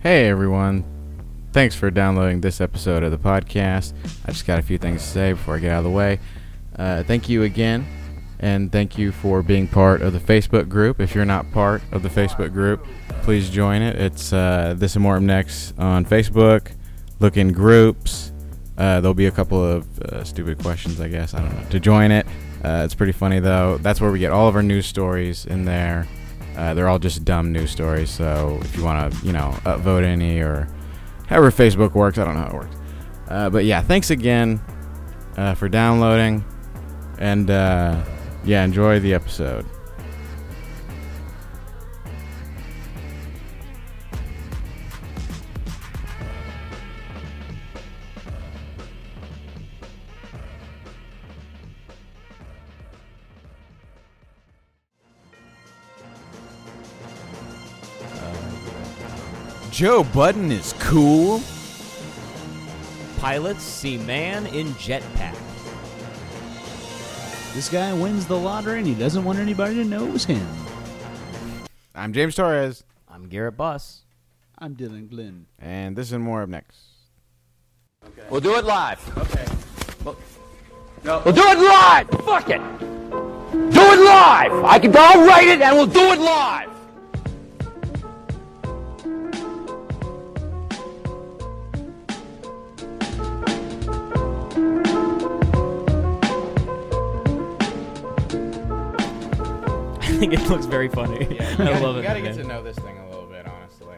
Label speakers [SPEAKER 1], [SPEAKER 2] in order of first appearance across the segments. [SPEAKER 1] Hey everyone. Thanks for downloading this episode of the podcast. I just got a few things to say before I get out of the way. Uh, thank you again, and thank you for being part of the Facebook group. If you're not part of the Facebook group, please join it. It's uh, This and More Up Next on Facebook. Look in groups. Uh, there'll be a couple of uh, stupid questions, I guess. I don't know. To join it, uh, it's pretty funny though. That's where we get all of our news stories in there. Uh, they're all just dumb news stories. So if you want to, you know, upvote any or however Facebook works, I don't know how it works. Uh, but yeah, thanks again uh, for downloading, and uh, yeah, enjoy the episode.
[SPEAKER 2] Joe Budden is cool.
[SPEAKER 3] Pilots see man in jetpack.
[SPEAKER 4] This guy wins the lottery and he doesn't want anybody to know it was him.
[SPEAKER 1] I'm James Torres,
[SPEAKER 3] I'm Garrett Bus.
[SPEAKER 4] I'm Dylan Glenn.
[SPEAKER 1] and this and more up next.
[SPEAKER 2] We'll do it live. Okay. We'll, do it live. Fuck it. Do it live. I can. I'll write it, and we'll do it live.
[SPEAKER 5] I think it looks very funny. I love it. man.
[SPEAKER 1] know this thing a little bit, honestly.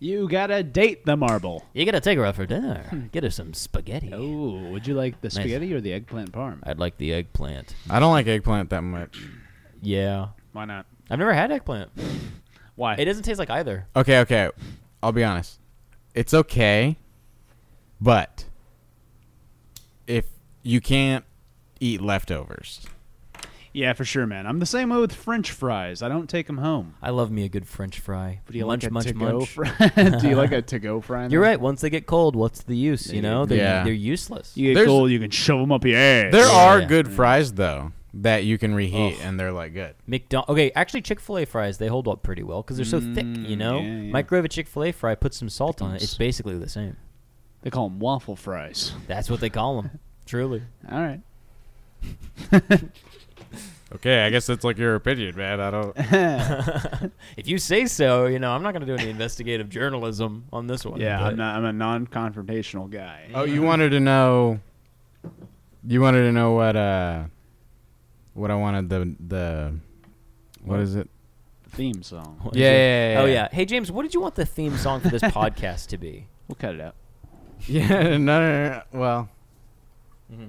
[SPEAKER 4] You gotta date the marble.
[SPEAKER 5] You gotta take her out for
[SPEAKER 4] Hmm.
[SPEAKER 5] dinner. Get her some spaghetti.
[SPEAKER 4] Ooh, Oh, would you like the spaghetti or the eggplant parm?
[SPEAKER 5] I'd like the eggplant.
[SPEAKER 1] I don't like eggplant that much.
[SPEAKER 5] Yeah,
[SPEAKER 4] Why not?
[SPEAKER 5] I've never had eggplant.
[SPEAKER 4] Why?
[SPEAKER 5] It doesn't taste like either.
[SPEAKER 1] Okay, okay, I'll be honest. It's okay, but if you can't eat leftovers,
[SPEAKER 4] yeah, for sure, man. I'm the same way with French fries. I don't take them home.
[SPEAKER 5] I love me a good French fry.
[SPEAKER 4] But do you
[SPEAKER 5] munch,
[SPEAKER 4] like a
[SPEAKER 5] munch,
[SPEAKER 4] to-go
[SPEAKER 5] munch.
[SPEAKER 4] fry? do you like a to-go fry? in
[SPEAKER 5] You're
[SPEAKER 4] there?
[SPEAKER 5] right. Once they get cold, what's the use? You know, they're
[SPEAKER 1] Yeah.
[SPEAKER 5] they're useless.
[SPEAKER 4] You get
[SPEAKER 1] There's-
[SPEAKER 4] cold, you can shove them up your ass.
[SPEAKER 1] there are
[SPEAKER 5] yeah.
[SPEAKER 1] good fries though that you can reheat, and they're like good.
[SPEAKER 5] McDonald. Okay, actually, Chick Fil A fries they hold up pretty well because they're so thick. You know,
[SPEAKER 4] Mm, yeah, yeah.
[SPEAKER 5] microwave a Chick Fil A fry, put some salt on it. It's
[SPEAKER 4] Pickles.
[SPEAKER 5] basically the same.
[SPEAKER 4] They call them waffle fries.
[SPEAKER 5] That's what they call them. Truly.
[SPEAKER 4] All right.
[SPEAKER 1] Okay, I guess that's like your opinion, man. I don't.
[SPEAKER 5] If you say so, you know, I'm not gonna do any investigative journalism on this one.
[SPEAKER 4] Yeah,
[SPEAKER 5] but-
[SPEAKER 4] I'm, not, I'm a non-confrontational guy.
[SPEAKER 1] Oh, you wanted to know. You wanted to know what uh, what I wanted the the, what is it?
[SPEAKER 4] Theme song.
[SPEAKER 5] What is
[SPEAKER 1] Yeah,
[SPEAKER 5] it?
[SPEAKER 1] yeah, yeah,
[SPEAKER 5] Oh
[SPEAKER 1] yeah.
[SPEAKER 5] yeah. Hey James, what did you want the theme song for this podcast to be?
[SPEAKER 4] We'll cut it out.
[SPEAKER 1] Yeah, no, no, no, no. Well,
[SPEAKER 4] Mm-hmm.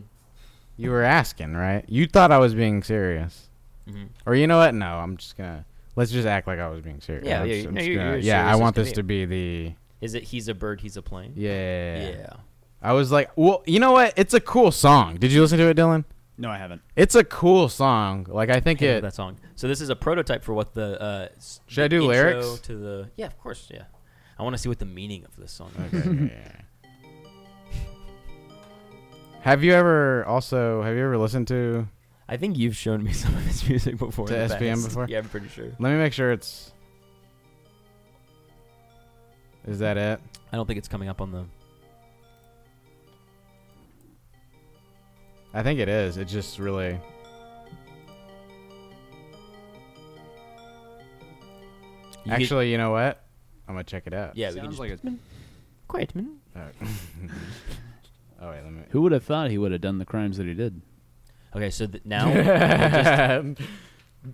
[SPEAKER 1] you were asking, right? You thought I was being serious,
[SPEAKER 4] Mm-hmm.
[SPEAKER 5] Mhm.
[SPEAKER 1] or you know what? No, I'm just gonna let's just act like I was being serious.
[SPEAKER 5] Yeah,
[SPEAKER 1] I'm
[SPEAKER 5] yeah,
[SPEAKER 1] just-
[SPEAKER 5] you-
[SPEAKER 1] I'm
[SPEAKER 5] no,
[SPEAKER 1] just
[SPEAKER 5] you-
[SPEAKER 1] gonna-
[SPEAKER 5] you're
[SPEAKER 1] yeah. I
[SPEAKER 5] serious
[SPEAKER 1] want
[SPEAKER 5] to
[SPEAKER 1] this
[SPEAKER 5] be.
[SPEAKER 1] to be the
[SPEAKER 5] Is it he's a bird, he's a plane?
[SPEAKER 1] yeah.
[SPEAKER 5] Yeah.
[SPEAKER 1] I was like, well, you know what? It's a cool song. Did you listen to it, Dylan?
[SPEAKER 4] No, I haven't.
[SPEAKER 1] It's a cool song. Like I think
[SPEAKER 5] I love
[SPEAKER 1] it.
[SPEAKER 5] that song. So this is a prototype for what the uh s-
[SPEAKER 1] Should I do
[SPEAKER 5] intro
[SPEAKER 1] lyrics?
[SPEAKER 5] to the Yeah, of course, yeah. I want to see what the meaning of this song is.
[SPEAKER 1] Okay, yeah, yeah. Have you ever also have you ever listened to?
[SPEAKER 5] I think you've shown me some of his music before.
[SPEAKER 1] To
[SPEAKER 5] in the
[SPEAKER 1] SPM
[SPEAKER 5] past.
[SPEAKER 1] before?
[SPEAKER 5] Yeah, I'm pretty sure.
[SPEAKER 1] Let me make sure it's. Is that it?
[SPEAKER 5] I don't think it's coming up on the
[SPEAKER 1] I think it is. It just really.
[SPEAKER 5] You could-
[SPEAKER 1] Actually, you know what? I'm gonna check it out.
[SPEAKER 5] Yeah, we can
[SPEAKER 4] Sounds
[SPEAKER 5] just
[SPEAKER 4] like a-
[SPEAKER 5] quiet man.
[SPEAKER 1] All right. oh wait, let me.
[SPEAKER 4] Who would have thought he would have done the crimes that he did?
[SPEAKER 5] Okay, so th- now we'll just-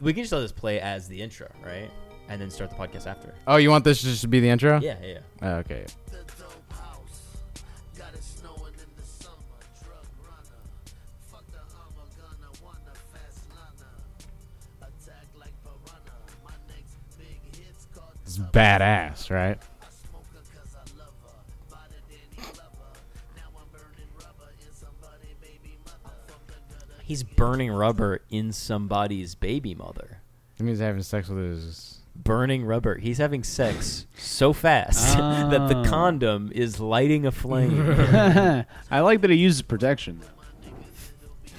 [SPEAKER 5] we can just let this play as the intro, right? And then start the podcast after.
[SPEAKER 1] oh, you want this just to be the intro?
[SPEAKER 5] Yeah, yeah.
[SPEAKER 1] Oh, okay.
[SPEAKER 6] the dope house. Got it snowing in the summer. Drug runner. Fuck the hummer. Gonna wanna fast lana. Attack like piranha. My next big hits called
[SPEAKER 1] It's badass, right?
[SPEAKER 6] I smoke her 'cause I love her. Bought it in he love her. Now I'm burning rubber in somebody baby mother. I'm from the gutter.
[SPEAKER 5] He's burning rubber in somebody's baby mother.
[SPEAKER 1] It means having sex with his.
[SPEAKER 5] Burning rubber. He's having sex so fast that the
[SPEAKER 4] Oh.
[SPEAKER 5] condom is lighting a flame.
[SPEAKER 4] I like that he uses protection. though.
[SPEAKER 6] Came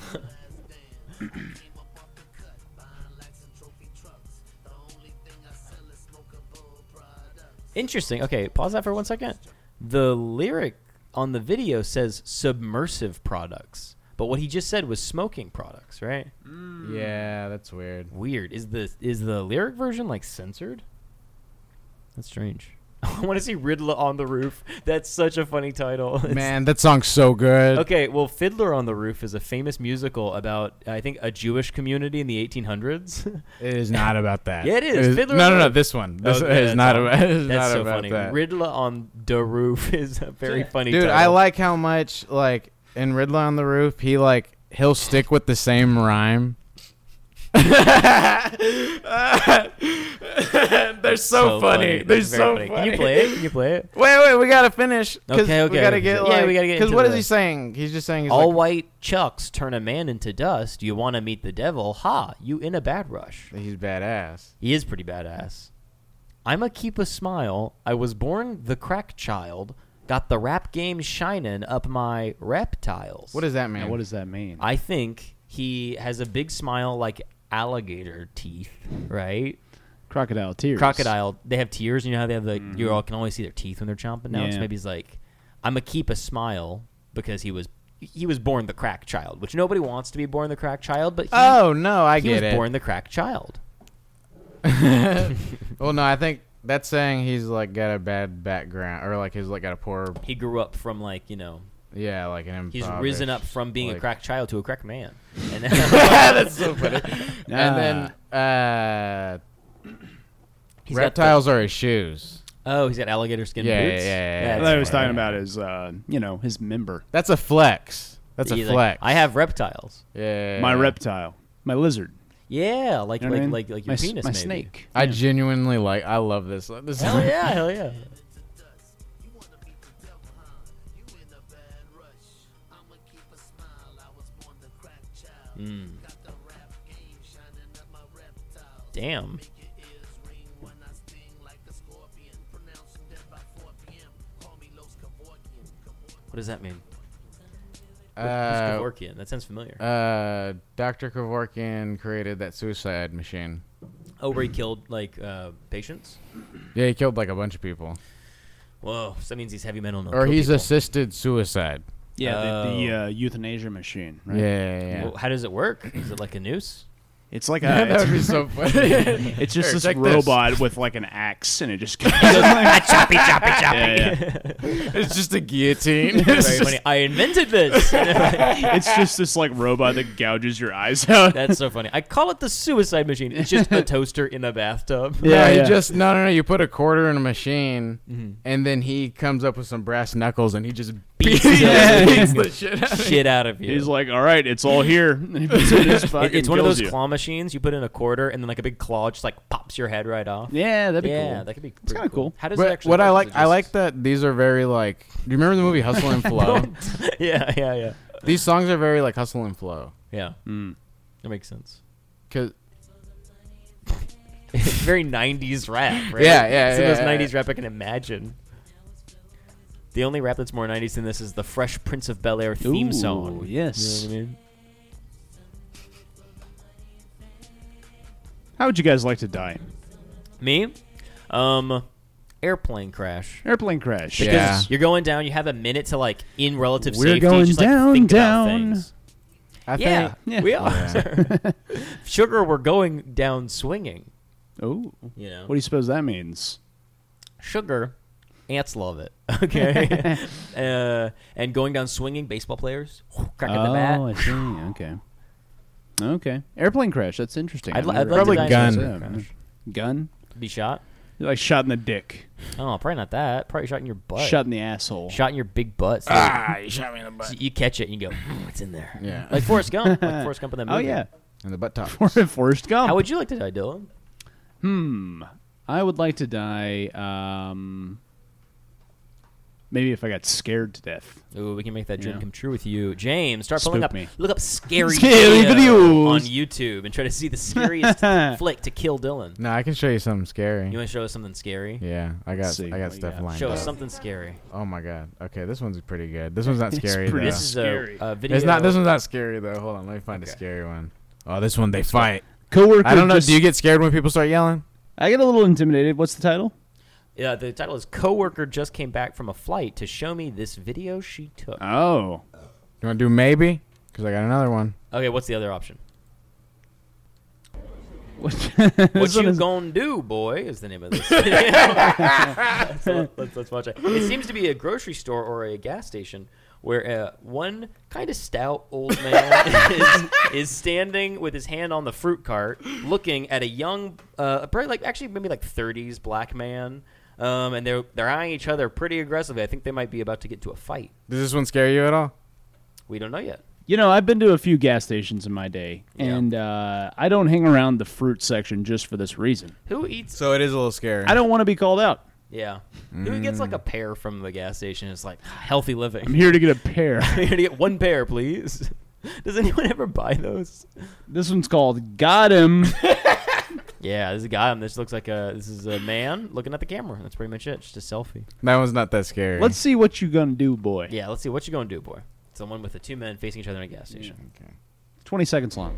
[SPEAKER 6] up off the cut. Buying likes and trophy trucks. The only thing I sell is smokeable products.
[SPEAKER 5] Interesting. Okay, pause that for one second. The lyric on the video says submersive products, but what he just said was smoking products, right?
[SPEAKER 1] Mm.
[SPEAKER 5] Mm.
[SPEAKER 1] Yeah, that's weird.
[SPEAKER 5] Weird. Is the is the lyric version like censored? That's strange. I want to see Riddler on the roof. That's such a funny title. It's-
[SPEAKER 1] Man, that song's so good.
[SPEAKER 5] Okay, well, Fiddler on the Roof is a famous musical about I think a Jewish community in the 1800s.
[SPEAKER 1] It is not about that.
[SPEAKER 5] Yeah, it is. Fiddler
[SPEAKER 1] no,
[SPEAKER 5] on
[SPEAKER 1] no,
[SPEAKER 5] the
[SPEAKER 1] no.
[SPEAKER 5] Roof.
[SPEAKER 1] This one.
[SPEAKER 5] Oh,
[SPEAKER 1] This
[SPEAKER 5] yeah,
[SPEAKER 1] is not
[SPEAKER 5] all-
[SPEAKER 1] about. It's
[SPEAKER 5] That's
[SPEAKER 1] not
[SPEAKER 5] so
[SPEAKER 1] about
[SPEAKER 5] funny.
[SPEAKER 1] that.
[SPEAKER 5] Riddler on the Roof is a very funny
[SPEAKER 1] Dude,
[SPEAKER 5] title.
[SPEAKER 1] I like how much like in Riddler on the Roof, he like he'll stick with the same rhyme. They're so, funny. They're
[SPEAKER 5] It's very
[SPEAKER 1] so funny.
[SPEAKER 5] funny. Can you play it? Can you play it?
[SPEAKER 1] Wait, wait, we gotta finish. 'cause
[SPEAKER 5] Okay,
[SPEAKER 1] We
[SPEAKER 5] okay,
[SPEAKER 1] gotta
[SPEAKER 5] okay.
[SPEAKER 1] get
[SPEAKER 5] Yeah,
[SPEAKER 1] like,
[SPEAKER 5] we gotta get
[SPEAKER 1] Because
[SPEAKER 5] into
[SPEAKER 1] what
[SPEAKER 5] the-
[SPEAKER 1] is he saying? He's just saying he's
[SPEAKER 5] All
[SPEAKER 1] like,
[SPEAKER 5] white chucks turn a man into dust. You want to meet the devil? Ha! You in a bad rush.
[SPEAKER 1] he's badass.
[SPEAKER 5] He is pretty badass. I'ma keep a smile. I was born the crack child. Got the rap game shining up my reptiles.
[SPEAKER 1] What does that mean?
[SPEAKER 4] Yeah, what does that mean?
[SPEAKER 5] I think he has a big smile like alligator teeth, right?
[SPEAKER 4] Crocodile tears.
[SPEAKER 5] Crocodile, they have tears. You know how they have the you all can only see their teeth when they're chomping now. So
[SPEAKER 4] Yeah.
[SPEAKER 5] maybe he's like, I'm gonna keep a smile because he was he was born the crack child, which nobody wants to be born the crack child, but he,
[SPEAKER 1] oh no, I
[SPEAKER 5] he
[SPEAKER 1] get
[SPEAKER 5] was
[SPEAKER 1] it.
[SPEAKER 5] born the crack child.
[SPEAKER 1] Well, no, I think that's saying he's like got a bad background or like he's like got a poor
[SPEAKER 5] He grew up from like you know
[SPEAKER 1] yeah like an.
[SPEAKER 5] he's risen up
[SPEAKER 1] impoverished,
[SPEAKER 5] from being a
[SPEAKER 1] like-
[SPEAKER 5] crack child to a crack man. And
[SPEAKER 1] That's so funny. And then uh,
[SPEAKER 5] he's got the-
[SPEAKER 1] reptiles are his shoes.
[SPEAKER 5] oh, he's got alligator skin
[SPEAKER 1] Yeah,
[SPEAKER 5] boots.
[SPEAKER 1] yeah, yeah, yeah.
[SPEAKER 4] I
[SPEAKER 5] That's
[SPEAKER 4] thought I was
[SPEAKER 5] funny.
[SPEAKER 4] talking about his, uh, you know, his member.
[SPEAKER 1] That's a flex. That's a
[SPEAKER 5] He's like,
[SPEAKER 1] flex.
[SPEAKER 5] I have reptiles.
[SPEAKER 1] yeah,
[SPEAKER 4] My
[SPEAKER 1] yeah.
[SPEAKER 4] reptile. My lizard.
[SPEAKER 5] Yeah, like
[SPEAKER 4] You
[SPEAKER 5] like,
[SPEAKER 4] know what I mean?
[SPEAKER 5] like like your
[SPEAKER 4] my, s-
[SPEAKER 5] penis.
[SPEAKER 4] My
[SPEAKER 5] maybe.
[SPEAKER 4] snake.
[SPEAKER 1] I genuinely like. I love this. This is
[SPEAKER 5] Hell yeah, hell yeah.
[SPEAKER 6] You wanna meet the devil, huh? You in a bad rush. I'ma keep a smile. I was born the crack child.
[SPEAKER 5] Mm.
[SPEAKER 6] Got the rap game shining up my reptile.
[SPEAKER 5] Damn.
[SPEAKER 6] Make your ears ring when I sting like a scorpion. Pronouncing death by 4 p.m. Call me Los Kevorkian. Kevorkian.
[SPEAKER 5] What does that mean?
[SPEAKER 1] Uh,
[SPEAKER 5] Kevorkian. That sounds familiar.
[SPEAKER 1] uh, Dr. Kevorkian created that suicide machine.
[SPEAKER 5] oh, where he killed like uh, patients.
[SPEAKER 1] Yeah, he killed like a bunch of people.
[SPEAKER 5] Whoa, so that means he's heavy metal.
[SPEAKER 1] Or he's assisted suicide.
[SPEAKER 4] Yeah, the, the
[SPEAKER 5] Oh.
[SPEAKER 4] uh, euthanasia machine.
[SPEAKER 1] Yeah,
[SPEAKER 4] Right?
[SPEAKER 1] yeah, yeah.
[SPEAKER 5] Well, how does it work? Is it like a noose?
[SPEAKER 4] It's like a.
[SPEAKER 1] that
[SPEAKER 4] It's,
[SPEAKER 1] would be so funny.
[SPEAKER 4] it's just
[SPEAKER 1] Here,
[SPEAKER 4] this
[SPEAKER 1] check this.
[SPEAKER 4] robot with like an axe, and it just. goes like, choppy, choppy, choppy.
[SPEAKER 1] it's just a guillotine.
[SPEAKER 5] Very funny. I invented this.
[SPEAKER 4] It's just this like robot that gouges your eyes out.
[SPEAKER 5] That's so funny. I call it the suicide machine. It's just a toaster in a bathtub.
[SPEAKER 1] Yeah,
[SPEAKER 4] Yeah,
[SPEAKER 1] you
[SPEAKER 4] yeah.
[SPEAKER 1] just no, no, no. You put a quarter in a machine,
[SPEAKER 5] Mm-hmm.
[SPEAKER 1] and then he comes up with some brass knuckles, and he just beats,
[SPEAKER 5] the-
[SPEAKER 1] the shit out of you.
[SPEAKER 5] Shit out of you.
[SPEAKER 4] He's like, all right, it's all here. And he puts it in his
[SPEAKER 5] It-
[SPEAKER 4] pocket
[SPEAKER 5] it's
[SPEAKER 4] and
[SPEAKER 5] one of
[SPEAKER 4] kills
[SPEAKER 5] those
[SPEAKER 4] you.
[SPEAKER 5] claw machines. You put in a quarter, and then like a big claw just like pops your head right off.
[SPEAKER 4] Yeah, that'd be
[SPEAKER 5] yeah,
[SPEAKER 4] cool.
[SPEAKER 5] that could be
[SPEAKER 4] It's
[SPEAKER 5] pretty
[SPEAKER 4] kinda cool.
[SPEAKER 5] How does it
[SPEAKER 1] But
[SPEAKER 5] actually?
[SPEAKER 1] what I
[SPEAKER 5] work?
[SPEAKER 1] like,
[SPEAKER 5] Is it
[SPEAKER 1] I like
[SPEAKER 5] just-
[SPEAKER 1] that these are very like. Do you remember the movie Hustle and Flow?
[SPEAKER 5] yeah, yeah, yeah,
[SPEAKER 1] these songs are very like Hustle and Flow.
[SPEAKER 5] yeah.
[SPEAKER 4] Mm.
[SPEAKER 1] Mm.
[SPEAKER 5] That makes sense.
[SPEAKER 1] Cause
[SPEAKER 5] It's very 90s rap, right?
[SPEAKER 1] Yeah, yeah,
[SPEAKER 5] It's the
[SPEAKER 1] yeah,
[SPEAKER 5] most
[SPEAKER 1] yeah,
[SPEAKER 5] 90s rap I can imagine. The only rap that's more 90s than this is the Fresh Prince of Bel Air theme
[SPEAKER 4] Ooh,
[SPEAKER 5] song.
[SPEAKER 4] Yes.
[SPEAKER 5] You know what I mean?
[SPEAKER 4] How would you guys like to die?
[SPEAKER 5] Me? Um, airplane crash.
[SPEAKER 4] Airplane crash.
[SPEAKER 1] Yeah.
[SPEAKER 5] Because You're going down. You have a minute to like in relative
[SPEAKER 4] We're
[SPEAKER 5] safety.
[SPEAKER 4] going
[SPEAKER 5] just, like,
[SPEAKER 4] down,
[SPEAKER 5] think about
[SPEAKER 4] down.
[SPEAKER 5] things.
[SPEAKER 1] I
[SPEAKER 5] Yeah,
[SPEAKER 1] think
[SPEAKER 4] Yeah.
[SPEAKER 5] we are. Sugar, we're going down swinging.
[SPEAKER 4] Oh,
[SPEAKER 5] You know,
[SPEAKER 4] what do you suppose that means?
[SPEAKER 5] sugar. Ants love it. Okay, uh, and going down swinging, baseball players cracking the bat.
[SPEAKER 4] Oh, I see. Okay. Okay. Airplane crash. That's interesting.
[SPEAKER 5] I'd
[SPEAKER 4] I
[SPEAKER 5] li- I'd
[SPEAKER 4] never-
[SPEAKER 5] like to Probably die in
[SPEAKER 1] an
[SPEAKER 4] Yeah, Gun.
[SPEAKER 5] Be shot?
[SPEAKER 4] You're like shot in the dick.
[SPEAKER 5] Oh, probably not that. Probably shot in your butt.
[SPEAKER 4] Shot in the asshole.
[SPEAKER 5] Shot in your big butt. So
[SPEAKER 1] ah, you shot me in the butt.
[SPEAKER 5] you- you catch it and you go, "Mm, it's in there.
[SPEAKER 1] Yeah.
[SPEAKER 5] Like Forrest Gump. Like Forrest Gump in that
[SPEAKER 4] oh
[SPEAKER 5] movie.
[SPEAKER 4] yeah.
[SPEAKER 1] In the butt top.
[SPEAKER 4] Forrest Gump. Hmm.
[SPEAKER 5] How would you like to die, Dylan?
[SPEAKER 4] I would like to die. Um, maybe if I got scared to death.
[SPEAKER 5] Ooh, we can make that dream
[SPEAKER 4] Yeah.
[SPEAKER 5] come true with you. James, start pulling
[SPEAKER 4] Spook
[SPEAKER 5] up.
[SPEAKER 4] me.
[SPEAKER 5] Look up scary,
[SPEAKER 4] Scary
[SPEAKER 5] video
[SPEAKER 4] videos.
[SPEAKER 5] on YouTube and try to see the scariest flick to kill Dylan.
[SPEAKER 1] No, I can show you something scary.
[SPEAKER 5] You want to show us something scary?
[SPEAKER 1] yeah, I got
[SPEAKER 4] see
[SPEAKER 1] I
[SPEAKER 4] what
[SPEAKER 1] got
[SPEAKER 4] you
[SPEAKER 1] stuff
[SPEAKER 4] got.
[SPEAKER 1] lined
[SPEAKER 5] Show
[SPEAKER 1] up.
[SPEAKER 5] us something scary.
[SPEAKER 1] oh my god. Okay, this one's pretty good. This one's not scary
[SPEAKER 4] pretty-
[SPEAKER 1] though.
[SPEAKER 5] This is
[SPEAKER 4] Scary.
[SPEAKER 5] a, a video.
[SPEAKER 1] It's not. This one's not scary though. Hold on, let me find a
[SPEAKER 5] Okay.
[SPEAKER 1] scary one. Oh, this one they fight.
[SPEAKER 4] Coworker.
[SPEAKER 1] I don't know.
[SPEAKER 4] just-
[SPEAKER 1] Do you get scared when people start yelling?
[SPEAKER 4] I get a little intimidated. What's the title?
[SPEAKER 5] Uh, the title is "Coworker just came back from a flight to show me this video she took."
[SPEAKER 4] Oh,
[SPEAKER 1] You want to do maybe? Because I got another one.
[SPEAKER 5] okay, what's the other option?
[SPEAKER 4] what,
[SPEAKER 5] What
[SPEAKER 4] this one
[SPEAKER 5] you
[SPEAKER 4] is-
[SPEAKER 5] gonna do, boy? Is the name of this. So let's, let's watch it. It seems to be a grocery store or a gas station where uh, one kind of stout old man is, is standing with his hand on the fruit cart, looking at a young, uh, probably like actually maybe like 30s black man, um, and they're they're eyeing each other pretty aggressively. I think they might be about to get to a fight.
[SPEAKER 1] Does this one scare you at all?
[SPEAKER 5] We don't know yet.
[SPEAKER 4] You know, I've been to a few gas stations in my day,
[SPEAKER 5] Yeah.
[SPEAKER 4] and uh, I don't hang around the fruit section just for this reason.
[SPEAKER 5] Who eats?
[SPEAKER 1] So it is a little scary.
[SPEAKER 4] I don't want to be called out.
[SPEAKER 5] Yeah. Who gets like a pear from the gas station? It's like ah, healthy living.
[SPEAKER 4] I'm here to get a pear.
[SPEAKER 5] I'm here to get one pair, please. Does anyone ever buy those?
[SPEAKER 4] this one's called Got Him.
[SPEAKER 5] Yeah, this is a guy. um, This looks like a. This is a man looking at the camera. That's pretty much it. Just a selfie.
[SPEAKER 1] That one's not that scary.
[SPEAKER 4] Let's see what you gonna do, boy.
[SPEAKER 5] Yeah, let's see what you gonna do, boy. Someone with the two men facing each other in a gas
[SPEAKER 1] Mm.
[SPEAKER 5] station.
[SPEAKER 4] Twenty seconds long.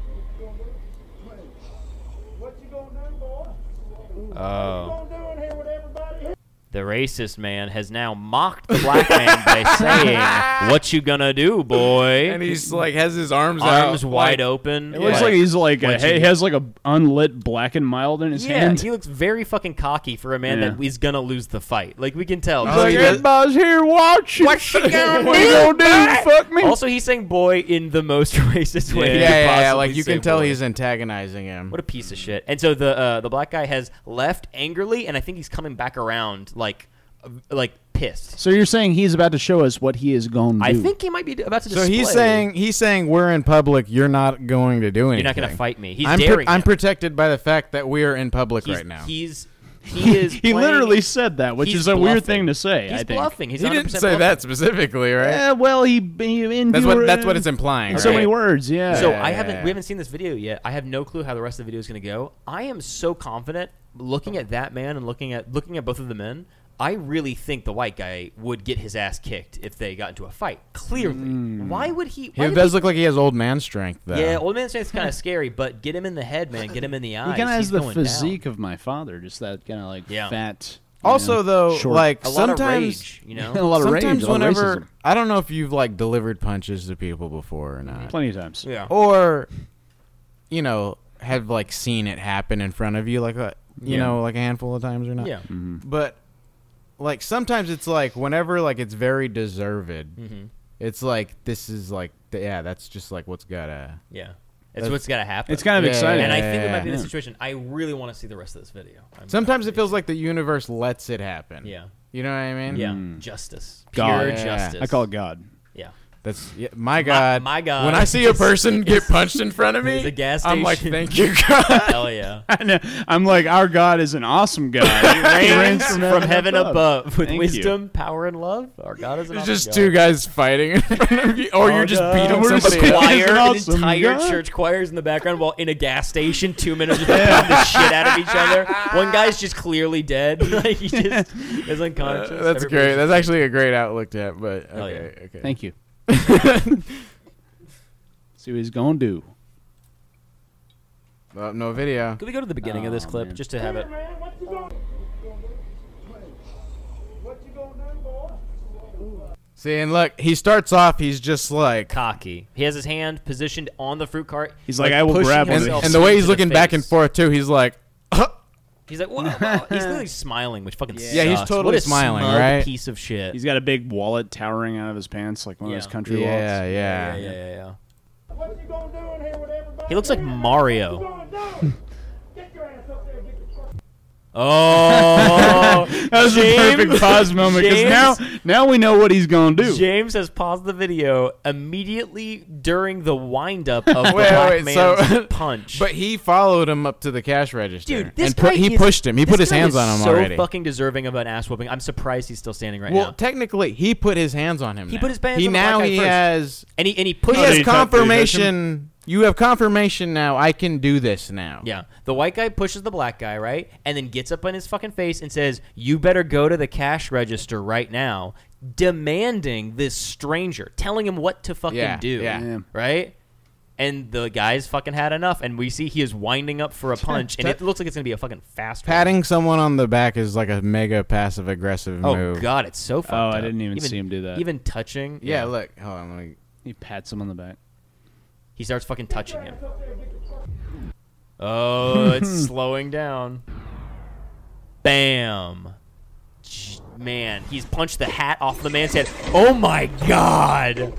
[SPEAKER 5] Oh. The racist man has now mocked the black man by saying, "What you gonna do, boy?"
[SPEAKER 1] And he's like has his arms,
[SPEAKER 5] Arms
[SPEAKER 1] out, like-
[SPEAKER 5] wide open.
[SPEAKER 4] It looks like he's like a,
[SPEAKER 5] What you
[SPEAKER 4] he
[SPEAKER 5] do.
[SPEAKER 4] has like a unlit black and mild in his
[SPEAKER 5] Yeah,
[SPEAKER 4] hand.
[SPEAKER 5] he looks very fucking cocky for a man
[SPEAKER 4] Yeah.
[SPEAKER 5] that is gonna lose the fight. Like we can tell.
[SPEAKER 1] Oh, he does-
[SPEAKER 4] Everybody's here watching. What
[SPEAKER 1] she gonna
[SPEAKER 4] you gonna do? Fuck me.
[SPEAKER 5] Also, he's saying "boy" in the most racist way.
[SPEAKER 1] yeah,
[SPEAKER 5] he
[SPEAKER 1] yeah,
[SPEAKER 5] could
[SPEAKER 1] yeah,
[SPEAKER 5] possibly
[SPEAKER 1] Like you
[SPEAKER 5] say
[SPEAKER 1] can tell
[SPEAKER 5] boy.
[SPEAKER 1] he's antagonizing him.
[SPEAKER 5] What a piece of shit! And so the uh, the black guy has left angrily, and I think he's coming back around like uh, like pissed.
[SPEAKER 4] so you're saying he's about to show us what he is going to
[SPEAKER 5] I
[SPEAKER 4] do?
[SPEAKER 5] think he might be about to.
[SPEAKER 1] so
[SPEAKER 5] Display.
[SPEAKER 1] he's saying he's saying we're in public. You're not going to do anything.
[SPEAKER 5] you're not going to fight me. He's
[SPEAKER 1] I'm, pro-
[SPEAKER 5] daring.
[SPEAKER 1] I'm
[SPEAKER 5] him.
[SPEAKER 1] protected by the fact that we are in public
[SPEAKER 5] He's-
[SPEAKER 1] right now.
[SPEAKER 5] He's he is.
[SPEAKER 4] he
[SPEAKER 5] playing-
[SPEAKER 4] literally said that, which
[SPEAKER 5] he's
[SPEAKER 4] is a weird
[SPEAKER 5] bluffing.
[SPEAKER 4] thing to say.
[SPEAKER 5] He's
[SPEAKER 4] I think.
[SPEAKER 5] bluffing. He's
[SPEAKER 1] he
[SPEAKER 5] 100%
[SPEAKER 1] didn't say
[SPEAKER 5] bluffing.
[SPEAKER 1] that specifically, right?
[SPEAKER 4] Eh, well, he, he in
[SPEAKER 1] That's what that's what it's implying.
[SPEAKER 4] in so
[SPEAKER 1] right?
[SPEAKER 4] many words. Yeah.
[SPEAKER 5] So
[SPEAKER 1] Yeah,
[SPEAKER 5] I
[SPEAKER 1] yeah,
[SPEAKER 5] haven't.
[SPEAKER 1] yeah.
[SPEAKER 5] We haven't seen this video yet. I have no clue how the rest of the video is going to go. I am so confident looking at that man and looking at looking at both of the men. I really think the white guy would get his ass kicked if they got into a fight. Clearly, why would he?
[SPEAKER 1] He
[SPEAKER 5] why would
[SPEAKER 1] does look like he has old man strength though.
[SPEAKER 5] Yeah, old man strength's kind of scary, but get him in the head, man. Get him in the eyes.
[SPEAKER 4] he kind of has
[SPEAKER 5] He's
[SPEAKER 4] the
[SPEAKER 5] going down.
[SPEAKER 4] physique of my father, just that kind of like
[SPEAKER 5] Yeah.
[SPEAKER 4] fat. you
[SPEAKER 1] Also
[SPEAKER 4] know,
[SPEAKER 1] though,
[SPEAKER 4] short-
[SPEAKER 1] like
[SPEAKER 5] A lot
[SPEAKER 1] sometimes
[SPEAKER 5] of rage, you
[SPEAKER 4] a
[SPEAKER 5] know.
[SPEAKER 4] lot of rage,
[SPEAKER 1] sometimes
[SPEAKER 4] a lot of
[SPEAKER 1] whenever
[SPEAKER 4] racism.
[SPEAKER 1] I don't know if you've like delivered punches to people before or not,
[SPEAKER 4] plenty of times.
[SPEAKER 5] yeah.
[SPEAKER 1] or you know have like seen it happen in front of you like a, you
[SPEAKER 4] Yeah.
[SPEAKER 1] know like a handful of times or not.
[SPEAKER 5] Yeah.
[SPEAKER 4] Mm-hmm.
[SPEAKER 1] But like sometimes it's like whenever like it's very deserved.
[SPEAKER 4] Mm-hmm.
[SPEAKER 1] It's like this is like th- yeah that's just like what's gotta.
[SPEAKER 5] Yeah. That's what's got to happen.
[SPEAKER 4] It's kind of
[SPEAKER 1] Yeah,
[SPEAKER 4] exciting.
[SPEAKER 5] And I think we might be in
[SPEAKER 4] Yeah.
[SPEAKER 5] a situation. I really want to see the rest of this video. I'm-
[SPEAKER 1] Sometimes it feels like the universe lets it happen.
[SPEAKER 5] Yeah.
[SPEAKER 1] You know what I mean?
[SPEAKER 5] Yeah. Justice.
[SPEAKER 4] Mm. God.
[SPEAKER 5] Pure
[SPEAKER 1] Yeah.
[SPEAKER 5] justice.
[SPEAKER 4] I call it God.
[SPEAKER 5] Yeah.
[SPEAKER 1] That's yeah, my god.
[SPEAKER 5] my God.
[SPEAKER 1] When I see a person get punched in front of me,
[SPEAKER 5] It's a gas
[SPEAKER 1] I'm like,
[SPEAKER 5] station.
[SPEAKER 1] thank you, God.
[SPEAKER 5] Hell yeah.
[SPEAKER 4] I know. I'm like, our God is an awesome God. He reigns from,
[SPEAKER 5] From heaven above with
[SPEAKER 4] Thank you.
[SPEAKER 5] wisdom, power, and love. Our God is an
[SPEAKER 1] It's
[SPEAKER 5] awesome
[SPEAKER 1] just
[SPEAKER 5] God.
[SPEAKER 1] two guys fighting in front of you, or you're just
[SPEAKER 4] God.
[SPEAKER 1] beating
[SPEAKER 4] We're just
[SPEAKER 1] somebody. up.
[SPEAKER 4] God is
[SPEAKER 5] choir, an
[SPEAKER 4] an awesome
[SPEAKER 5] entire
[SPEAKER 4] God.
[SPEAKER 5] church choirs in the background while in a gas station, two minutes just beating the shit out of each other. One guy's just clearly dead. like he just is unconscious.
[SPEAKER 1] Uh, that's
[SPEAKER 5] Everybody's
[SPEAKER 1] great. That's actually a great outlook to have, but
[SPEAKER 5] Hell
[SPEAKER 1] okay,
[SPEAKER 5] yeah.
[SPEAKER 1] okay.
[SPEAKER 4] Thank you. See what he's gonna do.
[SPEAKER 1] Well, no video.
[SPEAKER 5] Could we go to the beginning of this
[SPEAKER 4] Aw,
[SPEAKER 5] clip
[SPEAKER 4] Oh, man.
[SPEAKER 5] just to have it?
[SPEAKER 1] See, and look, he starts off. He's just like,
[SPEAKER 5] Cocky. He has his hand positioned on the fruit cart.
[SPEAKER 4] He's like, "I will
[SPEAKER 5] pushing
[SPEAKER 4] grab one
[SPEAKER 1] and,
[SPEAKER 4] of
[SPEAKER 5] himself
[SPEAKER 1] and the way
[SPEAKER 5] into
[SPEAKER 1] he's looking back and
[SPEAKER 5] face.
[SPEAKER 1] forth too, he's like,
[SPEAKER 5] He's like, whoa, whoa." he's literally smiling, which fucking
[SPEAKER 1] Yeah, he's
[SPEAKER 5] sucks.
[SPEAKER 1] totally
[SPEAKER 5] what a
[SPEAKER 1] smiling,
[SPEAKER 5] smug
[SPEAKER 1] right?
[SPEAKER 5] Piece of shit.
[SPEAKER 4] He's got a big wallet towering out of his pants, like one of
[SPEAKER 5] Yeah.
[SPEAKER 4] those country
[SPEAKER 1] yeah,
[SPEAKER 4] wallets.
[SPEAKER 5] yeah,
[SPEAKER 1] yeah,
[SPEAKER 5] yeah, yeah, yeah. He looks like Mario. Oh,
[SPEAKER 4] That was
[SPEAKER 5] James-
[SPEAKER 4] a perfect pause moment because
[SPEAKER 5] James-
[SPEAKER 4] now, now we know what he's gonna do.
[SPEAKER 5] James has paused the video immediately during the windup of the
[SPEAKER 1] Wait,
[SPEAKER 5] black
[SPEAKER 1] wait,
[SPEAKER 5] man's
[SPEAKER 1] so-
[SPEAKER 5] punch.
[SPEAKER 1] But he followed him up to the cash register,
[SPEAKER 5] Dude, this
[SPEAKER 1] and pu-
[SPEAKER 5] guy
[SPEAKER 1] he
[SPEAKER 5] is-
[SPEAKER 1] pushed him. He
[SPEAKER 5] this
[SPEAKER 1] put his
[SPEAKER 5] guy
[SPEAKER 1] hands
[SPEAKER 5] is
[SPEAKER 1] on him
[SPEAKER 5] so
[SPEAKER 1] already.
[SPEAKER 5] fucking deserving of an ass whooping. I'm surprised he's still standing right
[SPEAKER 1] Well,
[SPEAKER 5] now.
[SPEAKER 1] technically, he put his hands on him.
[SPEAKER 5] He
[SPEAKER 1] now.
[SPEAKER 5] put his hands
[SPEAKER 1] He
[SPEAKER 5] on the black
[SPEAKER 1] now
[SPEAKER 5] guy
[SPEAKER 1] he
[SPEAKER 5] first.
[SPEAKER 1] has.
[SPEAKER 5] and he and he pushed.
[SPEAKER 1] He has
[SPEAKER 4] he touch- did he touch
[SPEAKER 1] confirmation. You have confirmation now. I can do this now.
[SPEAKER 5] Yeah, the white guy pushes the black guy right, and then gets up on his fucking face and says, "You better go to the cash register right now," demanding this stranger, telling him what to fucking
[SPEAKER 1] Yeah,
[SPEAKER 5] do.
[SPEAKER 1] yeah.
[SPEAKER 5] Right. and the guy's fucking had enough, and we see he is winding up for a punch, and it looks like it's gonna be a fucking fast one.
[SPEAKER 1] Patting someone on the back is like a mega passive aggressive
[SPEAKER 5] Oh
[SPEAKER 1] move.
[SPEAKER 5] god, it's so fucked
[SPEAKER 4] Oh, I
[SPEAKER 5] up.
[SPEAKER 4] didn't even see him do that.
[SPEAKER 5] Even touching,
[SPEAKER 1] Yeah, look. Hold on. Let me.
[SPEAKER 4] He pats him on the back.
[SPEAKER 5] he starts fucking touching him. Oh, it's slowing down. Bam. Ch- Man, he's punched the hat off the man's head. Oh my god.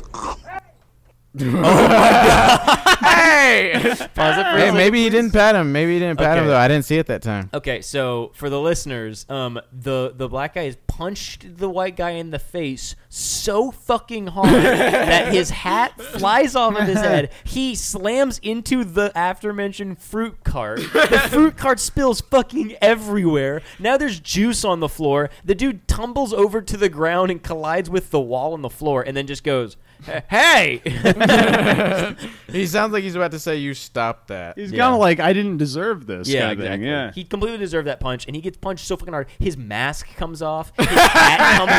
[SPEAKER 5] Oh
[SPEAKER 1] Hey!
[SPEAKER 5] Pause it for a
[SPEAKER 1] hey,
[SPEAKER 5] second.
[SPEAKER 1] maybe he didn't pat him. Maybe he didn't pat him
[SPEAKER 5] Okay.
[SPEAKER 1] though. I didn't see it that time.
[SPEAKER 5] Okay, so for the listeners, um, the the black guy has punched the white guy in the face so fucking hard that his hat flies off of his head. He slams into the aforementioned fruit cart. The fruit cart spills fucking everywhere. Now there's juice on the floor. The dude tumbles over to the ground and collides with the wall and the floor, and then just goes, "Hey!"
[SPEAKER 1] He sounds like he's about to say, "You stop that."
[SPEAKER 4] He's
[SPEAKER 5] Yeah.
[SPEAKER 4] kind of like I didn't deserve this.
[SPEAKER 5] Yeah,
[SPEAKER 4] kinda thing,
[SPEAKER 5] exactly.
[SPEAKER 4] Yeah.
[SPEAKER 5] He completely deserved that punch, and he gets punched so fucking hard. His mask comes off, his hat comes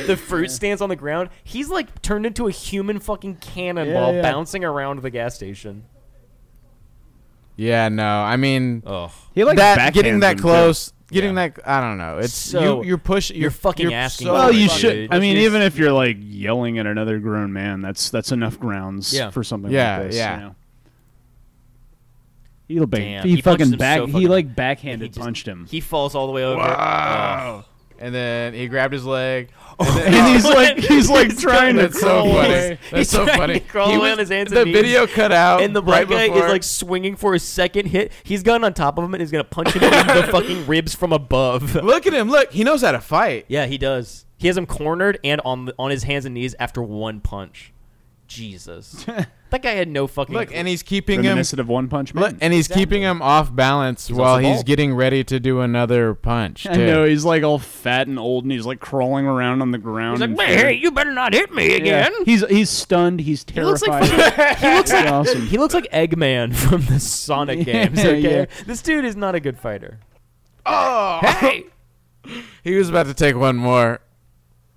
[SPEAKER 5] off, the fruit stands on the ground. He's like turned into a human fucking cannonball
[SPEAKER 4] Yeah, yeah.
[SPEAKER 5] bouncing around the gas station.
[SPEAKER 1] Yeah, no. I mean,
[SPEAKER 5] Oh,
[SPEAKER 4] He like
[SPEAKER 1] that getting
[SPEAKER 4] backhands him,
[SPEAKER 1] that
[SPEAKER 4] too.
[SPEAKER 1] close, getting
[SPEAKER 5] Yeah.
[SPEAKER 1] that I don't know. It's
[SPEAKER 5] So,
[SPEAKER 1] you. You're pushing. You're,
[SPEAKER 5] fucking
[SPEAKER 1] you're
[SPEAKER 5] asking
[SPEAKER 1] so
[SPEAKER 5] for
[SPEAKER 4] Well,
[SPEAKER 5] Oh,
[SPEAKER 4] you
[SPEAKER 5] fuck,
[SPEAKER 4] should.
[SPEAKER 5] dude.
[SPEAKER 4] I mean,
[SPEAKER 1] You're-
[SPEAKER 4] even if you're like yelling at another grown man, that's that's enough grounds
[SPEAKER 5] Yeah.
[SPEAKER 4] for something
[SPEAKER 1] Yeah,
[SPEAKER 4] like this.
[SPEAKER 1] yeah.
[SPEAKER 4] You know? He'll bang.
[SPEAKER 5] Damn,
[SPEAKER 4] he,
[SPEAKER 5] he punched
[SPEAKER 4] fucking
[SPEAKER 5] him
[SPEAKER 4] back.
[SPEAKER 5] so
[SPEAKER 4] he
[SPEAKER 5] fucking-
[SPEAKER 4] like
[SPEAKER 5] and
[SPEAKER 4] backhanded
[SPEAKER 5] he just-
[SPEAKER 4] punched him.
[SPEAKER 5] He falls all the way over.
[SPEAKER 1] Wow. And then he grabbed his leg.
[SPEAKER 5] Oh.
[SPEAKER 4] and he's like he's like trying to
[SPEAKER 1] That's so
[SPEAKER 4] crawl
[SPEAKER 1] funny.
[SPEAKER 4] away.
[SPEAKER 1] That's
[SPEAKER 5] He's
[SPEAKER 1] so
[SPEAKER 5] trying
[SPEAKER 1] funny.
[SPEAKER 5] to crawl
[SPEAKER 1] He
[SPEAKER 5] away
[SPEAKER 1] was-
[SPEAKER 5] on his hands and
[SPEAKER 1] the
[SPEAKER 5] knees.
[SPEAKER 1] video cut out,
[SPEAKER 5] And the black
[SPEAKER 1] right
[SPEAKER 5] guy
[SPEAKER 1] before.
[SPEAKER 5] is like swinging for a second hit. He's gone on top of him and is gonna punch him in the fucking ribs from above.
[SPEAKER 1] "Look at him! Look, he knows how to fight."
[SPEAKER 5] Yeah, he does. He has him cornered and on the, on his hands and knees after one punch. Jesus, that guy had no fucking.
[SPEAKER 1] Look,
[SPEAKER 5] clue.
[SPEAKER 1] and he's keeping him.
[SPEAKER 4] Reminiscent of One Punch Man.
[SPEAKER 1] Look, and he's keeping him off balance while
[SPEAKER 5] also
[SPEAKER 1] he's
[SPEAKER 5] bald.
[SPEAKER 1] getting ready to do another punch.
[SPEAKER 4] I
[SPEAKER 1] too.
[SPEAKER 4] know he's like all fat and old, and he's like crawling around on the ground.
[SPEAKER 5] He's like,
[SPEAKER 4] and
[SPEAKER 5] "Man,
[SPEAKER 4] shit."
[SPEAKER 5] hey, you better not hit me
[SPEAKER 4] Yeah.
[SPEAKER 5] again.
[SPEAKER 4] He's he's stunned. He's
[SPEAKER 5] looks like
[SPEAKER 4] terrified. he looks like awesome.
[SPEAKER 5] He looks like Eggman from the Sonic
[SPEAKER 4] Yeah,
[SPEAKER 5] games. Okay,
[SPEAKER 4] yeah.
[SPEAKER 5] this dude is not a good fighter.
[SPEAKER 1] He was about to take one more.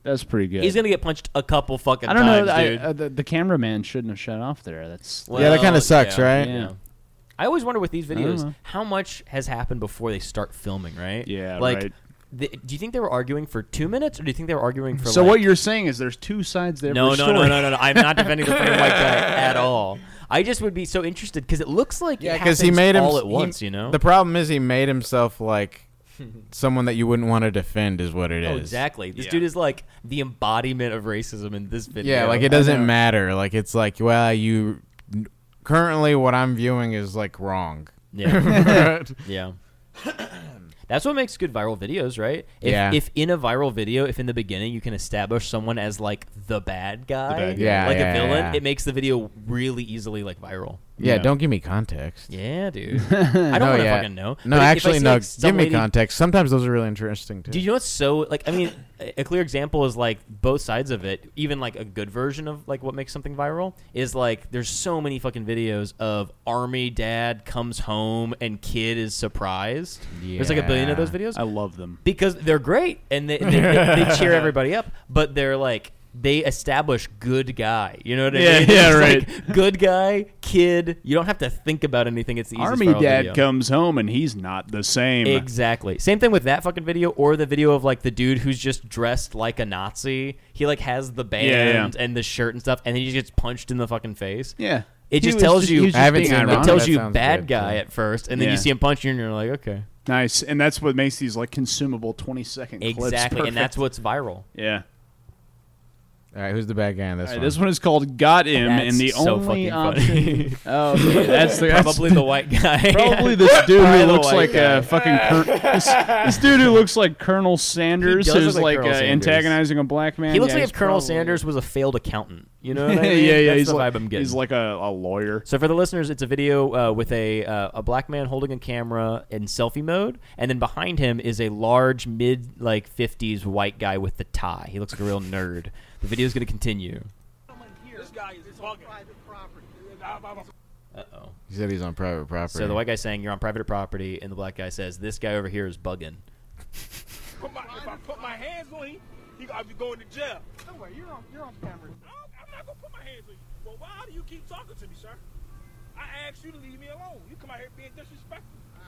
[SPEAKER 4] That's pretty good.
[SPEAKER 5] He's gonna get punched a couple fucking
[SPEAKER 4] I don't
[SPEAKER 5] times,
[SPEAKER 4] know. I,
[SPEAKER 5] dude.
[SPEAKER 4] uh, the, the cameraman shouldn't have shut off there. That's
[SPEAKER 5] Well,
[SPEAKER 1] yeah, that kind of sucks,
[SPEAKER 5] yeah.
[SPEAKER 1] right?
[SPEAKER 4] yeah.
[SPEAKER 5] I always wonder with these videos
[SPEAKER 4] know.
[SPEAKER 5] how much has happened before they start filming, right?
[SPEAKER 4] Yeah,
[SPEAKER 5] like,
[SPEAKER 4] right.
[SPEAKER 5] The, do you think they were arguing for two minutes, or do you think they were arguing for?
[SPEAKER 4] So
[SPEAKER 5] like,
[SPEAKER 4] what you're saying is there's two sides there.
[SPEAKER 5] No, no, no, no, no, no. I'm not defending the fucking white guy at all. I just would be so interested because it looks like yeah,
[SPEAKER 1] because he made him
[SPEAKER 5] all at
[SPEAKER 1] he-
[SPEAKER 5] once. you know.
[SPEAKER 1] The problem is he made himself like someone that you wouldn't want to defend is what it is.
[SPEAKER 5] oh, exactly. This dude is like the embodiment of racism in this video.
[SPEAKER 1] Yeah, like it doesn't matter. Like it's like, well, you currently what I'm viewing is like wrong.
[SPEAKER 5] Yeah,
[SPEAKER 1] Right?
[SPEAKER 5] yeah. That's what makes good viral videos, right? If,
[SPEAKER 1] Yeah.
[SPEAKER 5] if in a viral video, if in the beginning you can establish someone as like the bad guy,
[SPEAKER 1] bad guy. Yeah,
[SPEAKER 5] like
[SPEAKER 1] yeah,
[SPEAKER 5] a villain,
[SPEAKER 1] yeah.
[SPEAKER 5] it makes the video really easily like viral.
[SPEAKER 1] yeah,
[SPEAKER 4] Yeah.
[SPEAKER 1] don't give me context.
[SPEAKER 5] Yeah, dude. I don't
[SPEAKER 1] No,
[SPEAKER 5] want to
[SPEAKER 1] yeah.
[SPEAKER 5] fucking know.
[SPEAKER 1] No,
[SPEAKER 5] But if- if I
[SPEAKER 1] actually,
[SPEAKER 5] see,
[SPEAKER 1] no.
[SPEAKER 5] like, some
[SPEAKER 1] give me
[SPEAKER 5] lady-
[SPEAKER 1] context. Sometimes those are really interesting too.
[SPEAKER 5] Do you know what's so like? I mean, a a clear example is like both sides of it. Even like a good version of like what makes something viral is like there's so many fucking videos of army dad comes home and kid is surprised. There's like a billion of
[SPEAKER 1] Yeah.
[SPEAKER 5] those videos
[SPEAKER 4] I love them.
[SPEAKER 5] because they're great and they, they, they, they cheer everybody up, but they're like they establish good guy. You know what I
[SPEAKER 4] Yeah,
[SPEAKER 5] mean?
[SPEAKER 4] yeah,
[SPEAKER 5] It's
[SPEAKER 4] right.
[SPEAKER 5] like, good guy, kid. You don't have to think about anything. It's the easiest
[SPEAKER 4] Army
[SPEAKER 5] viral
[SPEAKER 4] Dad
[SPEAKER 5] video.
[SPEAKER 4] comes home and he's not the same.
[SPEAKER 5] Exactly. Same thing with that fucking video or the video of like the dude who's just dressed like a Nazi. He like has the band
[SPEAKER 4] yeah.
[SPEAKER 5] and the shirt and stuff, and then he gets punched in the fucking face.
[SPEAKER 4] Yeah.
[SPEAKER 5] It
[SPEAKER 4] He
[SPEAKER 5] just
[SPEAKER 4] was
[SPEAKER 5] tells you-
[SPEAKER 4] he was
[SPEAKER 1] I haven't
[SPEAKER 4] being
[SPEAKER 1] seen that.
[SPEAKER 5] It
[SPEAKER 4] ironic.
[SPEAKER 5] tells
[SPEAKER 1] that
[SPEAKER 5] you
[SPEAKER 1] sounds
[SPEAKER 5] bad
[SPEAKER 1] good,
[SPEAKER 5] guy
[SPEAKER 1] too.
[SPEAKER 5] at first, and then
[SPEAKER 4] Yeah.
[SPEAKER 5] you see him punch you, and you're like, okay,
[SPEAKER 4] Nice, and that's what makes these like consumable twenty second clips.
[SPEAKER 5] exactly, and that's what's viral.
[SPEAKER 4] yeah.
[SPEAKER 1] All right, who's the bad guy in this
[SPEAKER 4] All right,
[SPEAKER 1] one?
[SPEAKER 4] this one is called "Got Him,"
[SPEAKER 5] That's
[SPEAKER 4] and the
[SPEAKER 5] so
[SPEAKER 4] only
[SPEAKER 5] fucking
[SPEAKER 4] option.
[SPEAKER 5] funny.
[SPEAKER 4] Oh, okay, that's the that's
[SPEAKER 5] probably the white guy.
[SPEAKER 4] probably this dude
[SPEAKER 5] Probably
[SPEAKER 4] who
[SPEAKER 5] the
[SPEAKER 4] looks
[SPEAKER 5] white
[SPEAKER 4] like
[SPEAKER 5] guy.
[SPEAKER 4] a fucking Cur- this, this dude who looks like Colonel Sanders,
[SPEAKER 5] does look
[SPEAKER 4] who's
[SPEAKER 5] like
[SPEAKER 4] like,
[SPEAKER 5] Colonel
[SPEAKER 4] uh,
[SPEAKER 5] Sanders.
[SPEAKER 4] antagonizing a black man.
[SPEAKER 5] He looks
[SPEAKER 4] Yeah,
[SPEAKER 5] like
[SPEAKER 4] he's
[SPEAKER 5] if Colonel
[SPEAKER 4] probably-
[SPEAKER 5] Sanders was a failed accountant. You know what
[SPEAKER 4] yeah,
[SPEAKER 5] I mean?
[SPEAKER 4] yeah,
[SPEAKER 5] That's
[SPEAKER 4] he's
[SPEAKER 5] the
[SPEAKER 4] like,
[SPEAKER 5] vibe I'm getting.
[SPEAKER 4] He's like a, a lawyer.
[SPEAKER 5] So for the listeners, it's a video uh, with a uh, a black man holding a camera in selfie mode, and then behind him is a large mid like fifties white guy with the tie. He looks like a real nerd. The video is going to continue.
[SPEAKER 7] This guy is talking.
[SPEAKER 5] Uh oh.
[SPEAKER 1] he said he's on private property.
[SPEAKER 5] So the white guy's saying you're on private property, and the black guy says this guy over here is bugging.
[SPEAKER 7] Put my, if I put my hands on him, he, I'll be going to jail. Don't worry, you're on, you're on camera. I'm not gonna put my hands on you. Well, why do you keep talking to me, sir? I asked you to leave me alone. You come out here being disrespectful.
[SPEAKER 6] Uh,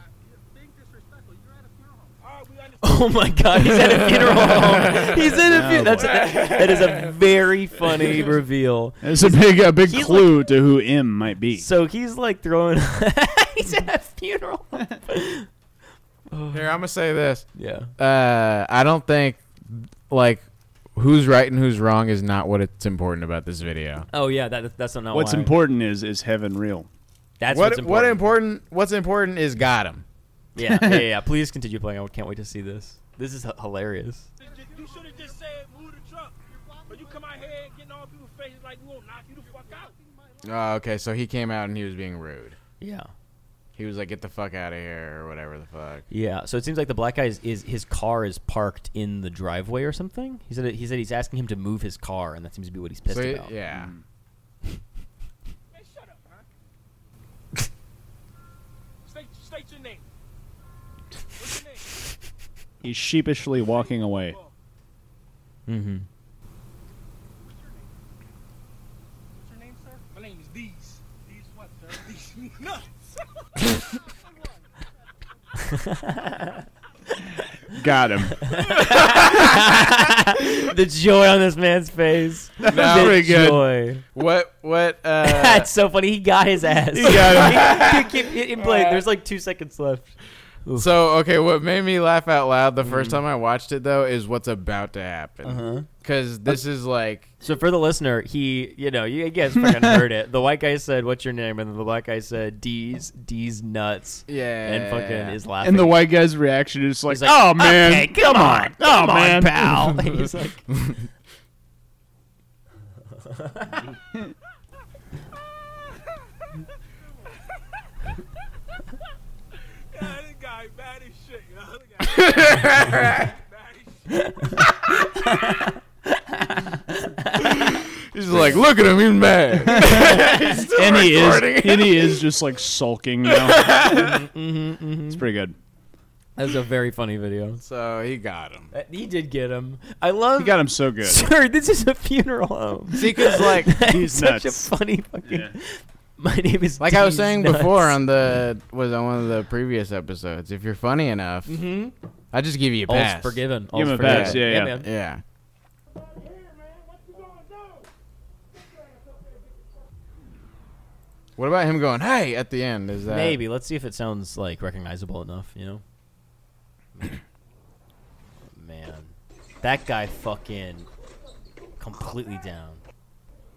[SPEAKER 6] Being disrespectful, you're at a funeral home.
[SPEAKER 7] All right, we understand.
[SPEAKER 5] Oh my God, he's at a funeral home. He's at a funeral. That's that, that is a very funny reveal.
[SPEAKER 4] It's a big, a big
[SPEAKER 5] he's
[SPEAKER 4] clue to who M might be.
[SPEAKER 5] So he's like throwing. he's at a funeral.
[SPEAKER 1] Here, I'm gonna say this.
[SPEAKER 5] yeah.
[SPEAKER 1] Uh, I don't think like who's right and who's wrong is not what it's important about this video.
[SPEAKER 5] Oh yeah, that, that's not
[SPEAKER 4] What's
[SPEAKER 5] why.
[SPEAKER 4] important is is heaven real?
[SPEAKER 5] That's
[SPEAKER 1] what
[SPEAKER 5] what's important.
[SPEAKER 1] what important? What's important is got him.
[SPEAKER 5] yeah, yeah, yeah, yeah. Please continue playing. I can't wait to see this. This is h- hilarious.
[SPEAKER 7] You should have just said move the truck. But you come out here getting all people's faces like we gonna knock you the fuck out.
[SPEAKER 1] Oh, okay. So he came out and he was being rude.
[SPEAKER 5] Yeah.
[SPEAKER 1] He was like, "Get the fuck out of here" or whatever the fuck.
[SPEAKER 5] Yeah, so it seems like the black guy is, is his car is parked in the driveway or something. He said he said he's asking him to move his car, and that seems to be what he's pissed
[SPEAKER 1] So he-
[SPEAKER 5] about. Mm.
[SPEAKER 1] yeah.
[SPEAKER 7] Man, shut up, huh? state, state your name. What's your name?
[SPEAKER 4] He's sheepishly walking away.
[SPEAKER 5] Mm-hmm.
[SPEAKER 7] What's your name? What's your name, sir? My name is These. These what, sir? These nuts.
[SPEAKER 4] Got him.
[SPEAKER 5] the joy on this man's face. That's
[SPEAKER 1] pretty good.
[SPEAKER 5] Joy.
[SPEAKER 1] What? What? Uh,
[SPEAKER 5] That's so funny. He got his ass. He
[SPEAKER 1] got Uh,
[SPEAKER 5] him. keep, keep- in play. There's like two seconds left.
[SPEAKER 1] So okay, what made me laugh out loud the
[SPEAKER 5] Mm.
[SPEAKER 1] first time I watched it though is what's about to
[SPEAKER 5] Uh-huh.
[SPEAKER 1] happen. Because this is like
[SPEAKER 5] So for the listener, he, you know, you guys fucking heard it. The white guy said, "What's your name?" And the black guy said, "D's, D's nuts."
[SPEAKER 1] Yeah.
[SPEAKER 5] and fucking is laughing.
[SPEAKER 4] And the white guy's reaction is like,
[SPEAKER 5] He's like,
[SPEAKER 4] "Oh man,
[SPEAKER 5] okay, come on,
[SPEAKER 4] oh man,
[SPEAKER 5] pal. He's like,
[SPEAKER 7] Yeah, this guy bad as shit, yo. This guy bad as shit.
[SPEAKER 1] he's like, look at him, he's mad.
[SPEAKER 4] and he is, and he is just like sulking now.
[SPEAKER 5] Mm-hmm,
[SPEAKER 4] It's pretty good.
[SPEAKER 5] "That was a very funny video."
[SPEAKER 1] so he got him.
[SPEAKER 5] Uh, He did get him. I love.
[SPEAKER 4] He got him so good.
[SPEAKER 5] Sir, this is a funeral home.
[SPEAKER 1] See, because like
[SPEAKER 5] He's such
[SPEAKER 4] nuts.
[SPEAKER 5] a funny fucking. My name is.
[SPEAKER 1] like I was
[SPEAKER 5] D's
[SPEAKER 1] saying
[SPEAKER 5] nuts.
[SPEAKER 1] before on the was on one of the previous episodes, if you're funny enough, I just give you a
[SPEAKER 5] All's
[SPEAKER 1] pass.
[SPEAKER 5] Mm-hmm. forgiven.
[SPEAKER 4] Give him
[SPEAKER 5] All's
[SPEAKER 4] a pass,
[SPEAKER 5] forgiven.
[SPEAKER 4] yeah, yeah.
[SPEAKER 5] man.
[SPEAKER 1] Yeah. What about him going, hey, at the end? Is that
[SPEAKER 5] Maybe. Let's see if it sounds like recognizable enough. You know. Man, that guy fucking completely down.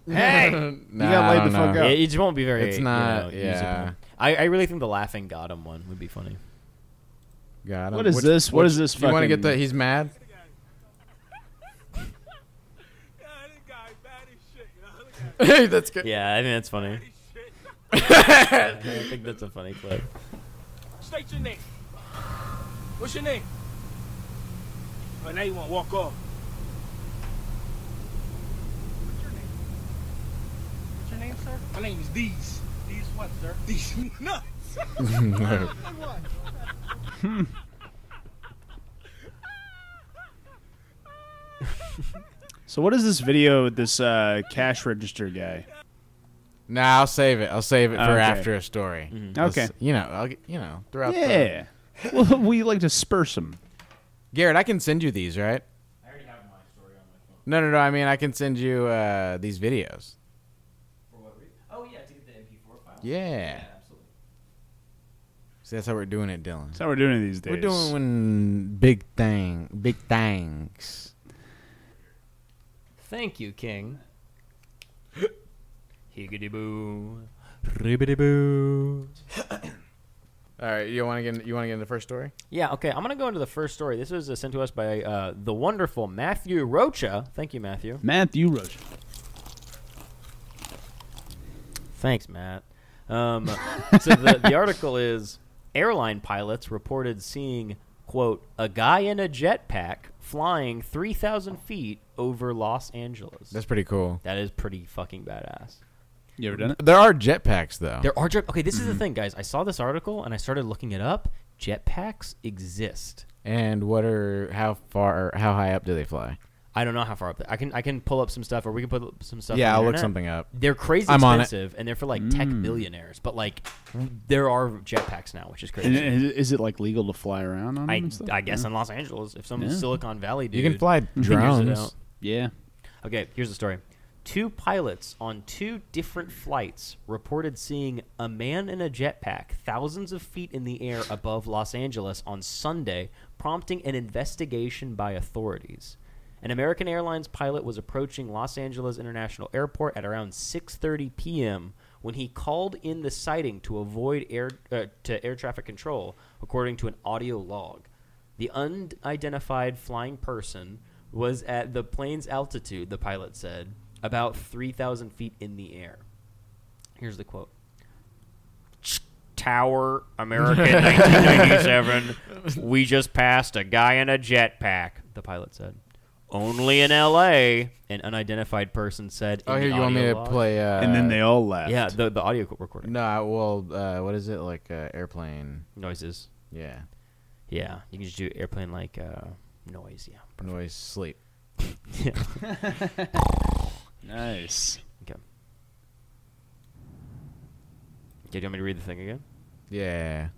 [SPEAKER 1] Hey,
[SPEAKER 4] You got laid the fuck up. Yeah.
[SPEAKER 5] It, it won't be very.
[SPEAKER 1] It's
[SPEAKER 5] you
[SPEAKER 1] not-
[SPEAKER 5] know, usable.
[SPEAKER 1] yeah.
[SPEAKER 5] I, I really think the laughing got him one would be funny.
[SPEAKER 1] Got him.
[SPEAKER 4] What is this? What is this
[SPEAKER 1] You want to get
[SPEAKER 4] fucking-
[SPEAKER 1] the? He's mad.
[SPEAKER 7] Yeah, this guy bad as shit, yo. This guy
[SPEAKER 1] hey, that's good.
[SPEAKER 5] Yeah, I think that's funny.
[SPEAKER 7] bad as shit.
[SPEAKER 5] I think that's a funny clip.
[SPEAKER 7] State your name. What's your name? Oh, now you want to walk off. What's your name? What's your name, sir? My name is These. These what, sir? These nuts.
[SPEAKER 4] So what is this video with this uh, cash register guy?
[SPEAKER 1] Nah, I'll save it. I'll save it for
[SPEAKER 4] Okay.
[SPEAKER 1] after a story. Let's-
[SPEAKER 4] Okay.
[SPEAKER 1] You know, I'll, get- you know, throughout. the-
[SPEAKER 4] Yeah. Well, we like to spurse him.
[SPEAKER 1] Garrett, I can send you these, right? I already have my story on my phone. No, no, no. I mean, I can send you uh, these videos. For what reason? Oh yeah, to Oh, get the MP4 file. Yeah. absolutely. See, that's how we're doing it, Dylan.
[SPEAKER 4] That's how we're doing it these days.
[SPEAKER 1] We're doing big thing, big things.
[SPEAKER 5] Thank you, King. Higgity boo. Ribbity boo.
[SPEAKER 1] All right, you want to get you want to get into the first story?
[SPEAKER 5] Yeah, okay. I'm going to go into the first story. This was uh, sent to us by uh, the wonderful Matthew Rocha. Thank you, Matthew.
[SPEAKER 4] Matthew Roach.
[SPEAKER 5] Thanks, Matt. Um, so the, the article is airline pilots reported seeing, quote, a guy in a jetpack flying 3,000 feet over Los Angeles.
[SPEAKER 1] That's pretty cool.
[SPEAKER 5] That is pretty fucking badass.
[SPEAKER 4] You ever done it?
[SPEAKER 1] There are jetpacks though.
[SPEAKER 5] There are jet. Okay, this is the thing, guys. I saw this article and I started looking it up. Jetpacks exist.
[SPEAKER 1] And what are how far how high up do they fly?
[SPEAKER 5] I don't know how far up. I can I can pull up some stuff, or we can put up some stuff.
[SPEAKER 1] Yeah,
[SPEAKER 5] on the
[SPEAKER 1] I'll look
[SPEAKER 5] internet.
[SPEAKER 1] something up.
[SPEAKER 5] They're crazy
[SPEAKER 1] I'm on it. Mm.
[SPEAKER 5] expensive, and they're for like tech millionaires. But like, there are jetpacks now, which is
[SPEAKER 4] And,
[SPEAKER 5] crazy.
[SPEAKER 4] and is it like legal to fly around on
[SPEAKER 5] I,
[SPEAKER 4] them and stuff?
[SPEAKER 5] I guess in Los Angeles, if some
[SPEAKER 4] Yeah.
[SPEAKER 5] Silicon Valley dude,
[SPEAKER 1] You can fly
[SPEAKER 5] figures it out-
[SPEAKER 1] drones.
[SPEAKER 4] Yeah.
[SPEAKER 5] Okay, here's the story. Two pilots on two different flights reported seeing a man in a jetpack thousands of feet in the air above Los Angeles on Sunday, prompting an investigation by authorities. An American Airlines pilot was approaching Los Angeles International Airport at around 6:30 p.m. when he called in the sighting to avoid air uh, to air traffic control, according to an audio log. The unidentified flying person was at the plane's altitude, the pilot said, about 3,000 feet in the air. Here's the quote Tower, American 1997. we just passed a guy in a jetpack, the pilot said. Only in LA, an unidentified person said.
[SPEAKER 1] Oh,
[SPEAKER 5] in
[SPEAKER 1] here
[SPEAKER 5] the
[SPEAKER 1] you want me
[SPEAKER 5] audio
[SPEAKER 1] to
[SPEAKER 5] log.
[SPEAKER 1] play? Uh,
[SPEAKER 4] and then they all left.
[SPEAKER 5] Yeah, the, the audio recording
[SPEAKER 1] No, I- well, uh, what is it like? Uh, airplane.
[SPEAKER 5] noises.
[SPEAKER 1] Yeah,
[SPEAKER 5] Yeah, you can just do airplane like uh, noise. Yeah.
[SPEAKER 1] noise, sleep.
[SPEAKER 5] yeah.
[SPEAKER 4] Nice.
[SPEAKER 5] Okay. Okay, do you want me to read the thing again?
[SPEAKER 1] Yeah.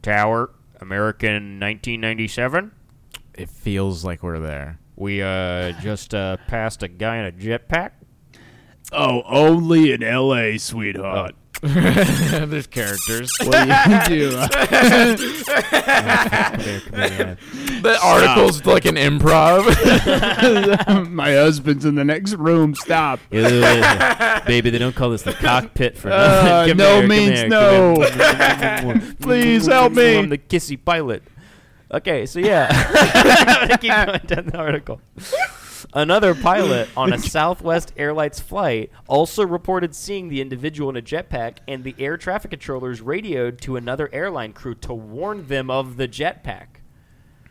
[SPEAKER 5] Tower, American 1997.
[SPEAKER 1] It feels like we're there.
[SPEAKER 5] We uh, just uh, passed a guy in a jetpack.
[SPEAKER 4] Oh, only in L.A., sweetheart.
[SPEAKER 1] There's characters.
[SPEAKER 4] Oh. What do you do? Uh,
[SPEAKER 1] the article's like an improv.
[SPEAKER 4] My husband's in the next room. Stop.
[SPEAKER 5] Baby, they don't call this the cockpit for
[SPEAKER 4] Uh,
[SPEAKER 5] nothing. Come
[SPEAKER 4] no
[SPEAKER 5] here, come
[SPEAKER 4] means
[SPEAKER 5] here,
[SPEAKER 4] no.
[SPEAKER 5] come here.
[SPEAKER 4] Please help me.
[SPEAKER 5] I'm the kissy pilot. Okay, so yeah. I'm gonna keep going down the article. Another pilot on a Southwest Airlines flight also reported seeing the individual in a jetpack, and the air traffic controllers radioed to another airline crew to warn them of the jetpack.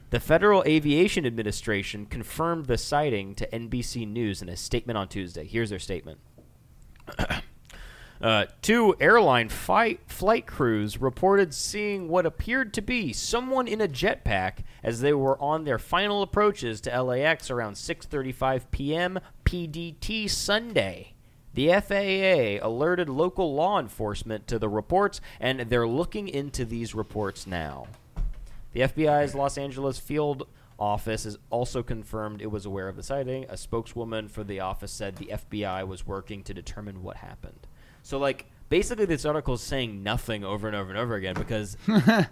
[SPEAKER 5] The Federal Aviation Administration confirmed the sighting to NBC News in a statement on Tuesday. Here's their statement. Uh, two airline fight, flight crews reported seeing what appeared to be someone in a jetpack as they were on their final approaches to LAX around 6:35 p.m. PDT Sunday. The FAA alerted local law enforcement to the reports, and they're looking into these reports now. The FBI's Los Angeles field office has also confirmed it was aware of the sighting. A spokeswoman for the office said the FBI was working to determine what happened. So, like, basically, this article is saying nothing over and over and over again because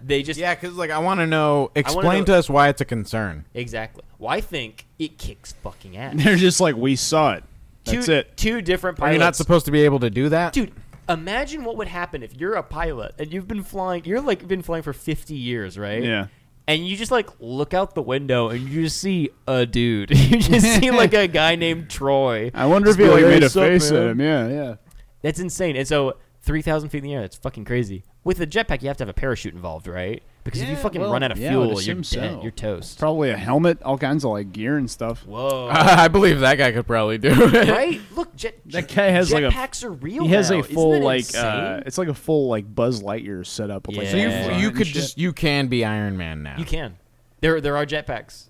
[SPEAKER 5] they just
[SPEAKER 1] yeah, because like I want to know. Explain
[SPEAKER 5] know-
[SPEAKER 1] to us why it's a concern.
[SPEAKER 5] exactly. Well, I think it kicks fucking ass.
[SPEAKER 4] They're just like, we saw it. That's
[SPEAKER 5] two,
[SPEAKER 4] it.
[SPEAKER 5] Two different
[SPEAKER 1] Are
[SPEAKER 5] pilots.
[SPEAKER 1] you not supposed to be able to do that,
[SPEAKER 5] dude imagine what would happen if you're a pilot and you've been flying you're like been flying for 50 years right
[SPEAKER 4] Yeah.
[SPEAKER 5] and you just like look out the window and you just see a dude you just see like a guy named troy
[SPEAKER 4] I wonder if he
[SPEAKER 1] Just
[SPEAKER 4] like
[SPEAKER 1] be like,
[SPEAKER 4] made
[SPEAKER 1] "Hey,
[SPEAKER 4] a
[SPEAKER 1] sup,
[SPEAKER 4] face
[SPEAKER 1] man?"
[SPEAKER 4] at him. Yeah, yeah.
[SPEAKER 5] that's insane and so 3000 feet in the air that's fucking crazy with a jetpack you have to have a parachute involved right because if you
[SPEAKER 4] Yeah,
[SPEAKER 5] fucking
[SPEAKER 4] well,
[SPEAKER 5] run out of
[SPEAKER 4] yeah, I would
[SPEAKER 5] fuel you're
[SPEAKER 4] assume
[SPEAKER 5] dead
[SPEAKER 4] so.
[SPEAKER 5] you're toast
[SPEAKER 4] Probably a helmet, all kinds of like gear and stuff.
[SPEAKER 5] whoa
[SPEAKER 1] I believe that guy could probably do it.
[SPEAKER 5] right look jet
[SPEAKER 4] That guy has, like, a-
[SPEAKER 5] jetpacks are real
[SPEAKER 4] He has
[SPEAKER 5] now.
[SPEAKER 4] a
[SPEAKER 5] Isn't
[SPEAKER 4] full
[SPEAKER 5] that
[SPEAKER 4] like
[SPEAKER 5] insane?
[SPEAKER 4] uh, it's like a full like Buzz Lightyear setup. With, like,
[SPEAKER 5] Yeah.
[SPEAKER 1] So you
[SPEAKER 5] Yeah.
[SPEAKER 4] laser
[SPEAKER 1] you
[SPEAKER 4] and
[SPEAKER 1] could
[SPEAKER 4] shit.
[SPEAKER 1] just you can be Iron Man now.
[SPEAKER 5] you can there there are jetpacks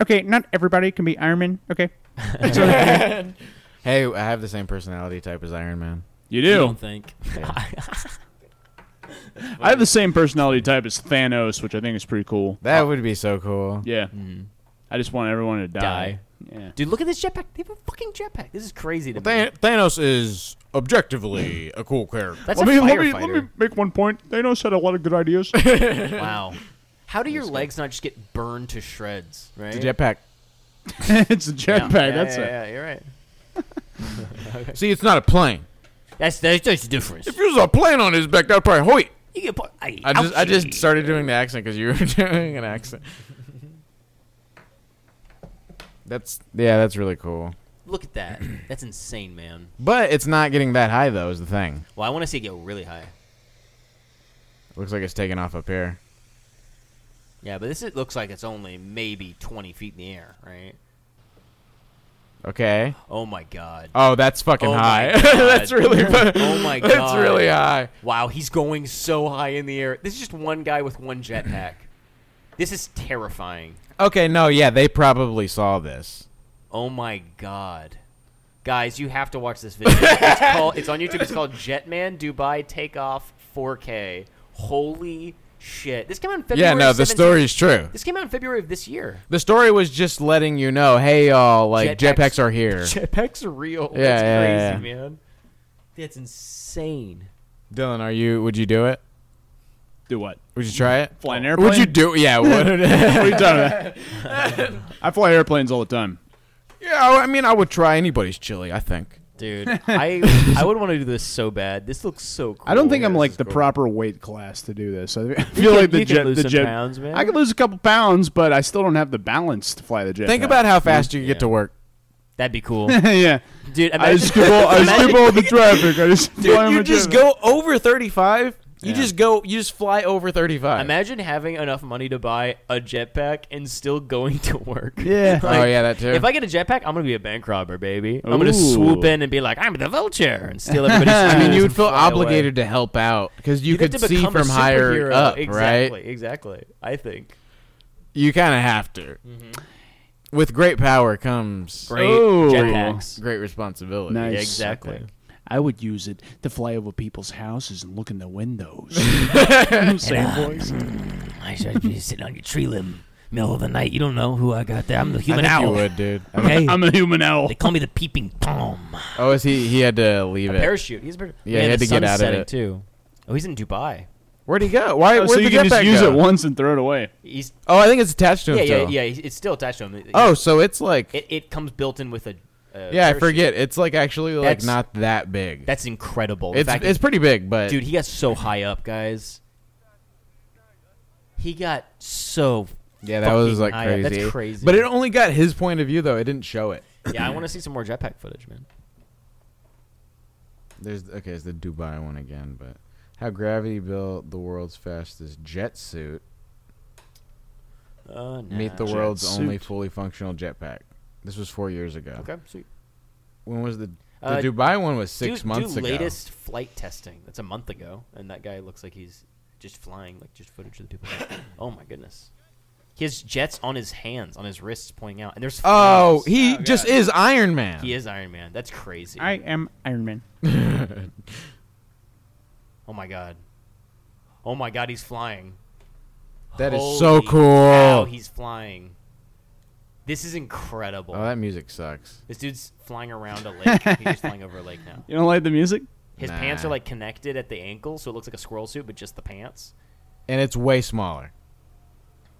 [SPEAKER 4] okay. Not everybody can be Iron Man. Okay,
[SPEAKER 1] Hey, I have the same personality type as Iron Man.
[SPEAKER 4] you
[SPEAKER 5] I
[SPEAKER 4] do.
[SPEAKER 5] don't think
[SPEAKER 4] I have the same personality type as Thanos, which I think is pretty
[SPEAKER 5] Hmm.
[SPEAKER 4] cool.
[SPEAKER 1] That would be so cool.
[SPEAKER 4] Yeah, I just want everyone to die.
[SPEAKER 5] Die.
[SPEAKER 4] Yeah.
[SPEAKER 5] Dude, look at this jetpack. They have a fucking jetpack. This is crazy to me.
[SPEAKER 1] Than- Thanos is objectively a cool character.
[SPEAKER 5] That's
[SPEAKER 4] Let
[SPEAKER 5] a
[SPEAKER 4] me, let, me,
[SPEAKER 5] firefighter.
[SPEAKER 4] let me make one point. Thanos had a lot of good ideas.
[SPEAKER 5] Wow. How do your legs not just get burned to shreds, right?
[SPEAKER 1] the jetpack.
[SPEAKER 4] it's a jetpack.
[SPEAKER 5] Yeah,
[SPEAKER 4] that's
[SPEAKER 5] yeah,
[SPEAKER 4] it.
[SPEAKER 5] yeah, you're right.
[SPEAKER 1] See, it's not a plane.
[SPEAKER 5] That's that's just the difference.
[SPEAKER 1] If it was a plane on his back, that'd probably hoit.
[SPEAKER 5] You get put, I,
[SPEAKER 1] I just I just
[SPEAKER 5] ouchie.
[SPEAKER 1] started doing the accent because you were doing an accent. That's yeah, that's really cool.
[SPEAKER 5] look at that. That's insane, man.
[SPEAKER 1] But it's not getting that high though. Is the thing.
[SPEAKER 5] Well, I want to see it get really high.
[SPEAKER 1] Looks like it's taking off up here.
[SPEAKER 5] Yeah, but this it looks like it's only maybe 20 feet in the air, right?
[SPEAKER 1] Okay.
[SPEAKER 5] Oh my god.
[SPEAKER 1] Oh, that's fucking
[SPEAKER 5] Oh my
[SPEAKER 1] high.
[SPEAKER 5] God.
[SPEAKER 1] that's really.
[SPEAKER 5] Oh my
[SPEAKER 1] That's
[SPEAKER 5] God.
[SPEAKER 1] really high.
[SPEAKER 5] Wow, he's going so high in the air. This is just one guy with one jetpack. This is terrifying.
[SPEAKER 1] Okay, no, yeah, they probably saw this.
[SPEAKER 5] Oh my god. Guys, you have to watch this video. it's, called, it's on YouTube. It's called Jetman Dubai Takeoff 4K. Holy shit. This came out in February.
[SPEAKER 1] yeah, no, the
[SPEAKER 5] 17th.
[SPEAKER 1] story's true.
[SPEAKER 5] This came out in February of this year.
[SPEAKER 1] The story was just letting you know, hey y'all, like jetpacks, are here.
[SPEAKER 5] Jetpacks are real.
[SPEAKER 1] Yeah,
[SPEAKER 5] That's
[SPEAKER 1] yeah,
[SPEAKER 5] crazy, man. That's insane.
[SPEAKER 1] Dylan, are you? Would you do it?
[SPEAKER 4] Do what?
[SPEAKER 1] Would you try it?
[SPEAKER 4] Fly an
[SPEAKER 1] Would you
[SPEAKER 4] airplane?
[SPEAKER 1] do? Yeah, would.
[SPEAKER 4] What are you talking about? I fly airplanes all the time.
[SPEAKER 1] yeah, I mean, I would try anybody's chili. I think.
[SPEAKER 5] Dude, I I would want to do this so bad. This looks so cool.
[SPEAKER 4] I don't think I'm
[SPEAKER 1] this
[SPEAKER 4] like
[SPEAKER 1] is
[SPEAKER 4] the
[SPEAKER 1] cool.
[SPEAKER 4] proper weight class to do this. I feel like the
[SPEAKER 5] you can
[SPEAKER 4] jet,
[SPEAKER 5] lose
[SPEAKER 4] the
[SPEAKER 5] some
[SPEAKER 4] jet,
[SPEAKER 5] pounds, man.
[SPEAKER 4] I could lose a couple pounds, but I still don't have the balance to fly the jet.
[SPEAKER 1] Think
[SPEAKER 4] pack.
[SPEAKER 1] about how fast you could get to work.
[SPEAKER 5] That'd be cool.
[SPEAKER 4] yeah,
[SPEAKER 5] Dude,
[SPEAKER 4] I
[SPEAKER 5] imagine,
[SPEAKER 4] just skip all, I
[SPEAKER 5] imagine-
[SPEAKER 4] skip all the traffic. I just fly on my jet.
[SPEAKER 1] go over thirty-five. You just go. You just fly over thirty-five.
[SPEAKER 5] imagine having enough money to buy a jetpack and still going to work.
[SPEAKER 4] Yeah.
[SPEAKER 1] Oh, yeah, that too.
[SPEAKER 5] If I get a jetpack, I'm gonna be a bank robber, baby. I'm gonna
[SPEAKER 4] Ooh.
[SPEAKER 5] swoop in and be like, I'm the vulture, and steal everybody's.
[SPEAKER 1] I mean,
[SPEAKER 5] tools
[SPEAKER 1] you would
[SPEAKER 5] and
[SPEAKER 1] feel
[SPEAKER 5] fly away.
[SPEAKER 1] obligated to help out because you
[SPEAKER 5] You'd have
[SPEAKER 1] could
[SPEAKER 5] to
[SPEAKER 1] see
[SPEAKER 5] become a
[SPEAKER 1] from higher
[SPEAKER 5] superhero.
[SPEAKER 1] up,
[SPEAKER 5] exactly,
[SPEAKER 1] right?
[SPEAKER 5] Exactly. I think.
[SPEAKER 1] You kind of have to. With great power comes
[SPEAKER 5] Great
[SPEAKER 4] Ooh.
[SPEAKER 5] jetpacks.
[SPEAKER 1] great responsibility.
[SPEAKER 4] Nice.
[SPEAKER 5] Yeah, exactly.
[SPEAKER 4] I would use it to fly over people's houses and look in their windows. Same voice.
[SPEAKER 8] I should be sitting on your tree limb, middle of the night. You don't know who I got there. I'm the
[SPEAKER 1] I
[SPEAKER 8] human
[SPEAKER 1] think you
[SPEAKER 8] owl.
[SPEAKER 1] would, dude.
[SPEAKER 8] Okay,
[SPEAKER 4] I'm a human owl.
[SPEAKER 8] they call me the peeping tom.
[SPEAKER 1] Oh, is he? He had to leave it.
[SPEAKER 5] Parachute. He's a par-
[SPEAKER 1] Yeah,
[SPEAKER 5] Man,
[SPEAKER 1] he had
[SPEAKER 5] the
[SPEAKER 1] to get
[SPEAKER 5] sun's
[SPEAKER 1] out of
[SPEAKER 5] setting,
[SPEAKER 1] it.
[SPEAKER 5] too. Oh, he's in Dubai.
[SPEAKER 1] Where'd he go? Why?
[SPEAKER 4] Oh,
[SPEAKER 1] where'd
[SPEAKER 4] so
[SPEAKER 1] the
[SPEAKER 4] you can just
[SPEAKER 1] jetpack
[SPEAKER 4] use
[SPEAKER 1] go?
[SPEAKER 4] it once and throw it away.
[SPEAKER 5] He's
[SPEAKER 1] Oh, I think it's attached to him.
[SPEAKER 5] yeah, yeah,
[SPEAKER 1] still.
[SPEAKER 5] yeah. He's, it's still attached to him. It-
[SPEAKER 1] Oh, so it's like
[SPEAKER 5] it, it comes built in with a. a
[SPEAKER 1] yeah, I
[SPEAKER 5] parachute.
[SPEAKER 1] forget. It's like actually like
[SPEAKER 5] That's-
[SPEAKER 1] not that big.
[SPEAKER 5] That's incredible. The
[SPEAKER 1] it's
[SPEAKER 5] fact
[SPEAKER 1] it's pretty big, but
[SPEAKER 5] Dude, he got so high up, guys. He got so.
[SPEAKER 1] yeah, that was
[SPEAKER 5] fucking
[SPEAKER 1] like
[SPEAKER 5] high up.
[SPEAKER 1] crazy.
[SPEAKER 5] That's crazy.
[SPEAKER 1] But it only got his point of view though. It didn't show it.
[SPEAKER 5] Yeah, I want to see some more jetpack footage, man.
[SPEAKER 1] There's okay, it's the Dubai one again, but how gravity built the world's fastest jet suit.
[SPEAKER 5] Oh, no.
[SPEAKER 1] Meet the
[SPEAKER 4] Jet
[SPEAKER 1] world's only
[SPEAKER 4] suit.
[SPEAKER 1] fully functional jetpack. This was four years ago.
[SPEAKER 5] Okay, sweet.
[SPEAKER 1] When was the the
[SPEAKER 5] Uh,
[SPEAKER 1] Dubai one was six
[SPEAKER 5] do,
[SPEAKER 1] months
[SPEAKER 5] do
[SPEAKER 1] ago.
[SPEAKER 5] latest flight testing. That's a month ago, and that guy looks like he's just flying, like just footage of the people. oh my goodness, he has jets on his hands, on his wrists, pointing out, and there's.
[SPEAKER 1] Oh,
[SPEAKER 5] flames.
[SPEAKER 1] he just is Iron Man.
[SPEAKER 5] He is Iron Man. That's crazy.
[SPEAKER 4] am Iron Man.
[SPEAKER 5] oh my god. Oh my god, he's flying.
[SPEAKER 1] That is
[SPEAKER 5] Holy
[SPEAKER 1] so cool.
[SPEAKER 5] cow, he's flying. This is incredible.
[SPEAKER 1] Oh, that music sucks.
[SPEAKER 5] this dude's flying around a lake. he's just flying over a lake now.
[SPEAKER 4] You don't like the music?
[SPEAKER 5] His pants are
[SPEAKER 1] Nah.
[SPEAKER 5] like connected at the ankle, so it looks like a squirrel suit, but just the pants.
[SPEAKER 1] And it's way smaller.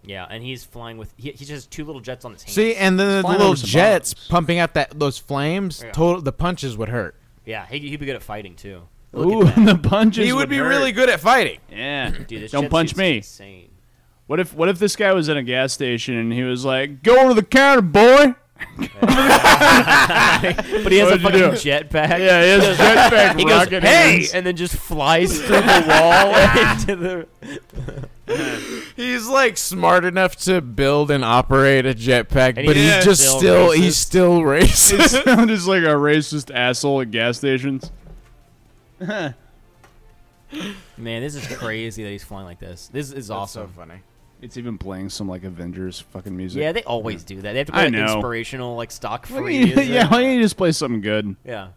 [SPEAKER 5] Yeah, and he's flying with. He, he just has two little jets on his hands.
[SPEAKER 1] See, and then the
[SPEAKER 4] flying
[SPEAKER 1] little
[SPEAKER 4] over some
[SPEAKER 1] jets
[SPEAKER 4] bombs.
[SPEAKER 1] pumping out that those flames,
[SPEAKER 5] Yeah.
[SPEAKER 1] total the punches would hurt.
[SPEAKER 5] Yeah, he, he'd be good at fighting too.
[SPEAKER 4] Ooh, the punches.
[SPEAKER 1] He would be
[SPEAKER 4] hurt.
[SPEAKER 1] really good at fighting.
[SPEAKER 4] Yeah.
[SPEAKER 5] Dude, this
[SPEAKER 4] don't
[SPEAKER 5] jet
[SPEAKER 4] punch
[SPEAKER 5] suit's
[SPEAKER 4] me.
[SPEAKER 5] Insane.
[SPEAKER 4] What if What if this guy was at a gas station and he was like, "Go over to the counter, boy."
[SPEAKER 5] But he has a
[SPEAKER 4] What'd you
[SPEAKER 5] fucking
[SPEAKER 4] do?
[SPEAKER 5] jetpack.
[SPEAKER 4] Yeah, he has jetpack
[SPEAKER 5] He goes,
[SPEAKER 4] rocket
[SPEAKER 5] hey,
[SPEAKER 4] hands.
[SPEAKER 5] and then just flies through the wall into the.
[SPEAKER 1] He's like smart enough to build and operate a jetpack,
[SPEAKER 5] And
[SPEAKER 1] but
[SPEAKER 5] he's
[SPEAKER 1] he's just still
[SPEAKER 5] still racist.
[SPEAKER 1] he's still racist.
[SPEAKER 4] I'm just like a racist asshole at gas stations.
[SPEAKER 5] Man, this is crazy that he's flying like this. This is awesome.
[SPEAKER 1] funny.
[SPEAKER 4] It's even playing some like Avengers fucking music.
[SPEAKER 5] yeah, they always do that. They have to
[SPEAKER 4] I
[SPEAKER 5] play like,
[SPEAKER 4] know.
[SPEAKER 5] inspirational, like stock
[SPEAKER 4] Why don't
[SPEAKER 5] free.
[SPEAKER 4] you-
[SPEAKER 5] music.
[SPEAKER 4] yeah. Why don't you just play something good?
[SPEAKER 5] yeah.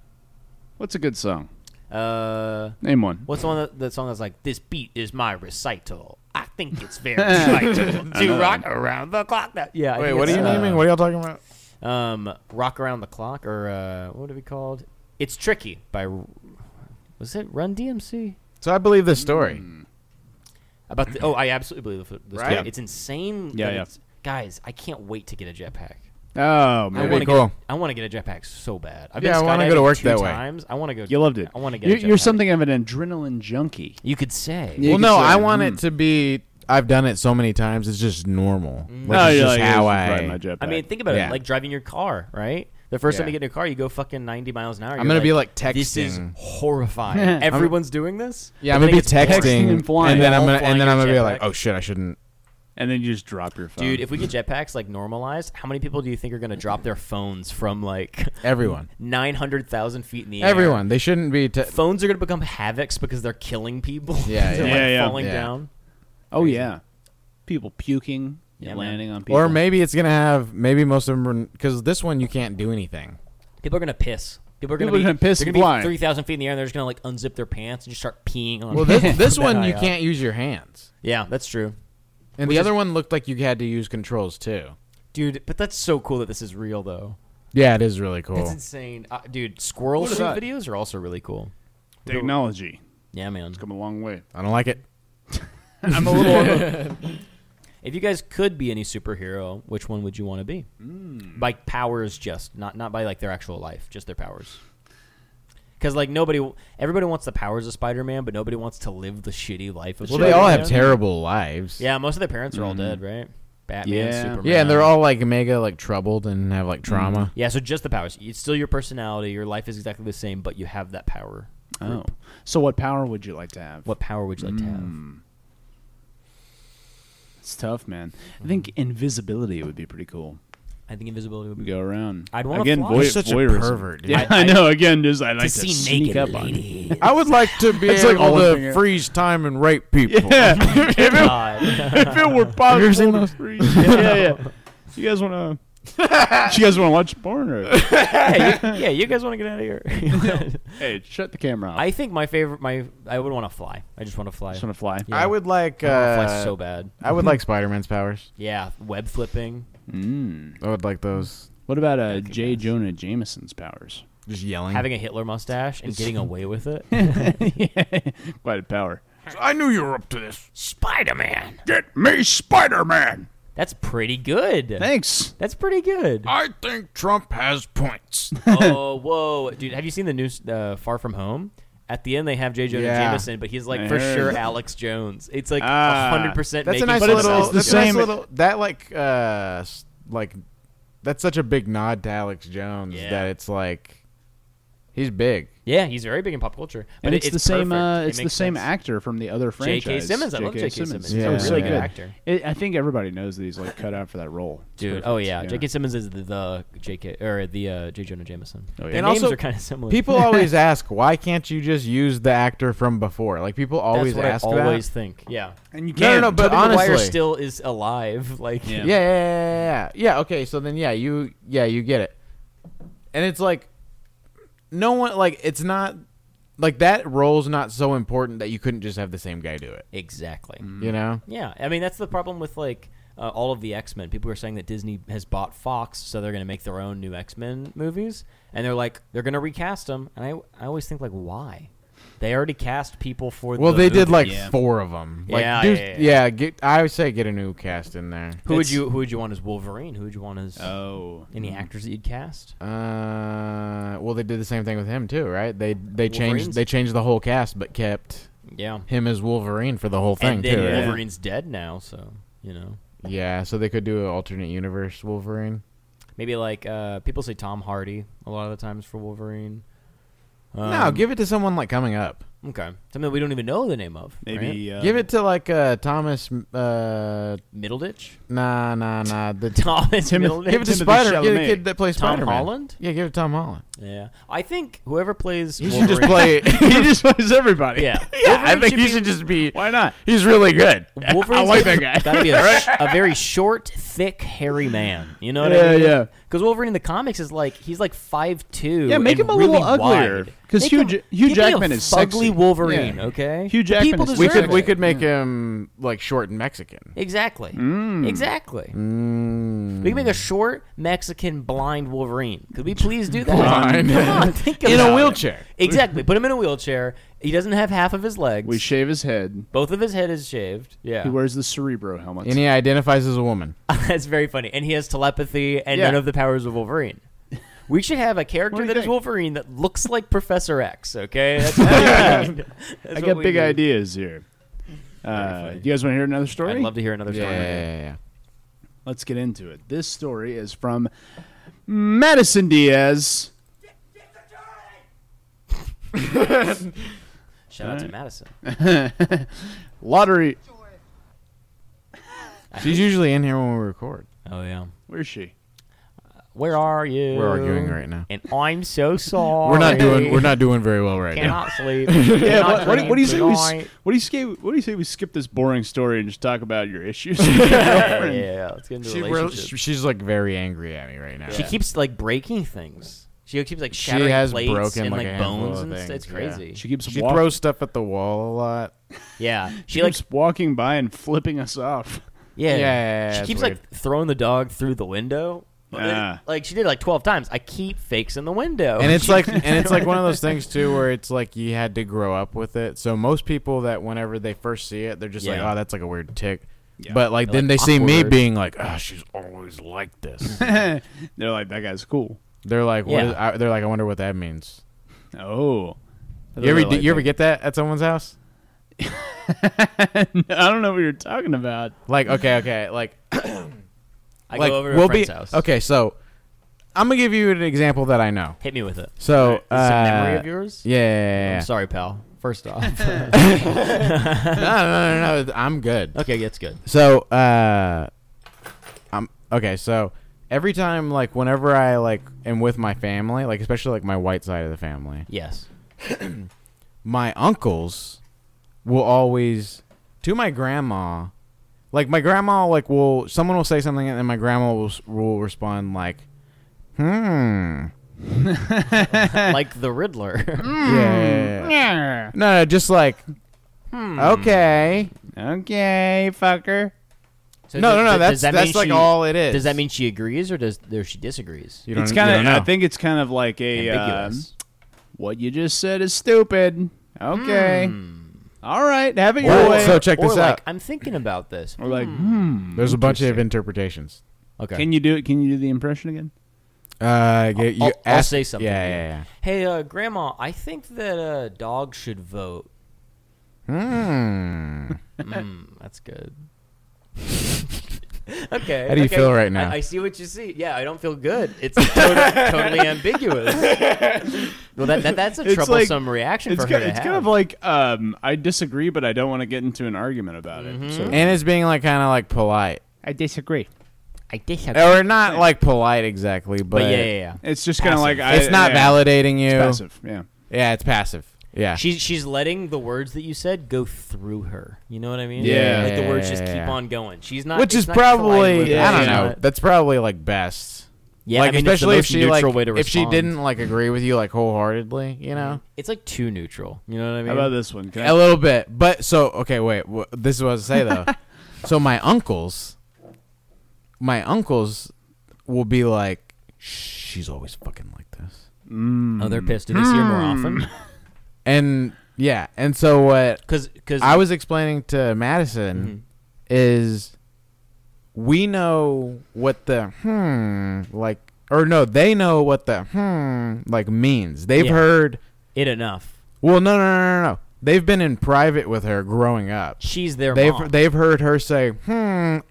[SPEAKER 4] What's a good song?
[SPEAKER 5] Uh,
[SPEAKER 4] Name one.
[SPEAKER 5] what's the one that, that song that's like, "This beat is my recital. I think it's very vital to rock around the clock." That yeah. I
[SPEAKER 1] Wait,
[SPEAKER 5] think
[SPEAKER 1] what are
[SPEAKER 5] it's,
[SPEAKER 1] you
[SPEAKER 5] uh,
[SPEAKER 1] naming? What are y'all talking about?
[SPEAKER 5] um, "Rock Around the Clock" or uh, what are we called? "It's Tricky" by R- was it Run DMC?
[SPEAKER 1] So I believe this story.
[SPEAKER 5] Mm. About the, oh, I absolutely believe the, the story.
[SPEAKER 1] Right?
[SPEAKER 5] It's insane.
[SPEAKER 4] Yeah,
[SPEAKER 5] that
[SPEAKER 4] yeah.
[SPEAKER 5] it's- guys, I can't wait to get a jetpack.
[SPEAKER 4] Oh
[SPEAKER 5] I
[SPEAKER 1] That'd
[SPEAKER 4] man,
[SPEAKER 1] be
[SPEAKER 5] want to
[SPEAKER 1] cool.
[SPEAKER 5] get. I want to get a jetpack so bad. I've
[SPEAKER 1] Yeah, I
[SPEAKER 5] been
[SPEAKER 1] wanna go to
[SPEAKER 5] skydiving
[SPEAKER 1] work
[SPEAKER 5] two
[SPEAKER 1] that way.
[SPEAKER 5] times. I want to go.
[SPEAKER 4] you loved it.
[SPEAKER 5] I want to get.
[SPEAKER 4] You're,
[SPEAKER 5] a
[SPEAKER 4] you're
[SPEAKER 5] jetpack.
[SPEAKER 4] something of an adreline junkie.
[SPEAKER 5] You could say.
[SPEAKER 4] You
[SPEAKER 1] well,
[SPEAKER 4] could
[SPEAKER 1] no,
[SPEAKER 4] say,
[SPEAKER 1] I want
[SPEAKER 5] Mm.
[SPEAKER 4] hmm.
[SPEAKER 1] it to be. I've done it so many times. It's just normal.
[SPEAKER 5] Mm.
[SPEAKER 1] Like,
[SPEAKER 4] Oh,
[SPEAKER 1] it's
[SPEAKER 4] you're
[SPEAKER 1] just
[SPEAKER 4] like,
[SPEAKER 1] how
[SPEAKER 4] "This is
[SPEAKER 1] I.
[SPEAKER 4] riding my jetpack."
[SPEAKER 5] I mean, think about
[SPEAKER 1] Yeah.
[SPEAKER 5] it. Like driving your car, right? The first time
[SPEAKER 1] Yeah.
[SPEAKER 5] you get in a car, you go fucking 90 miles an hour.
[SPEAKER 1] I'm
[SPEAKER 5] You're
[SPEAKER 1] gonna be, like,
[SPEAKER 5] This is
[SPEAKER 1] texting.
[SPEAKER 5] horrifying. Everyone's doing this.
[SPEAKER 1] yeah, I'm
[SPEAKER 5] But
[SPEAKER 1] gonna
[SPEAKER 5] then
[SPEAKER 1] be
[SPEAKER 5] it's boring.
[SPEAKER 1] texting,
[SPEAKER 4] and
[SPEAKER 1] and,
[SPEAKER 4] flying.
[SPEAKER 1] then
[SPEAKER 5] All
[SPEAKER 1] I'm gonna
[SPEAKER 5] flying
[SPEAKER 1] and then
[SPEAKER 5] in
[SPEAKER 1] I'm gonna be
[SPEAKER 5] jetpack.
[SPEAKER 1] like, oh shit, I shouldn't.
[SPEAKER 4] and then you just drop your phone.
[SPEAKER 5] Dude,
[SPEAKER 1] Um,
[SPEAKER 5] if we get jetpacks like normalized, how many people do you think are gonna drop their phones from like
[SPEAKER 1] Everyone,
[SPEAKER 5] 900,000 feet in the air?
[SPEAKER 1] everyone, they shouldn't be. Te-
[SPEAKER 5] Phones are gonna become havocs because they're killing people.
[SPEAKER 1] Yeah,
[SPEAKER 5] They're,
[SPEAKER 1] yeah.
[SPEAKER 5] like,
[SPEAKER 4] Yeah, yeah.
[SPEAKER 5] falling
[SPEAKER 1] Yeah.
[SPEAKER 5] down.
[SPEAKER 4] oh yeah, people puking,
[SPEAKER 5] Yeah,
[SPEAKER 4] and
[SPEAKER 5] man.
[SPEAKER 4] landing on people.
[SPEAKER 1] Or maybe it's gonna have maybe most of them because this one you can't do anything.
[SPEAKER 5] People are gonna piss. People are gonna
[SPEAKER 4] People are
[SPEAKER 5] be
[SPEAKER 4] gonna piss
[SPEAKER 5] they're
[SPEAKER 4] blind.
[SPEAKER 5] three thousand feet in the air. and They're just gonna like unzip their pants and just start peeing on.
[SPEAKER 1] Well, this, this
[SPEAKER 5] that
[SPEAKER 1] one
[SPEAKER 5] high
[SPEAKER 1] you
[SPEAKER 5] up.
[SPEAKER 1] can't use your hands,
[SPEAKER 5] Yeah, that's true,
[SPEAKER 1] and the other one looked like you had to use controls too.
[SPEAKER 5] dude. But that's so cool that this is real, though.
[SPEAKER 1] Yeah, it is really cool.
[SPEAKER 5] That's insane, uh, dude. Squirrel shoot videos are also really cool.
[SPEAKER 4] Technology
[SPEAKER 5] Yeah, man.
[SPEAKER 4] come a long way.
[SPEAKER 1] I don't like it.
[SPEAKER 4] I'm a little.
[SPEAKER 5] If you guys could be any superhero, which one would you want to be? By powers, just not not by like their actual life, just their powers. Because like nobody, everybody wants the powers of Spider-Man, but nobody wants to live the shitty life of.
[SPEAKER 1] Well, they all have
[SPEAKER 5] Spider-Man.
[SPEAKER 1] terrible lives.
[SPEAKER 5] Yeah, most of their parents are all dead, right? Batman,
[SPEAKER 4] Yeah.
[SPEAKER 5] Superman.
[SPEAKER 1] yeah, and they're all like mega like troubled and have like trauma.
[SPEAKER 5] Yeah, so just the powers. It's still your personality. Your life is exactly the same, but you have that power.
[SPEAKER 4] oh, so what power would you like to have?
[SPEAKER 5] What power would you like to have?
[SPEAKER 4] It's tough, man. I think
[SPEAKER 1] Mm-hmm.
[SPEAKER 4] invisibility would be pretty cool.
[SPEAKER 5] I think invisibility would
[SPEAKER 4] We
[SPEAKER 5] be.
[SPEAKER 4] go around.
[SPEAKER 5] I'd wanna
[SPEAKER 4] again.
[SPEAKER 5] fly.
[SPEAKER 4] voy-
[SPEAKER 5] You're
[SPEAKER 1] such a
[SPEAKER 4] voyeurism.
[SPEAKER 1] pervert, dude.
[SPEAKER 4] Yeah, I, know. Again, just I like to,
[SPEAKER 8] see
[SPEAKER 4] sneak
[SPEAKER 8] naked
[SPEAKER 4] up
[SPEAKER 8] lady.
[SPEAKER 1] I would Mm. like to be
[SPEAKER 4] It's like
[SPEAKER 1] able
[SPEAKER 4] all
[SPEAKER 1] to
[SPEAKER 4] one finger.
[SPEAKER 1] freeze time and rape people.
[SPEAKER 4] on. Yeah. if, it,
[SPEAKER 5] God.
[SPEAKER 4] if it were
[SPEAKER 1] ever seen
[SPEAKER 4] possible to
[SPEAKER 1] those?
[SPEAKER 4] freeze. Yeah, yeah, yeah. You guys want to? you guys want to watch porn? Or,
[SPEAKER 5] yeah, you, yeah, you guys want to get out of here?
[SPEAKER 4] hey, shut the camera off.
[SPEAKER 5] I think my favorite, my I would want to fly. I just want to fly.
[SPEAKER 4] just want to fly.
[SPEAKER 5] Yeah.
[SPEAKER 1] I would like.
[SPEAKER 5] I wanna
[SPEAKER 1] Uh,
[SPEAKER 5] fly so bad.
[SPEAKER 1] I would like Spider Man's powers.
[SPEAKER 5] Yeah, web flipping.
[SPEAKER 4] Mm.
[SPEAKER 1] I would like those.
[SPEAKER 4] What about uh, J. Jonah Jameson's powers?
[SPEAKER 1] Just yelling.
[SPEAKER 5] Having a Hitler mustache and getting away with it.
[SPEAKER 4] Quite a power.
[SPEAKER 1] I knew you were up to this.
[SPEAKER 5] Spider-Man.
[SPEAKER 4] Get me Spider Man.
[SPEAKER 5] That's pretty good.
[SPEAKER 4] Thanks.
[SPEAKER 5] That's pretty good.
[SPEAKER 1] I think Trump has points.
[SPEAKER 5] oh, whoa, dude! Have you seen the new uh, Far From Home? At the end, they have J. Jonah
[SPEAKER 1] Yeah.
[SPEAKER 5] Jameson, but he's like
[SPEAKER 4] I
[SPEAKER 5] for
[SPEAKER 4] heard.
[SPEAKER 5] sure Alex Jones. It's like
[SPEAKER 4] Ah.
[SPEAKER 5] hundred percent.
[SPEAKER 1] That's a nice
[SPEAKER 4] But
[SPEAKER 1] little.
[SPEAKER 4] it's- it's the
[SPEAKER 1] that's a nice
[SPEAKER 4] same-
[SPEAKER 1] little. That like, uh, s- like, that's such a big nod to Alex Jones
[SPEAKER 5] Yeah.
[SPEAKER 1] that it's like, he's big.
[SPEAKER 5] Yeah, he's very big in pop culture. But
[SPEAKER 4] and
[SPEAKER 5] it-
[SPEAKER 4] it's, the same.
[SPEAKER 5] perfect.
[SPEAKER 4] Uh,
[SPEAKER 5] It
[SPEAKER 4] it's the
[SPEAKER 5] makes
[SPEAKER 4] same
[SPEAKER 5] sense.
[SPEAKER 4] actor from the other
[SPEAKER 5] J.K.
[SPEAKER 4] franchise.
[SPEAKER 5] Simmons. I love J.K. Simmons. He's
[SPEAKER 1] a
[SPEAKER 4] It's
[SPEAKER 1] really
[SPEAKER 4] so
[SPEAKER 1] good
[SPEAKER 5] actor.
[SPEAKER 4] It, I think everybody knows that he's like cut out for that role. It's
[SPEAKER 5] Dude,
[SPEAKER 4] perfect.
[SPEAKER 5] oh yeah, J.K. Simmons is the, the J.K. or the uh, J. Jonah Jameson.
[SPEAKER 4] Oh, yeah.
[SPEAKER 5] Their
[SPEAKER 1] And
[SPEAKER 5] names
[SPEAKER 1] also,
[SPEAKER 5] are kind of similar.
[SPEAKER 1] People always ask, why can't you just use the actor from before? Like people
[SPEAKER 5] That's
[SPEAKER 1] always
[SPEAKER 5] what
[SPEAKER 1] ask
[SPEAKER 5] I always
[SPEAKER 1] that.
[SPEAKER 5] think. Yeah,
[SPEAKER 4] And you
[SPEAKER 1] No, no,
[SPEAKER 4] can't.
[SPEAKER 1] no, but
[SPEAKER 5] Toby
[SPEAKER 1] honestly,
[SPEAKER 5] Maguire still is alive. Like,
[SPEAKER 4] Yeah.
[SPEAKER 1] yeah, yeah, yeah, yeah, yeah. Okay, so then yeah, you yeah you get it, and it's like, no one like it's not like that role's not so important that you couldn't just have the same guy do it.
[SPEAKER 5] exactly.
[SPEAKER 1] You know?
[SPEAKER 5] Yeah, I mean that's the problem with like uh, all of the X Men. People are saying that Disney has bought Fox, so they're going to make their own new X Men movies, and they're like they're going to recast them. And I I always think like why? They already cast people for.
[SPEAKER 1] Well,
[SPEAKER 5] the
[SPEAKER 1] they did
[SPEAKER 5] movie.
[SPEAKER 1] like
[SPEAKER 4] yeah.
[SPEAKER 1] four of them. Like,
[SPEAKER 5] Yeah,
[SPEAKER 1] dude-
[SPEAKER 5] yeah, yeah,
[SPEAKER 1] get, I would say get a new cast in there.
[SPEAKER 5] Who would
[SPEAKER 4] it's-
[SPEAKER 5] you Who would you want as Wolverine? Who would you want as
[SPEAKER 4] Oh.
[SPEAKER 1] Mm.
[SPEAKER 5] any actors that you'd cast?
[SPEAKER 1] Uh, well, they did the same thing with him too, right? They they changed
[SPEAKER 5] Wolverine's-
[SPEAKER 1] they changed the whole cast, but kept
[SPEAKER 5] Yeah,
[SPEAKER 1] him as Wolverine for the whole thing
[SPEAKER 5] and
[SPEAKER 1] too.
[SPEAKER 5] then
[SPEAKER 1] right?
[SPEAKER 4] Yeah.
[SPEAKER 5] Wolverine's dead now, so you know
[SPEAKER 1] Yeah, so they could do an alternate universe Wolverine.
[SPEAKER 5] maybe like uh, people say Tom Hardy a lot of the times for Wolverine.
[SPEAKER 1] no,
[SPEAKER 5] Um,
[SPEAKER 1] give it to someone like coming up.
[SPEAKER 5] okay something that we don't even know the name of. right?
[SPEAKER 4] Maybe. Uh,
[SPEAKER 1] give it to like uh Thomas. Uh,
[SPEAKER 5] Middleditch.
[SPEAKER 1] nah, nah, nah. The
[SPEAKER 5] Thomas Middleditch.
[SPEAKER 1] give it to
[SPEAKER 4] Timothy
[SPEAKER 1] Spider. Give the
[SPEAKER 4] Chalamet.
[SPEAKER 1] kid that plays
[SPEAKER 5] Tom
[SPEAKER 1] Spider
[SPEAKER 5] Holland?
[SPEAKER 1] Yeah, give it to Tom Holland.
[SPEAKER 5] Yeah, I think whoever plays
[SPEAKER 1] He should just play.
[SPEAKER 5] Wolverine-
[SPEAKER 4] he just plays everybody.
[SPEAKER 5] Yeah,
[SPEAKER 1] yeah, I
[SPEAKER 5] Wolverine
[SPEAKER 1] think
[SPEAKER 5] should
[SPEAKER 1] he
[SPEAKER 5] be-
[SPEAKER 1] should just be.
[SPEAKER 4] Why not?
[SPEAKER 1] He's really good.
[SPEAKER 5] Wolverine's
[SPEAKER 4] like
[SPEAKER 5] gotta-
[SPEAKER 4] that guy.
[SPEAKER 5] Gotta be a, a very short, thick, hairy man. You know what
[SPEAKER 4] Yeah,
[SPEAKER 5] I mean?
[SPEAKER 4] yeah.
[SPEAKER 5] Because Wolverine in the comics is like he's like five two.
[SPEAKER 4] Yeah, make him a little uglier, 'cause Hugh J- Hugh Jackman is
[SPEAKER 5] ugly
[SPEAKER 4] sexy.
[SPEAKER 5] Wolverine.
[SPEAKER 4] Yeah.
[SPEAKER 5] Okay,
[SPEAKER 4] Hugh
[SPEAKER 5] The
[SPEAKER 4] Jackman
[SPEAKER 5] people
[SPEAKER 4] is
[SPEAKER 1] We
[SPEAKER 5] deserve
[SPEAKER 1] could
[SPEAKER 5] it.
[SPEAKER 1] we could make him like short and Mexican.
[SPEAKER 5] exactly
[SPEAKER 4] Mm.
[SPEAKER 5] exactly. We can make a short Mexican blind Wolverine. Could we please do that? Come on, think
[SPEAKER 1] In
[SPEAKER 5] about
[SPEAKER 1] a
[SPEAKER 5] it.
[SPEAKER 1] wheelchair.
[SPEAKER 5] Exactly. Put him in a wheelchair. He doesn't have half of his legs.
[SPEAKER 4] We shave his head.
[SPEAKER 5] Both of his head is shaved. Yeah.
[SPEAKER 4] He wears the Cerebro helmet.
[SPEAKER 1] And he identifies as a woman.
[SPEAKER 5] That's very funny. And he has telepathy and
[SPEAKER 4] Yeah.
[SPEAKER 5] none of the powers of Wolverine. We should have a
[SPEAKER 4] What
[SPEAKER 5] character
[SPEAKER 4] do you
[SPEAKER 5] that is
[SPEAKER 4] think?
[SPEAKER 5] Wolverine that looks like Professor X, okay? That's what I need. That's
[SPEAKER 4] I
[SPEAKER 5] what
[SPEAKER 4] got
[SPEAKER 5] we
[SPEAKER 4] big
[SPEAKER 5] need.
[SPEAKER 4] ideas here. Uh, you guys want to hear another story?
[SPEAKER 5] I'd love to hear another
[SPEAKER 1] Yeah,
[SPEAKER 5] story.
[SPEAKER 1] yeah,
[SPEAKER 4] Let's get into it. This story is from Madison Diaz.
[SPEAKER 5] Shout out to Madison.
[SPEAKER 4] Lottery.
[SPEAKER 1] yeah. She's usually in here when we record.
[SPEAKER 5] Oh, yeah.
[SPEAKER 4] Where's she?
[SPEAKER 5] Where are you?
[SPEAKER 1] We're arguing right now.
[SPEAKER 5] And I'm so sorry.
[SPEAKER 1] We're not doing. We're not doing very well right now.
[SPEAKER 5] Cannot sleep.
[SPEAKER 4] Yeah,
[SPEAKER 5] cannot
[SPEAKER 4] what, what, do- what do you say?
[SPEAKER 5] dream
[SPEAKER 4] We,
[SPEAKER 5] tonight.
[SPEAKER 4] s- what do you say? What do you say? We skip this boring story and just talk about your issues. with your
[SPEAKER 5] yeah,
[SPEAKER 4] girlfriend?
[SPEAKER 5] yeah, yeah. Let's get into
[SPEAKER 1] She really,
[SPEAKER 5] relationships.
[SPEAKER 1] she- she's like very angry at me right now.
[SPEAKER 5] She keeps like breaking things. She keeps like
[SPEAKER 1] She
[SPEAKER 5] shattering
[SPEAKER 1] has
[SPEAKER 5] plates
[SPEAKER 1] broken,
[SPEAKER 5] and
[SPEAKER 1] like,
[SPEAKER 5] like,
[SPEAKER 1] a handful
[SPEAKER 5] bones
[SPEAKER 1] of
[SPEAKER 5] and
[SPEAKER 1] things,
[SPEAKER 5] stuff. It's
[SPEAKER 1] yeah.
[SPEAKER 5] crazy.
[SPEAKER 4] She keeps
[SPEAKER 1] She
[SPEAKER 4] walk-
[SPEAKER 1] throws stuff at the wall a lot.
[SPEAKER 5] Yeah, she,
[SPEAKER 4] she
[SPEAKER 5] like
[SPEAKER 4] keeps walking by and flipping us off.
[SPEAKER 5] yeah,
[SPEAKER 1] yeah, yeah,
[SPEAKER 5] she
[SPEAKER 1] it's
[SPEAKER 5] keeps
[SPEAKER 1] weird.
[SPEAKER 5] like throwing the dog through the window.
[SPEAKER 4] Ah.
[SPEAKER 5] Like she did it, like twelve times. I keep fakes in the window,
[SPEAKER 1] and it's like and it's like one of those things too where it's like you had to grow up with it so most people that whenever they first see it they're just like
[SPEAKER 5] Yeah.
[SPEAKER 1] oh that's like a weird tick but like then
[SPEAKER 5] like,
[SPEAKER 1] they see me
[SPEAKER 5] awkward.
[SPEAKER 1] being like oh she's always like this
[SPEAKER 4] They're like, that guy's cool.
[SPEAKER 1] they're like what
[SPEAKER 5] Yeah.
[SPEAKER 1] is- I, they're like i wonder what that means
[SPEAKER 4] Oh.
[SPEAKER 1] you ever do, you ever get that at someone's house
[SPEAKER 4] I don't know what you're talking about.
[SPEAKER 1] like okay okay like
[SPEAKER 5] I
[SPEAKER 1] like
[SPEAKER 5] go over to
[SPEAKER 1] we'll
[SPEAKER 5] a friend's
[SPEAKER 1] be
[SPEAKER 5] house.
[SPEAKER 1] okay so i'm gonna give you an example that i know
[SPEAKER 5] hit me with it.
[SPEAKER 1] so
[SPEAKER 5] Is it a memory
[SPEAKER 1] uh,
[SPEAKER 5] of yours?
[SPEAKER 1] yeah, yeah, yeah, yeah.
[SPEAKER 5] I'm sorry, pal. First off,
[SPEAKER 1] no no no no i'm good
[SPEAKER 5] okay, that's good.
[SPEAKER 1] So, uh, I'm okay. So every time, like, whenever I like am with my family, like especially like my white side of the family,
[SPEAKER 5] Yes.
[SPEAKER 1] my uncles will always to my grandma, like my grandma, like will someone will say something and then my grandma will s- will respond like, hmm,
[SPEAKER 5] like the Riddler.
[SPEAKER 1] yeah,
[SPEAKER 5] Hmm.
[SPEAKER 1] yeah, yeah. no, no, just like, okay,
[SPEAKER 4] Okay, fucker.
[SPEAKER 5] So
[SPEAKER 1] no, no, no,
[SPEAKER 5] does-
[SPEAKER 1] that's
[SPEAKER 5] does that
[SPEAKER 1] that's
[SPEAKER 5] mean
[SPEAKER 1] like
[SPEAKER 5] she-
[SPEAKER 1] all it is.
[SPEAKER 5] Does that mean she agrees or does or she disagrees?
[SPEAKER 1] You don't- e-,
[SPEAKER 4] It's
[SPEAKER 1] you don't
[SPEAKER 4] kind of. I
[SPEAKER 1] know.
[SPEAKER 4] think it's kind of like a. Uh,
[SPEAKER 5] Ambiguous.
[SPEAKER 4] what you just said is stupid. Okay. All right, have it your
[SPEAKER 1] Or-
[SPEAKER 4] way.
[SPEAKER 1] so check
[SPEAKER 5] or
[SPEAKER 1] this
[SPEAKER 5] like,
[SPEAKER 1] out.
[SPEAKER 5] I'm thinking about this.
[SPEAKER 4] Or like, hmm.
[SPEAKER 1] There's a bunch of interpretations.
[SPEAKER 5] Okay.
[SPEAKER 4] can you do it? Can you do the impression again?
[SPEAKER 1] Uh, you, you
[SPEAKER 5] I'll, I'll
[SPEAKER 1] ask-
[SPEAKER 5] say something.
[SPEAKER 1] Yeah, yeah, yeah.
[SPEAKER 5] Hey, uh, Grandma, I think that uh, dog should vote.
[SPEAKER 1] Hmm.
[SPEAKER 5] Mm, that's good. okay.
[SPEAKER 1] How do you
[SPEAKER 5] okay.
[SPEAKER 1] feel right now?
[SPEAKER 5] I, I see what you see. Yeah, I don't feel good. It's totally, totally ambiguous. Well, that, that that's a
[SPEAKER 4] It's like-
[SPEAKER 5] troublesome reaction
[SPEAKER 4] It's
[SPEAKER 5] for
[SPEAKER 4] kind,
[SPEAKER 5] her to
[SPEAKER 4] it's
[SPEAKER 5] have.
[SPEAKER 4] kind of like um, I disagree, but I don't want to get into an argument about
[SPEAKER 5] Mm-hmm.
[SPEAKER 4] it. So
[SPEAKER 1] And it's being like kind of like polite,
[SPEAKER 4] I disagree.
[SPEAKER 5] I disagree.
[SPEAKER 1] or not like polite exactly, but,
[SPEAKER 5] but yeah, yeah, yeah.
[SPEAKER 4] It's just kind of like I,
[SPEAKER 1] it's not
[SPEAKER 4] yeah,
[SPEAKER 1] validating you.
[SPEAKER 4] Passive, yeah.
[SPEAKER 1] Yeah, it's passive. Yeah,
[SPEAKER 5] She's she's letting the words that you said go through her. You know what I mean?
[SPEAKER 1] Yeah.
[SPEAKER 5] Like the words just
[SPEAKER 1] Yeah.
[SPEAKER 5] keep on going. She's not.
[SPEAKER 1] which
[SPEAKER 5] it's
[SPEAKER 1] is
[SPEAKER 5] not colliding
[SPEAKER 1] probably
[SPEAKER 5] with her.
[SPEAKER 1] I don't
[SPEAKER 5] She's
[SPEAKER 1] know.
[SPEAKER 5] not-
[SPEAKER 1] That's probably like best.
[SPEAKER 5] Yeah,
[SPEAKER 1] like
[SPEAKER 5] I mean, it's the
[SPEAKER 1] especially
[SPEAKER 5] most
[SPEAKER 1] if she like
[SPEAKER 5] neutral way to
[SPEAKER 1] if she
[SPEAKER 5] respond.
[SPEAKER 1] didn't like agree with you like wholeheartedly, you know,
[SPEAKER 5] it's like too neutral. You know what I mean?
[SPEAKER 4] How about this one? Can I-
[SPEAKER 1] a little bit. But so okay, wait. Wh- this is what I was gonna say though. so my uncles, my uncles will be like, she's always fucking like this.
[SPEAKER 5] Oh,
[SPEAKER 4] hmm?
[SPEAKER 5] they're pissed at this year more
[SPEAKER 1] Hmm.
[SPEAKER 5] often.
[SPEAKER 1] And yeah, and so what
[SPEAKER 5] Because because
[SPEAKER 1] I was explaining to Madison
[SPEAKER 5] Mm-hmm.
[SPEAKER 1] is we know what the hmm like or no, they know what the hmm like means. They've
[SPEAKER 5] Yeah.
[SPEAKER 1] heard
[SPEAKER 5] it enough.
[SPEAKER 1] well no no no no no. They've been in private with her growing up.
[SPEAKER 5] She's their
[SPEAKER 1] They've
[SPEAKER 5] mom.
[SPEAKER 1] they've heard her say hmm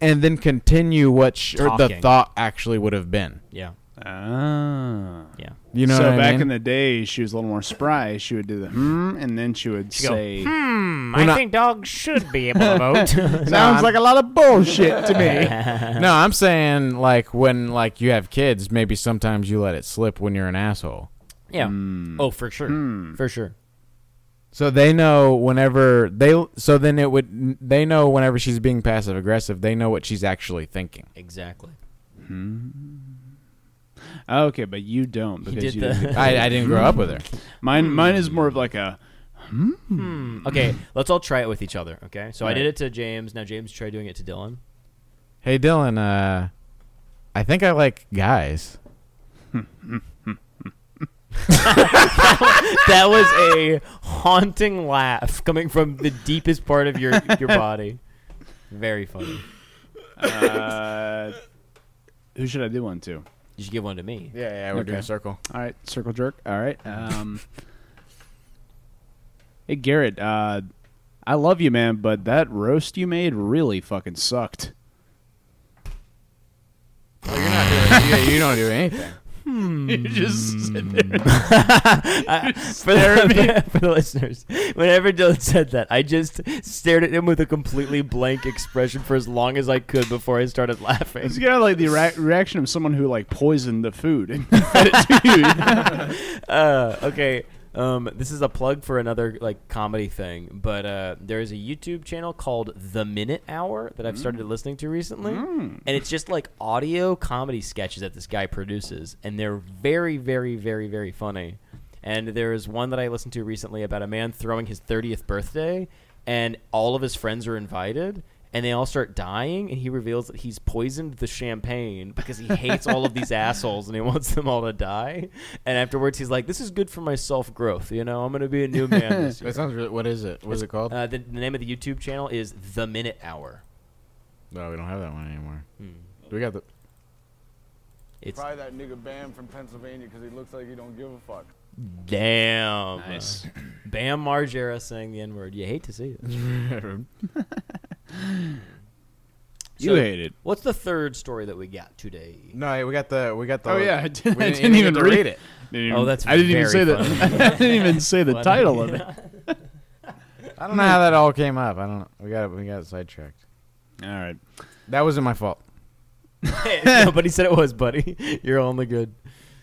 [SPEAKER 1] and then continue what sh- or the
[SPEAKER 5] Talking.
[SPEAKER 1] thought actually would have been.
[SPEAKER 5] yeah
[SPEAKER 4] Ah.
[SPEAKER 5] yeah.
[SPEAKER 1] You know
[SPEAKER 4] so
[SPEAKER 1] what I
[SPEAKER 4] back
[SPEAKER 1] mean?
[SPEAKER 4] in the day, she was a little more spry. She would do the hmm, and then she would say,
[SPEAKER 1] hmm. We're not-
[SPEAKER 5] Hmm, dogs should be able to vote.
[SPEAKER 4] "Sounds like a lot of bullshit to me."
[SPEAKER 1] No, I'm saying like when like you have kids, maybe sometimes you let it slip when you're an asshole.
[SPEAKER 5] yeah. Oh, for sure. For sure.
[SPEAKER 1] So they know whenever they so then it would they know whenever she's being passive aggressive, they know what she's actually thinking.
[SPEAKER 5] Exactly.
[SPEAKER 4] okay, but you don't because
[SPEAKER 5] did
[SPEAKER 4] you
[SPEAKER 5] the-
[SPEAKER 4] didn't-
[SPEAKER 1] I, I didn't grow up with her.
[SPEAKER 4] mine. Mine is more of like a
[SPEAKER 5] Okay, let's all try it with each other. Okay. So I did it to James. Now James, try doing it to Dylan.
[SPEAKER 1] Hey Dylan, uh I think I like guys.
[SPEAKER 5] That was a haunting laugh coming from the deepest part of your your body. Very funny.
[SPEAKER 4] uh, who should I do one to?
[SPEAKER 5] You should give one to me.
[SPEAKER 1] Yeah, yeah, we're
[SPEAKER 4] doing a
[SPEAKER 1] circle.
[SPEAKER 4] All right, circle jerk. All right. Um, hey Garrett, uh, I love you, man, but that roast you made really fucking sucked.
[SPEAKER 1] you, you don't do anything.
[SPEAKER 4] you just sit
[SPEAKER 5] for,
[SPEAKER 4] there.
[SPEAKER 5] the, for the listeners, whenever Dylan said that, I just stared at him with a completely blank expression for as long as I could before I started laughing.
[SPEAKER 4] It's kind of like the rea- reaction of someone who like poisoned the food and fed it to you.
[SPEAKER 5] Uh, okay, um, this is a plug for another like comedy thing, but uh, there is a YouTube channel called The Minute Hour that I've started listening to recently, and it's just like audio comedy sketches that this guy produces, and they're very, very, very, very funny. And there is one that I listened to recently about a man throwing his 30th birthday, and all of his friends are invited. And they all start dying, and he reveals that he's poisoned the champagne because he hates all of these assholes and he wants them all to die. And afterwards, he's like, "This is good for my self growth. You know, I'm gonna be a new man this year."
[SPEAKER 1] That sounds really. What is it? What is it called?
[SPEAKER 5] Uh, the, the name of the YouTube channel is The Minute Hour.
[SPEAKER 1] no, we don't have that one anymore. Do we got the?
[SPEAKER 5] It's
[SPEAKER 9] Probably that nigga Bam from Pennsylvania because he looks like he don't give a fuck.
[SPEAKER 5] damn Bam Margera saying the N word. You hate to see it.
[SPEAKER 4] You hate it.
[SPEAKER 5] What's the third story that we got today?
[SPEAKER 1] no, we got the. We got the.
[SPEAKER 4] Oh yeah, I, did,
[SPEAKER 1] we
[SPEAKER 4] I didn't even
[SPEAKER 1] get to
[SPEAKER 4] read,
[SPEAKER 1] read it.
[SPEAKER 4] Didn't even-
[SPEAKER 5] Oh, that's
[SPEAKER 4] I didn't even
[SPEAKER 5] very
[SPEAKER 4] say
[SPEAKER 5] funny.
[SPEAKER 4] the. I didn't even say the title of it.
[SPEAKER 1] I don't know how that all came up. I don't. know. We got. We got sidetracked.
[SPEAKER 4] All right.
[SPEAKER 1] That wasn't my fault.
[SPEAKER 5] Nobody said it was, buddy. You're only good.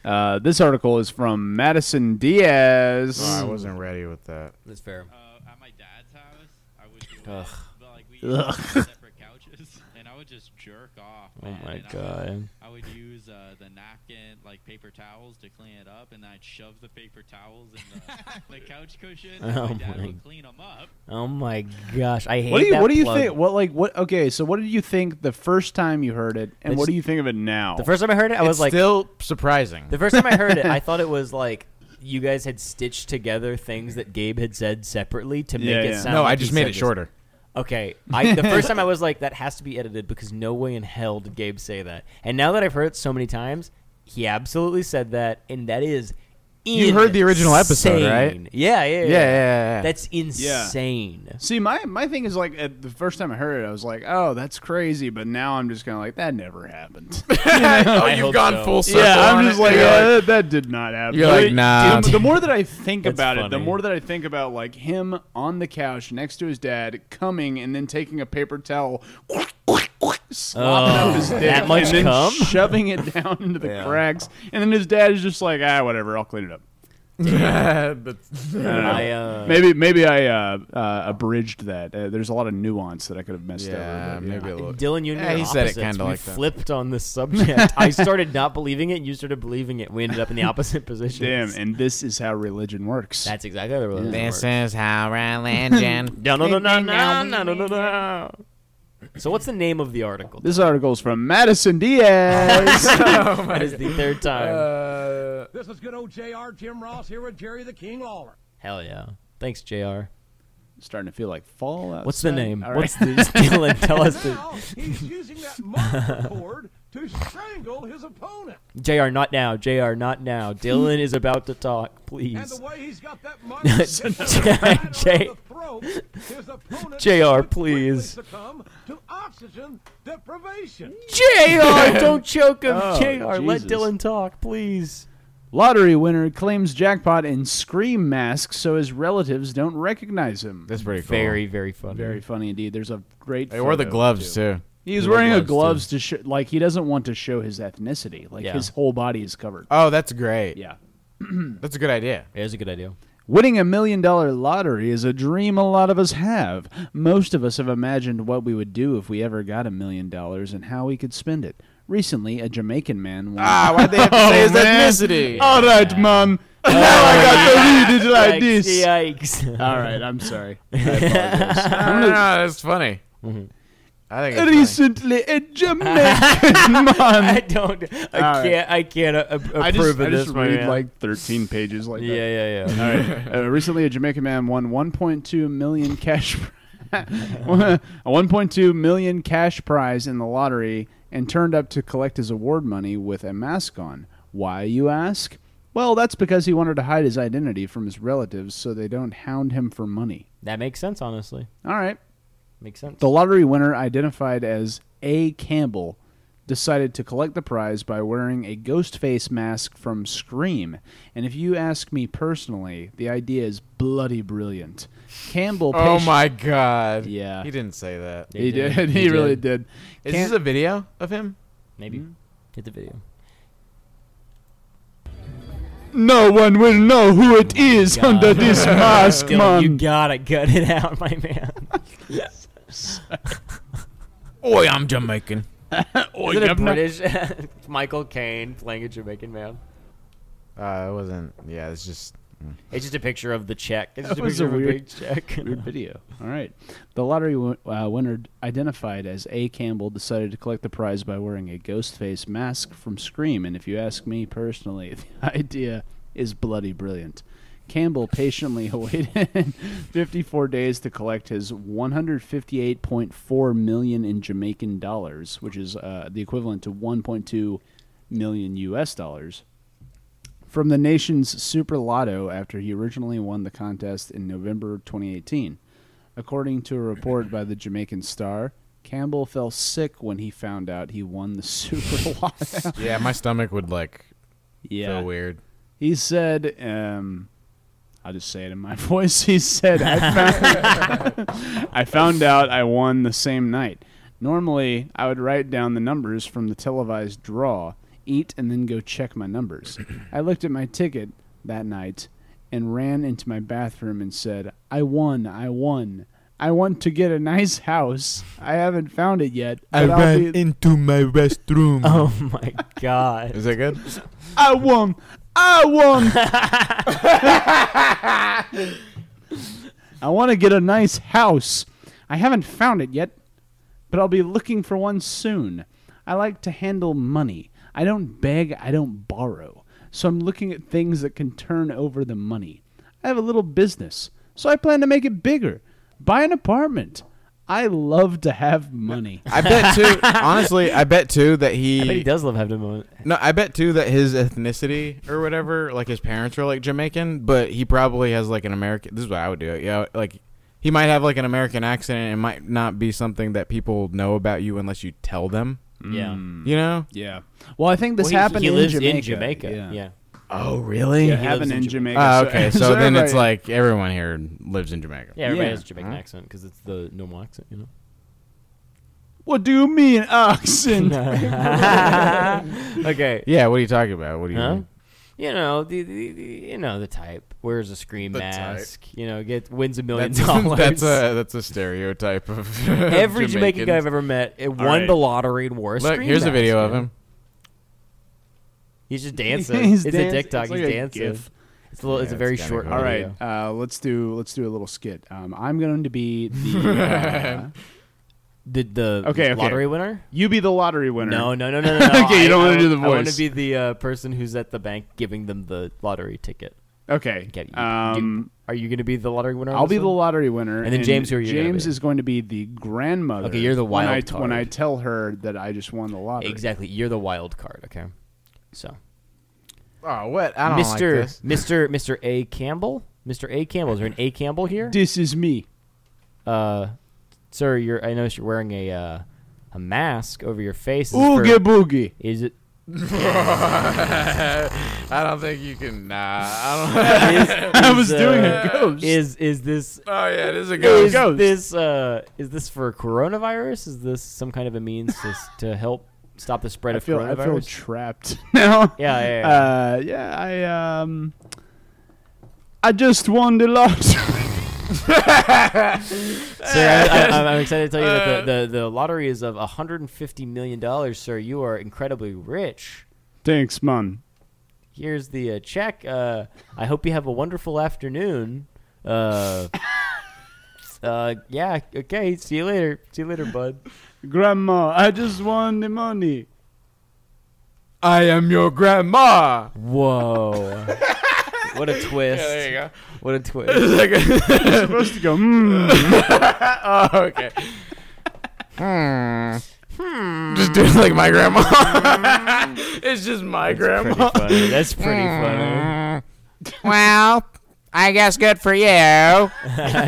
[SPEAKER 4] Uh, this article is from Madison Diaz.
[SPEAKER 1] Oh, I
[SPEAKER 5] Mm.
[SPEAKER 1] wasn't ready with that.
[SPEAKER 5] That's fair.
[SPEAKER 1] Oh,
[SPEAKER 10] Uh, at my dad's house, I would do
[SPEAKER 5] Ugh.
[SPEAKER 10] it, but like we had separate couches, and I would just jerk off.
[SPEAKER 5] Oh
[SPEAKER 10] man,
[SPEAKER 5] my
[SPEAKER 10] and I would,
[SPEAKER 5] god.
[SPEAKER 10] I would use uh, the napkin, like paper towels, to clean it up, and I'd shove the paper towels in the, the couch cushion. and
[SPEAKER 5] Oh
[SPEAKER 10] my dad
[SPEAKER 5] my-
[SPEAKER 10] would clean them up.
[SPEAKER 5] Oh my gosh. I hate
[SPEAKER 4] What do you
[SPEAKER 5] that
[SPEAKER 4] What do you
[SPEAKER 5] plug.
[SPEAKER 4] think? What like what? Okay, so what did you think the first time you heard it, and
[SPEAKER 5] It's-
[SPEAKER 4] what do you think of it now?
[SPEAKER 5] The first time I heard it, I was
[SPEAKER 1] It's
[SPEAKER 5] like,
[SPEAKER 1] still surprising.
[SPEAKER 5] The first time I heard it, I thought it was like you guys had stitched together things that Gabe had said separately to make
[SPEAKER 4] Yeah,
[SPEAKER 5] it
[SPEAKER 4] yeah.
[SPEAKER 5] sound.
[SPEAKER 1] no,
[SPEAKER 5] like
[SPEAKER 1] I
[SPEAKER 5] he
[SPEAKER 1] just made
[SPEAKER 5] said
[SPEAKER 1] it
[SPEAKER 5] this.
[SPEAKER 1] shorter.
[SPEAKER 5] Okay, I, the first time I was like, that has to be edited because no way in hell did Gabe say that. And now that I've heard it so many times, he absolutely said that, and that is.
[SPEAKER 1] You heard the original episode, right?
[SPEAKER 5] insane. Yeah, yeah, yeah.
[SPEAKER 1] Yeah, yeah, yeah, yeah. Uh,
[SPEAKER 5] That's insane.
[SPEAKER 4] See, my my thing is like at the first time I heard it, I was like, "Oh, that's crazy," but now I'm just kind of like, "That never happened."
[SPEAKER 1] oh, you've gone full circle.
[SPEAKER 4] yeah,
[SPEAKER 1] on
[SPEAKER 4] I'm just
[SPEAKER 1] it.
[SPEAKER 4] like,
[SPEAKER 1] You're
[SPEAKER 4] "Uh, that, that did not happen.
[SPEAKER 1] You're
[SPEAKER 4] But
[SPEAKER 1] like,
[SPEAKER 4] it-
[SPEAKER 1] nah.
[SPEAKER 4] The, the more that I think
[SPEAKER 5] That's
[SPEAKER 4] about it, the
[SPEAKER 5] funny.
[SPEAKER 4] more that I think about like him on the couch next to his dad coming and then taking a paper towel, slopping
[SPEAKER 5] Oh,
[SPEAKER 4] up his dick,
[SPEAKER 5] that much
[SPEAKER 4] and then
[SPEAKER 5] cum?
[SPEAKER 4] shoving it down into the cracks, and then his dad is just like, "Ah, whatever, I'll clean it up." I don't know.
[SPEAKER 5] I, uh,
[SPEAKER 4] Maybe maybe I uh, uh, abridged that. Uh, there's a lot of nuance that I could have messed
[SPEAKER 1] yeah,
[SPEAKER 4] over. but,
[SPEAKER 1] maybe a little.
[SPEAKER 5] Dylan, you and
[SPEAKER 1] Yeah,
[SPEAKER 5] me are
[SPEAKER 1] he said it
[SPEAKER 5] opposites.
[SPEAKER 1] kinda
[SPEAKER 5] we
[SPEAKER 1] like that.
[SPEAKER 5] flipped on this subject. I started not believing it. You started believing it. We ended up in the opposite position.
[SPEAKER 4] Damn, and this is how religion works.
[SPEAKER 5] that's exactly how the religion
[SPEAKER 1] This is
[SPEAKER 5] works.
[SPEAKER 1] how religion.
[SPEAKER 5] No, no, no, no, no, no, no, no, no. So what's the name of the article?
[SPEAKER 4] this article is from Madison Diaz.
[SPEAKER 5] That is the
[SPEAKER 1] Uh,
[SPEAKER 5] third time.
[SPEAKER 7] This is good old JR Jim Ross here with Jerry the King Lawler.
[SPEAKER 5] Hell yeah! Thanks, Jr.
[SPEAKER 4] Starting to feel like fall. Outside.
[SPEAKER 5] What's the name?
[SPEAKER 4] All right.
[SPEAKER 5] What's the Dylan? Tell us the
[SPEAKER 7] Now he's using that monitor cord to strangle his opponent.
[SPEAKER 5] Jr. Not now, Jr. Not now. Dylan is about to talk.
[SPEAKER 7] And
[SPEAKER 5] Please,
[SPEAKER 7] the way he's got that monitor
[SPEAKER 5] J-
[SPEAKER 7] sticking right around
[SPEAKER 5] J-
[SPEAKER 7] the throat, his opponent
[SPEAKER 5] JR,
[SPEAKER 7] would quickly
[SPEAKER 5] please.
[SPEAKER 7] succumb to oxygen deprivation.
[SPEAKER 5] Jr. Don't choke him,
[SPEAKER 4] Oh,
[SPEAKER 5] Jr. Let
[SPEAKER 4] Jesus.
[SPEAKER 5] Dylan talk, please.
[SPEAKER 4] Lottery winner claims jackpot in scream mask so his relatives don't recognize him.
[SPEAKER 1] That's pretty cool.
[SPEAKER 5] Very, very funny.
[SPEAKER 4] Very funny indeed. There's a great.
[SPEAKER 1] They wore the
[SPEAKER 4] photo, too.
[SPEAKER 1] gloves too.
[SPEAKER 4] He was
[SPEAKER 1] They wore
[SPEAKER 4] wearing a
[SPEAKER 1] gloves,
[SPEAKER 4] gloves to show, like he doesn't want to show his ethnicity. Like
[SPEAKER 5] Yeah.
[SPEAKER 4] his whole body is covered.
[SPEAKER 1] Oh, that's great.
[SPEAKER 4] Yeah.
[SPEAKER 1] That's a good idea.
[SPEAKER 5] It was a good idea.
[SPEAKER 4] Winning a million dollar lottery is a dream a lot of us have. Most of us have imagined what we would do if we ever got a million dollars and how we could spend it. Recently, a Jamaican man won.
[SPEAKER 1] Ah, why'd they have to say his ethnicity? Oh,
[SPEAKER 4] All right, mom. now I got to read it like this.
[SPEAKER 5] Yikes!
[SPEAKER 4] All right, I'm sorry.
[SPEAKER 1] No, no, no, that's funny. I think it's funny.
[SPEAKER 4] Recently, a Jamaican
[SPEAKER 5] I
[SPEAKER 4] man.
[SPEAKER 5] don't. I
[SPEAKER 4] All right.
[SPEAKER 5] can't. I can't uh, approve
[SPEAKER 4] I just,
[SPEAKER 5] of
[SPEAKER 4] I
[SPEAKER 5] this.
[SPEAKER 4] just
[SPEAKER 5] my
[SPEAKER 4] read
[SPEAKER 5] man.
[SPEAKER 4] like 13 uh, pages like
[SPEAKER 5] Yeah,
[SPEAKER 4] that.
[SPEAKER 5] yeah, yeah.
[SPEAKER 4] All right. Uh, recently, a Jamaican man won 1.2 million cash, a 1.2 million cash prize in the lottery, and turned up to collect his award money with a mask on. Why, you ask? Well, that's because he wanted to hide his identity from his relatives so they don't hound him for money.
[SPEAKER 5] That makes sense, honestly.
[SPEAKER 4] All right.
[SPEAKER 5] Makes sense.
[SPEAKER 4] The lottery winner, identified as A. Campbell, decided to collect the prize by wearing a ghost face mask from Scream. And if you ask me personally, the idea is bloody brilliant. Campbell.
[SPEAKER 1] Oh
[SPEAKER 4] patient-
[SPEAKER 1] my god.
[SPEAKER 4] Yeah.
[SPEAKER 1] He didn't say that.
[SPEAKER 4] He did. He, really did.
[SPEAKER 1] Is
[SPEAKER 4] Cam-
[SPEAKER 1] this a video of him?
[SPEAKER 5] Maybe.
[SPEAKER 4] Hmm?
[SPEAKER 5] Hit the video.
[SPEAKER 4] no one will know who it is
[SPEAKER 5] Oh
[SPEAKER 4] under this mask,
[SPEAKER 5] Dylan, you
[SPEAKER 4] man.
[SPEAKER 5] gotta gut it out, my man.
[SPEAKER 1] Oi, I'm Jamaican. Oh,
[SPEAKER 5] Is it a British Michael Caine playing a Jamaican man?
[SPEAKER 1] Uh, it wasn't. Yeah, it's just.
[SPEAKER 5] It's just a picture of the check. It's just
[SPEAKER 4] That
[SPEAKER 5] a
[SPEAKER 4] was
[SPEAKER 5] picture
[SPEAKER 4] a
[SPEAKER 5] of a
[SPEAKER 4] weird-
[SPEAKER 5] big check.
[SPEAKER 4] Weird video. All right. The lottery w- uh, winner identified as A. Campbell decided to collect the prize by wearing a ghost face mask from Scream. And if you ask me personally, the idea is bloody brilliant. Campbell patiently awaited 54 days to collect his 158.4 million in Jamaican dollars, which is uh, the equivalent to 1.2 million U.S. dollars from the nation's Super Lotto after he originally won the contest in November 2018. According to a report by the Jamaican Star, Campbell fell sick when he found out he won the Super Lotto.
[SPEAKER 1] Yeah, my stomach would like feel weird.
[SPEAKER 4] He said, um, I'll just say it in my voice. He said, I found, I found out I won the same night. Normally, I would write down the numbers from the televised draw, eat, and then go check my numbers. I looked at my ticket that night and ran into my bathroom and said, I won, I won. I want to get a nice house. I haven't found it yet. but I'll be-
[SPEAKER 1] into my restroom.
[SPEAKER 5] Oh my god.
[SPEAKER 1] Is that good?
[SPEAKER 4] I won. I won. I want to get a nice house. I haven't found it yet, but I'll be looking for one soon. I like to handle money. I don't beg, I don't borrow. So I'm looking at things that can turn over the money. I have a little business, so I plan to make it bigger. Buy an apartment. I love to have money.
[SPEAKER 1] I bet too. honestly, I bet too that he.
[SPEAKER 5] I bet he does love having a moment.
[SPEAKER 1] No, I bet too that his ethnicity or whatever, like his parents are like Jamaican, but he probably has like an American. This is what I would do. Yeah, like he might have like an American accent, and it might not be something that people know about you unless you tell them.
[SPEAKER 5] Yeah.
[SPEAKER 1] You know?
[SPEAKER 4] Hmm. Yeah. Well, I think Mm. this
[SPEAKER 5] Well, he-
[SPEAKER 4] happened
[SPEAKER 5] he
[SPEAKER 4] in
[SPEAKER 5] lives
[SPEAKER 4] Jamaica.
[SPEAKER 5] in Jamaica. Yeah.
[SPEAKER 1] Oh, really?
[SPEAKER 4] Yeah,
[SPEAKER 5] he lives
[SPEAKER 4] happened
[SPEAKER 5] in
[SPEAKER 4] in
[SPEAKER 5] Jamaica.
[SPEAKER 4] Jamaica.
[SPEAKER 1] Oh, okay. So then
[SPEAKER 4] everybody-
[SPEAKER 1] it's like everyone here lives in Jamaica.
[SPEAKER 5] Yeah, everybody
[SPEAKER 4] Yeah.
[SPEAKER 5] has a Jamaican accent because it's the normal accent, you know.
[SPEAKER 4] what do you mean, oxen?
[SPEAKER 5] okay.
[SPEAKER 1] Yeah. What are you talking about? What do you?
[SPEAKER 5] Huh?
[SPEAKER 1] mean?
[SPEAKER 5] You know the, the, the you know the type wears a scream
[SPEAKER 1] The
[SPEAKER 5] mask. You know, get wins a million
[SPEAKER 1] That's,
[SPEAKER 5] dollars.
[SPEAKER 1] that's a that's a stereotype of
[SPEAKER 5] every
[SPEAKER 1] Jamaicans.
[SPEAKER 5] Jamaican guy I've ever met. It won
[SPEAKER 1] right.
[SPEAKER 5] the lottery and wore a
[SPEAKER 1] Look,
[SPEAKER 5] scream
[SPEAKER 1] here's a
[SPEAKER 5] mask,
[SPEAKER 1] video of
[SPEAKER 5] man.
[SPEAKER 1] him.
[SPEAKER 5] He's just dancing.
[SPEAKER 4] He's
[SPEAKER 5] it's
[SPEAKER 4] dancing.
[SPEAKER 5] a TikTok.
[SPEAKER 4] It's
[SPEAKER 5] He's
[SPEAKER 4] like a
[SPEAKER 5] dancing.
[SPEAKER 4] gif.
[SPEAKER 5] It's a little.
[SPEAKER 1] Yeah,
[SPEAKER 5] it's a
[SPEAKER 1] it's
[SPEAKER 5] very
[SPEAKER 1] kinda
[SPEAKER 5] short.
[SPEAKER 1] cool.
[SPEAKER 4] All right,
[SPEAKER 5] video.
[SPEAKER 4] uh, let's do let's do a little skit. Um, I'm going to be the uh,
[SPEAKER 5] Did the
[SPEAKER 4] Okay, okay.
[SPEAKER 5] lottery winner?
[SPEAKER 4] you be the lottery winner.
[SPEAKER 5] No, no, no, no, no. no.
[SPEAKER 4] Okay, you
[SPEAKER 5] I-
[SPEAKER 4] don't
[SPEAKER 5] I
[SPEAKER 4] wanna
[SPEAKER 5] wa-
[SPEAKER 4] do the
[SPEAKER 5] I want
[SPEAKER 4] voice.
[SPEAKER 5] to be the uh, person who's at the bank giving them the lottery ticket.
[SPEAKER 4] okay.
[SPEAKER 5] Okay, you- do-
[SPEAKER 4] Um,
[SPEAKER 5] are you going to be the lottery winner? on
[SPEAKER 4] I'll
[SPEAKER 5] this
[SPEAKER 4] be the
[SPEAKER 5] one?
[SPEAKER 4] lottery winner,
[SPEAKER 5] And then James, who are you gonna
[SPEAKER 4] James
[SPEAKER 5] be?
[SPEAKER 4] is going to be the grandmother.
[SPEAKER 5] Okay, you're the
[SPEAKER 4] when I,
[SPEAKER 5] wild
[SPEAKER 4] when I
[SPEAKER 5] card.
[SPEAKER 4] tell her that I just won the lottery.
[SPEAKER 5] Exactly. You're the wild card. Okay. So,
[SPEAKER 1] Oh, what? I don't like this.
[SPEAKER 5] Mr. Mr. Mr. A. Campbell. Mr. A. Campbell. Is there an A. Campbell here?
[SPEAKER 4] This is me.
[SPEAKER 5] Uh, sir, you're. I notice you're wearing a uh, a mask over your face. Is it for-
[SPEAKER 4] Oogie boogie.
[SPEAKER 5] Is it?
[SPEAKER 1] I don't think you can. Nah, I don't.
[SPEAKER 5] Is,
[SPEAKER 4] I was
[SPEAKER 5] uh,
[SPEAKER 4] doing a ghost.
[SPEAKER 5] Is is this?
[SPEAKER 1] Oh yeah, this is a
[SPEAKER 5] Is
[SPEAKER 1] ghost.
[SPEAKER 4] ghost.
[SPEAKER 5] this uh, is this for coronavirus? Is this some kind of a means to, s- to help stop the spread
[SPEAKER 4] I
[SPEAKER 5] of
[SPEAKER 4] feel I
[SPEAKER 5] coronavirus?
[SPEAKER 4] feel trapped now.
[SPEAKER 5] yeah, yeah, yeah.
[SPEAKER 4] Uh, yeah, I um, I just won the lottery.
[SPEAKER 5] Sir, I, I, I'm- I'm excited to tell you that
[SPEAKER 4] Uh.
[SPEAKER 5] the, the, the lottery is of 150 million dollars, sir. You are incredibly rich.
[SPEAKER 4] Thanks, man.
[SPEAKER 5] Here's the uh, check. Uh, I hope you have a wonderful afternoon. Uh, uh, yeah. Okay. See you later. See you later, bud.
[SPEAKER 4] Grandma, I just won the money.
[SPEAKER 1] I am your grandma.
[SPEAKER 5] Whoa. what a twist.
[SPEAKER 1] There you go.
[SPEAKER 5] What a twist.
[SPEAKER 4] supposed to go. Mm.
[SPEAKER 1] Oh, okay. hmm. Just doing like my grandma. it's just my grandma.
[SPEAKER 5] That's pretty funny.
[SPEAKER 1] well, I guess good for you.
[SPEAKER 5] Is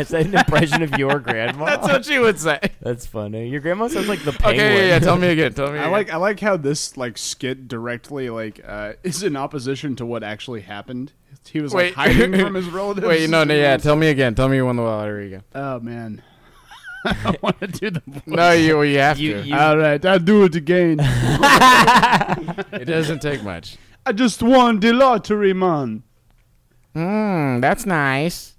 [SPEAKER 5] that an impression of your grandma?
[SPEAKER 1] That's what she would say.
[SPEAKER 5] That's funny. Your grandma sounds like the penguin.
[SPEAKER 1] Okay, yeah, yeah. Tell me again. Tell me.
[SPEAKER 4] I
[SPEAKER 1] again.
[SPEAKER 4] like I like how this like skit directly like uh, is in opposition to what actually happened. He was
[SPEAKER 1] Wait.
[SPEAKER 4] like hiding from his relatives.
[SPEAKER 1] Wait, no, no, yeah. Tell me again. Tell me you won the lottery again.
[SPEAKER 4] Oh man, I want to do the. voice.
[SPEAKER 1] No, you. well, You have
[SPEAKER 5] You-
[SPEAKER 1] to.
[SPEAKER 5] you-
[SPEAKER 4] All right, I'll do it again.
[SPEAKER 1] It doesn't take much.
[SPEAKER 4] I just won the lottery, man.
[SPEAKER 1] Mmm, that's nice.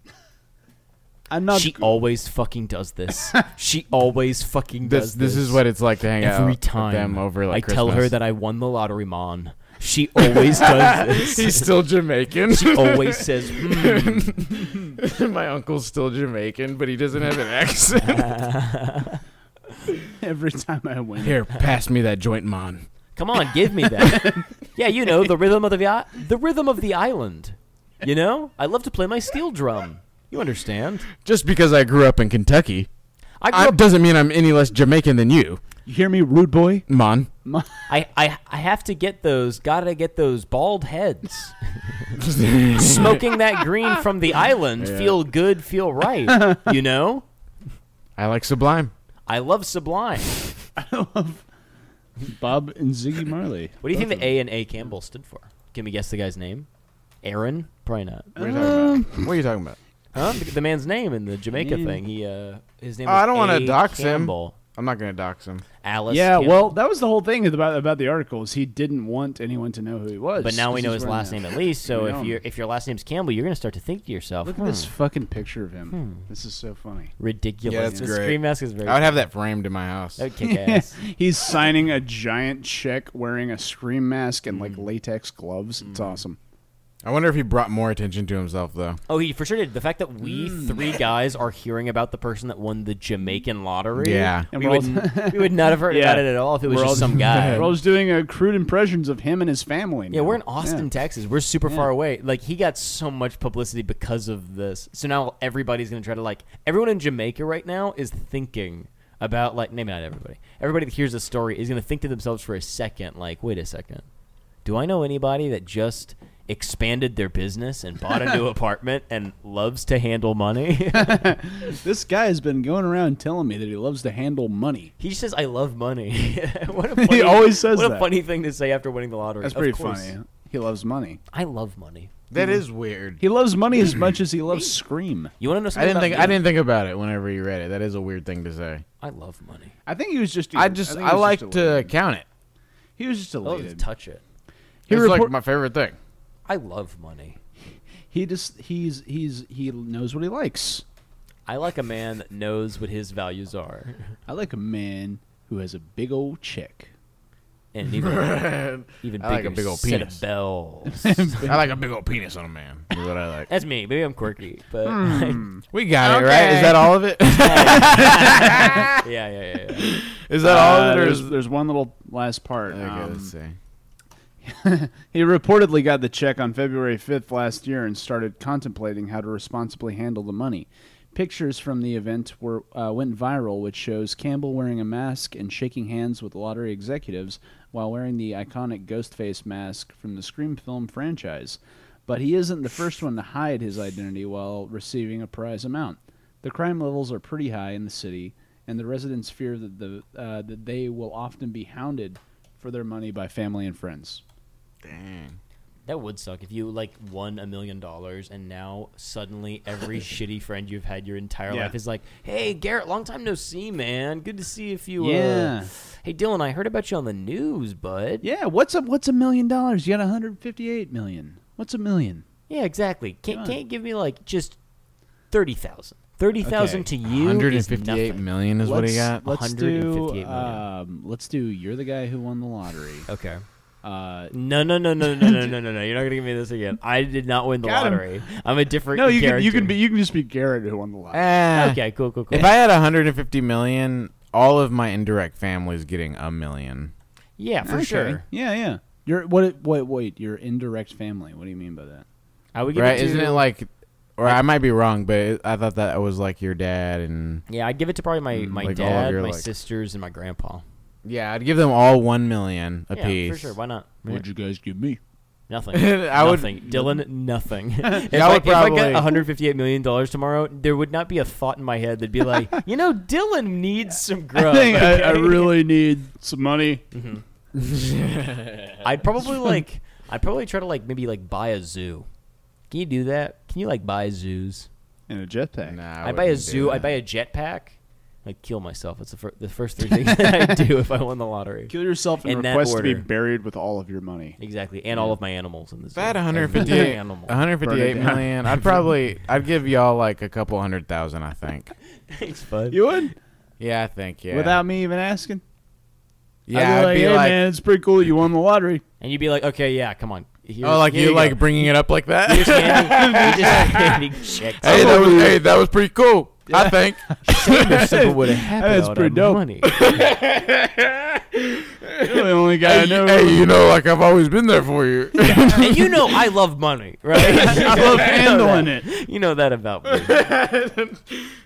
[SPEAKER 4] I'm not.
[SPEAKER 5] she always fucking does this. she always fucking
[SPEAKER 1] This
[SPEAKER 5] does
[SPEAKER 1] this
[SPEAKER 5] this.
[SPEAKER 1] is what it's like to hang out
[SPEAKER 5] every
[SPEAKER 1] with
[SPEAKER 5] time
[SPEAKER 1] them over like
[SPEAKER 5] I tell her
[SPEAKER 1] Christmas.
[SPEAKER 5] that I won the lottery, mon. She always does this.
[SPEAKER 1] He's still Jamaican.
[SPEAKER 5] she always Mm. says, hmm.
[SPEAKER 1] My uncle's still Jamaican, but he doesn't have an accent.
[SPEAKER 4] Every time I win,
[SPEAKER 1] Here, pass me that joint, mon.
[SPEAKER 5] "Come on, give me that." yeah, you know the rhythm of the vi- the rhythm of the island. You know, I love to play my steel drum. You understand?
[SPEAKER 1] Just because I grew up in Kentucky,
[SPEAKER 5] I grew
[SPEAKER 1] I,
[SPEAKER 5] up
[SPEAKER 1] doesn't mean I'm any less Jamaican than you,
[SPEAKER 4] you hear me, rude boy?
[SPEAKER 1] mon.
[SPEAKER 5] I, I I have to get those. Gotta get those bald heads. Smoking that green from the island. Feel good. Feel right. You know.
[SPEAKER 1] I like Sublime.
[SPEAKER 5] I love Sublime.
[SPEAKER 4] Bob and Ziggy Marley.
[SPEAKER 5] What do you think the A and A Campbell stood for? Can we guess the guy's name? Aaron? Probably not.
[SPEAKER 1] What are you talking
[SPEAKER 5] Um.
[SPEAKER 1] about? What are you talking about?
[SPEAKER 5] Huh? The, the man's name in the Jamaica thing. He uh, his name.
[SPEAKER 1] Oh,
[SPEAKER 5] was
[SPEAKER 1] I don't wanna
[SPEAKER 5] A.
[SPEAKER 1] dox him.
[SPEAKER 5] Campbell.
[SPEAKER 1] I'm not gonna dox him.
[SPEAKER 5] Alice.
[SPEAKER 4] Yeah,
[SPEAKER 5] Campbell.
[SPEAKER 4] well, that was the whole thing about about the article is he didn't want anyone to know who he was.
[SPEAKER 5] But now we
[SPEAKER 4] This
[SPEAKER 5] know
[SPEAKER 4] is
[SPEAKER 5] his
[SPEAKER 4] where I'm
[SPEAKER 5] last
[SPEAKER 4] at.
[SPEAKER 5] name at least. So
[SPEAKER 4] We
[SPEAKER 5] if
[SPEAKER 4] know.
[SPEAKER 5] your if your last name's Campbell, you're gonna start to think to yourself,
[SPEAKER 4] Look at this fucking picture of him.
[SPEAKER 5] Hmm.
[SPEAKER 4] This is so funny.
[SPEAKER 5] ridiculous.
[SPEAKER 1] Yeah, that's
[SPEAKER 5] this
[SPEAKER 1] great.
[SPEAKER 5] screen mask is very.
[SPEAKER 1] I would have that framed in my house.
[SPEAKER 5] that would kick ass.
[SPEAKER 4] He's signing a giant check wearing a scream mask and
[SPEAKER 5] Hmm.
[SPEAKER 4] like latex gloves. It's awesome.
[SPEAKER 1] I wonder if he brought more attention to himself though.
[SPEAKER 5] Oh, he for sure did. The fact that we
[SPEAKER 4] Hmm.
[SPEAKER 5] three guys are hearing about the person that won the Jamaican lottery.
[SPEAKER 1] Yeah.
[SPEAKER 4] And
[SPEAKER 5] We
[SPEAKER 4] we're all-
[SPEAKER 5] would, we would not have heard
[SPEAKER 4] Yeah.
[SPEAKER 5] about it at all if it was
[SPEAKER 4] We're all
[SPEAKER 5] just some guy.
[SPEAKER 4] We're all just doing a crude impressions of him and his family.
[SPEAKER 5] Yeah,
[SPEAKER 4] now.
[SPEAKER 5] we're in Austin, Texas. We're super far away. Like he got so much publicity because of this. So now everybody's gonna try to like everyone in Jamaica right now is thinking about like maybe not everybody. Everybody that hears this story is gonna think to themselves for a second, like, wait a second. Do I know anybody that just expanded their business and bought a new apartment and loves to handle money?
[SPEAKER 4] This guy has been going around telling me that he loves to handle money.
[SPEAKER 5] he says I love money. what a funny,
[SPEAKER 4] always says
[SPEAKER 5] what a
[SPEAKER 4] that.
[SPEAKER 5] funny thing to say after winning the lottery.
[SPEAKER 4] That's
[SPEAKER 5] Of
[SPEAKER 4] pretty
[SPEAKER 5] course.
[SPEAKER 4] funny. He loves money.
[SPEAKER 5] I love money.
[SPEAKER 1] That is weird.
[SPEAKER 4] He loves money as much as he loves Scream.
[SPEAKER 5] You wanna know
[SPEAKER 1] I
[SPEAKER 5] something?
[SPEAKER 1] didn't
[SPEAKER 5] about
[SPEAKER 1] think
[SPEAKER 5] me?
[SPEAKER 1] I didn't think about it whenever you read it. That is a weird thing to say.
[SPEAKER 5] I love money.
[SPEAKER 4] I think he was just.
[SPEAKER 1] I just
[SPEAKER 4] think
[SPEAKER 1] I,
[SPEAKER 4] he was
[SPEAKER 1] like
[SPEAKER 4] just
[SPEAKER 1] to
[SPEAKER 4] elated.
[SPEAKER 1] count it.
[SPEAKER 4] He was just
[SPEAKER 5] I love to
[SPEAKER 4] elated.
[SPEAKER 5] Oh, touch it.
[SPEAKER 4] He
[SPEAKER 1] it's like
[SPEAKER 4] report-
[SPEAKER 1] my favorite thing.
[SPEAKER 5] I love money.
[SPEAKER 4] He just he's he's he knows what he likes.
[SPEAKER 5] I like a man that knows what his values are.
[SPEAKER 4] I like a man who has a big old check.
[SPEAKER 5] And an even, even
[SPEAKER 1] I
[SPEAKER 5] bigger
[SPEAKER 1] like a big old
[SPEAKER 5] set
[SPEAKER 1] penis.
[SPEAKER 5] of bells.
[SPEAKER 1] I like a big old penis on a man. Is what I like.
[SPEAKER 5] That's me. Maybe I'm quirky, but
[SPEAKER 1] We got it right. Is that all of it?
[SPEAKER 5] yeah, yeah, yeah, yeah.
[SPEAKER 1] is that all
[SPEAKER 4] Uh,
[SPEAKER 1] of it? Or
[SPEAKER 4] there's
[SPEAKER 1] is,
[SPEAKER 4] there's one little last part.
[SPEAKER 1] okay,
[SPEAKER 4] Um,
[SPEAKER 1] let's see.
[SPEAKER 4] he reportedly got the check on February 5th last year and started contemplating how to responsibly handle the money. Pictures from the event were uh, went viral, which shows Campbell wearing a mask and shaking hands with lottery executives while wearing the iconic ghost face mask from the Scream film franchise. But he isn't the first one to hide his identity while receiving a prize amount. The crime levels are pretty high in the city, and the residents fear that the uh, that they will often be hounded for their money by family and friends.
[SPEAKER 5] That would suck if you like won a million dollars and now suddenly every shitty friend you've had your entire
[SPEAKER 4] Yeah.
[SPEAKER 5] life is like, "Hey, Garrett, long time no see, man. Good to see if you."
[SPEAKER 4] Yeah.
[SPEAKER 5] Uh, hey, Dylan, I heard about you on the news, bud.
[SPEAKER 4] Yeah, what's a what's a million dollars? You got 158 million. What's a million?
[SPEAKER 5] Yeah, exactly.
[SPEAKER 4] Come
[SPEAKER 5] Can't
[SPEAKER 4] on.
[SPEAKER 5] can't give me like just thirty thousand. Thirty thousand
[SPEAKER 4] Okay.
[SPEAKER 5] to you. is
[SPEAKER 1] 158
[SPEAKER 5] nothing.
[SPEAKER 1] million is what he got.
[SPEAKER 4] Let's do
[SPEAKER 5] 158 million.
[SPEAKER 4] um, let's do. You're the guy who won the lottery.
[SPEAKER 5] Okay.
[SPEAKER 4] Uh,
[SPEAKER 5] No, no, no, no, no, no, no, no, no. You're not gonna give me this again. I did not win the
[SPEAKER 4] Got him.
[SPEAKER 5] lottery. I'm a different.
[SPEAKER 4] no, you can you
[SPEAKER 5] character.
[SPEAKER 4] can be you can just be Garrett who won the lottery.
[SPEAKER 1] Eh.
[SPEAKER 5] Okay, cool, cool, cool.
[SPEAKER 1] If I had 150 million, all of my indirect family's getting a million.
[SPEAKER 5] yeah, for
[SPEAKER 4] Okay.
[SPEAKER 5] sure.
[SPEAKER 4] Yeah, yeah. You're what? Wait, wait. Your indirect family. What do you mean by that?
[SPEAKER 5] I would give
[SPEAKER 1] Right?
[SPEAKER 5] It to,
[SPEAKER 1] Isn't it like, or I might be wrong, but it, I thought that was like your dad and
[SPEAKER 5] Yeah, I'd give it to probably my my
[SPEAKER 1] Mm, like all of
[SPEAKER 5] dad,
[SPEAKER 1] your,
[SPEAKER 5] my
[SPEAKER 1] like-
[SPEAKER 5] sisters, and my grandpa.
[SPEAKER 1] yeah, I'd give them all one million
[SPEAKER 5] yeah,
[SPEAKER 1] apiece.
[SPEAKER 5] for sure. Why not?
[SPEAKER 4] What'd you guys give me?
[SPEAKER 5] Nothing.
[SPEAKER 1] I would-
[SPEAKER 5] nothing. Dylan, nothing. if,
[SPEAKER 1] Yeah, I
[SPEAKER 5] I,
[SPEAKER 1] would
[SPEAKER 5] if I
[SPEAKER 1] probably-
[SPEAKER 5] got 158 million dollars tomorrow, there would not be a thought in my head that'd be like, you know, Dylan needs some grub.
[SPEAKER 4] I think I, I
[SPEAKER 5] okay?
[SPEAKER 4] really need some money.
[SPEAKER 5] I'd probably like. I'd probably try to like maybe like buy a zoo. Can you do that? Can you like buy zoos?
[SPEAKER 4] And a jetpack.
[SPEAKER 1] Nah,
[SPEAKER 5] I buy a
[SPEAKER 1] wouldn't do
[SPEAKER 5] zoo. I
[SPEAKER 1] that.
[SPEAKER 5] buy a jetpack. I kill myself. It's the, fir- the first three things that I do if I won the lottery.
[SPEAKER 4] Kill yourself and
[SPEAKER 5] In that
[SPEAKER 4] request to be
[SPEAKER 5] order.
[SPEAKER 4] buried with all of your money.
[SPEAKER 5] Exactly, and all of my animals in the zoo.
[SPEAKER 1] If I had
[SPEAKER 5] Every
[SPEAKER 1] 158,
[SPEAKER 5] animal.
[SPEAKER 1] 158
[SPEAKER 4] Burn it down.
[SPEAKER 1] million, I'd probably, I'd give y'all like a couple hundred thousand, I think.
[SPEAKER 5] Thanks, bud.
[SPEAKER 4] You would?
[SPEAKER 1] Yeah, I think, yeah.
[SPEAKER 4] Without me even asking?
[SPEAKER 1] yeah, I'd
[SPEAKER 4] I'd be like, hey, man, it's pretty cool. You won the lottery.
[SPEAKER 5] And you'd be like, okay, yeah, come on. Here-
[SPEAKER 1] oh, like
[SPEAKER 5] here
[SPEAKER 1] you,
[SPEAKER 5] go.
[SPEAKER 1] like bringing it up like that?
[SPEAKER 5] Here's Andy. He just handing checks.
[SPEAKER 1] hey, that was, hey, that was pretty cool, I think.
[SPEAKER 5] simple would have happened.
[SPEAKER 4] That's
[SPEAKER 5] without
[SPEAKER 4] pretty
[SPEAKER 5] our
[SPEAKER 4] dope.
[SPEAKER 5] Money.
[SPEAKER 4] You're the only guy
[SPEAKER 1] Hey,
[SPEAKER 4] I know.
[SPEAKER 1] you- hey, you know, like I've always been there for you.
[SPEAKER 5] and you know I love money, right? I
[SPEAKER 4] love
[SPEAKER 5] you know
[SPEAKER 4] handling
[SPEAKER 5] that.
[SPEAKER 4] it.
[SPEAKER 5] You know that about me.
[SPEAKER 1] that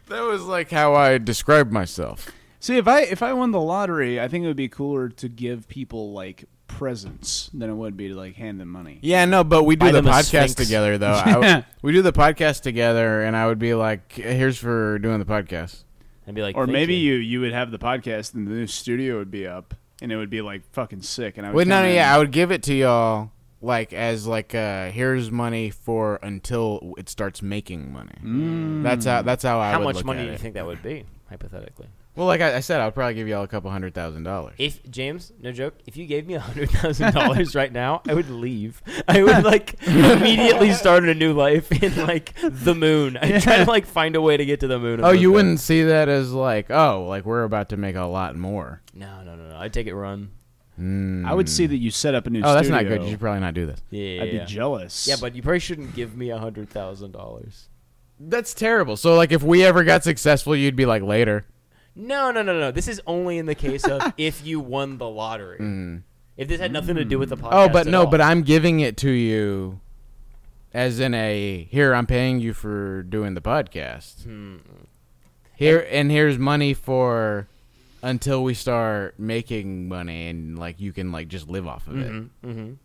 [SPEAKER 1] was like how I described myself.
[SPEAKER 4] See, if I if I won the lottery, I think it would be cooler to give people like presents than it would be to like hand them money.
[SPEAKER 1] Yeah, no, but we do
[SPEAKER 5] Buy
[SPEAKER 1] the
[SPEAKER 5] them a
[SPEAKER 1] podcast
[SPEAKER 5] Sphinx.
[SPEAKER 1] together, though. I w- we do the podcast together, and I would be like, "Here's for doing the podcast."
[SPEAKER 5] I'd be like,
[SPEAKER 4] or
[SPEAKER 5] thank
[SPEAKER 4] maybe
[SPEAKER 5] you.
[SPEAKER 4] you. you would have the podcast and the new studio would be up and it would be like fucking sick. And I would
[SPEAKER 1] Wait, no,
[SPEAKER 4] come
[SPEAKER 1] no,
[SPEAKER 4] in-
[SPEAKER 1] yeah, I would give it to y'all like as like uh here's money for until it starts making money. That's how that's how I
[SPEAKER 5] Mm. How
[SPEAKER 1] would
[SPEAKER 5] much
[SPEAKER 1] look
[SPEAKER 5] money
[SPEAKER 1] at
[SPEAKER 5] do you
[SPEAKER 1] it.
[SPEAKER 5] think that would be, hypothetically?
[SPEAKER 1] Well, like I, I said, I would probably give y'all a couple hundred thousand dollars.
[SPEAKER 5] If James, no joke, if you gave me a hundred thousand dollars right now, I would leave. I would like immediately start a new life in like the moon. I'd try to like find a way to get to the moon. and
[SPEAKER 1] Oh, you
[SPEAKER 5] live there.
[SPEAKER 1] wouldn't see that as like, oh, like we're about to make a lot more.
[SPEAKER 5] No, no, no, no. I'd take it run. Mm.
[SPEAKER 4] I would see that you set up a
[SPEAKER 1] Oh,
[SPEAKER 4] new studio.
[SPEAKER 1] that's not good. You should probably not do this.
[SPEAKER 5] Yeah,
[SPEAKER 4] I'd be jealous.
[SPEAKER 5] yeah, but you probably shouldn't give me a hundred thousand dollars.
[SPEAKER 1] That's terrible. So, like, if we ever got successful, you'd be like later.
[SPEAKER 5] No, no, no, no. This is only in the case of if you won the lottery. If this had nothing to do with the podcast.
[SPEAKER 1] Mm. Oh, but
[SPEAKER 5] at
[SPEAKER 1] no,
[SPEAKER 5] all.
[SPEAKER 1] but I'm giving it to you as in a here I'm paying you for doing the podcast.
[SPEAKER 5] Hmm.
[SPEAKER 1] Here and here's money for until we start making money and like you can like just live off of it.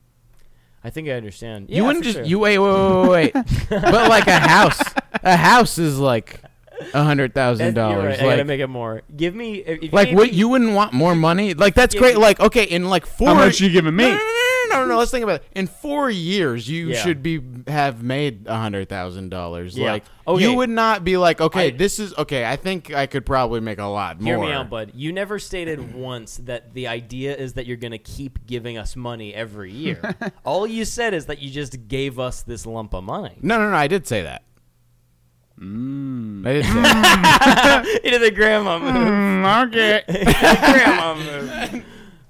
[SPEAKER 5] I think I understand.
[SPEAKER 1] you
[SPEAKER 5] Mm-hmm. Yeah,
[SPEAKER 1] wouldn't
[SPEAKER 5] for
[SPEAKER 1] just
[SPEAKER 5] sure.
[SPEAKER 1] you wait wait wait wait, wait. but like a house, a house is like a hundred thousand
[SPEAKER 5] That's- you're
[SPEAKER 1] dollars.
[SPEAKER 5] Right, I gotta
[SPEAKER 1] Like,
[SPEAKER 5] make it more. Give me if if
[SPEAKER 1] like
[SPEAKER 5] gave
[SPEAKER 1] what
[SPEAKER 5] me-
[SPEAKER 1] you wouldn't want more money? Like that's
[SPEAKER 5] Yeah,
[SPEAKER 1] great.
[SPEAKER 5] you-
[SPEAKER 1] Like okay, in like four
[SPEAKER 4] How much you giving
[SPEAKER 1] No,
[SPEAKER 4] me?
[SPEAKER 1] no, no, no, no, no. Let's think about it. In four years, you
[SPEAKER 5] Yeah.
[SPEAKER 1] should be have made a hundred thousand dollars.
[SPEAKER 5] Yeah.
[SPEAKER 1] Like,
[SPEAKER 5] Okay.
[SPEAKER 1] you would not be like, okay,
[SPEAKER 5] I-
[SPEAKER 1] this is okay. I think I could probably make a lot more.
[SPEAKER 5] Hear me out, bud. You never stated once that the idea is that you're going to keep giving us money every year. All you said is that you just gave us this lump of money.
[SPEAKER 1] No, no, no. I did say that.
[SPEAKER 4] Hmm.
[SPEAKER 5] Mm.
[SPEAKER 1] I did say that.
[SPEAKER 5] Into the grandma move.
[SPEAKER 4] Okay.
[SPEAKER 5] grandma move.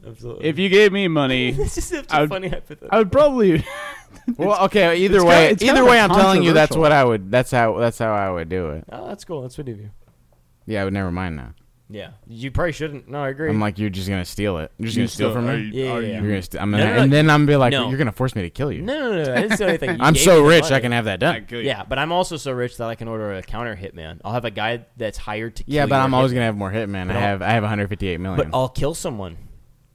[SPEAKER 5] Absolutely.
[SPEAKER 4] if you gave me money,
[SPEAKER 5] it's just such
[SPEAKER 4] I
[SPEAKER 5] a
[SPEAKER 4] would-
[SPEAKER 5] funny hypothetical.
[SPEAKER 4] I would probably.
[SPEAKER 1] Well, okay. Either
[SPEAKER 4] it's
[SPEAKER 1] way,
[SPEAKER 4] kind- it's kind
[SPEAKER 1] either
[SPEAKER 4] of
[SPEAKER 1] way, I'm telling you that's
[SPEAKER 4] controversial.
[SPEAKER 1] what I would. That's how. That's how I would do it.
[SPEAKER 5] oh, that's cool. That's what you do.
[SPEAKER 1] Yeah, I would never mind now.
[SPEAKER 5] Yeah. You probably shouldn't. No, I agree.
[SPEAKER 1] I'm like, you're just gonna steal it. You're just gonna steal from me.
[SPEAKER 5] Yeah, yeah,
[SPEAKER 1] You're
[SPEAKER 5] yeah.
[SPEAKER 1] gonna. St- I'm gonna
[SPEAKER 5] No, no, no.
[SPEAKER 1] and then I'm gonna be like,
[SPEAKER 5] No.
[SPEAKER 1] you're gonna force me to kill you.
[SPEAKER 5] no, no, no. I didn't say anything. You
[SPEAKER 1] I'm
[SPEAKER 5] gave
[SPEAKER 1] so
[SPEAKER 5] me the
[SPEAKER 1] rich,
[SPEAKER 5] money.
[SPEAKER 1] I can have that done.
[SPEAKER 5] Yeah, but I'm also so rich that I can order a counter hitman. I'll have a guy that's hired to.
[SPEAKER 1] Yeah,
[SPEAKER 5] kill
[SPEAKER 1] but
[SPEAKER 5] your
[SPEAKER 1] I'm always
[SPEAKER 5] hitman.
[SPEAKER 1] gonna have more hitman. I
[SPEAKER 5] I'll-
[SPEAKER 1] have I have 158 million.
[SPEAKER 5] But I'll kill someone.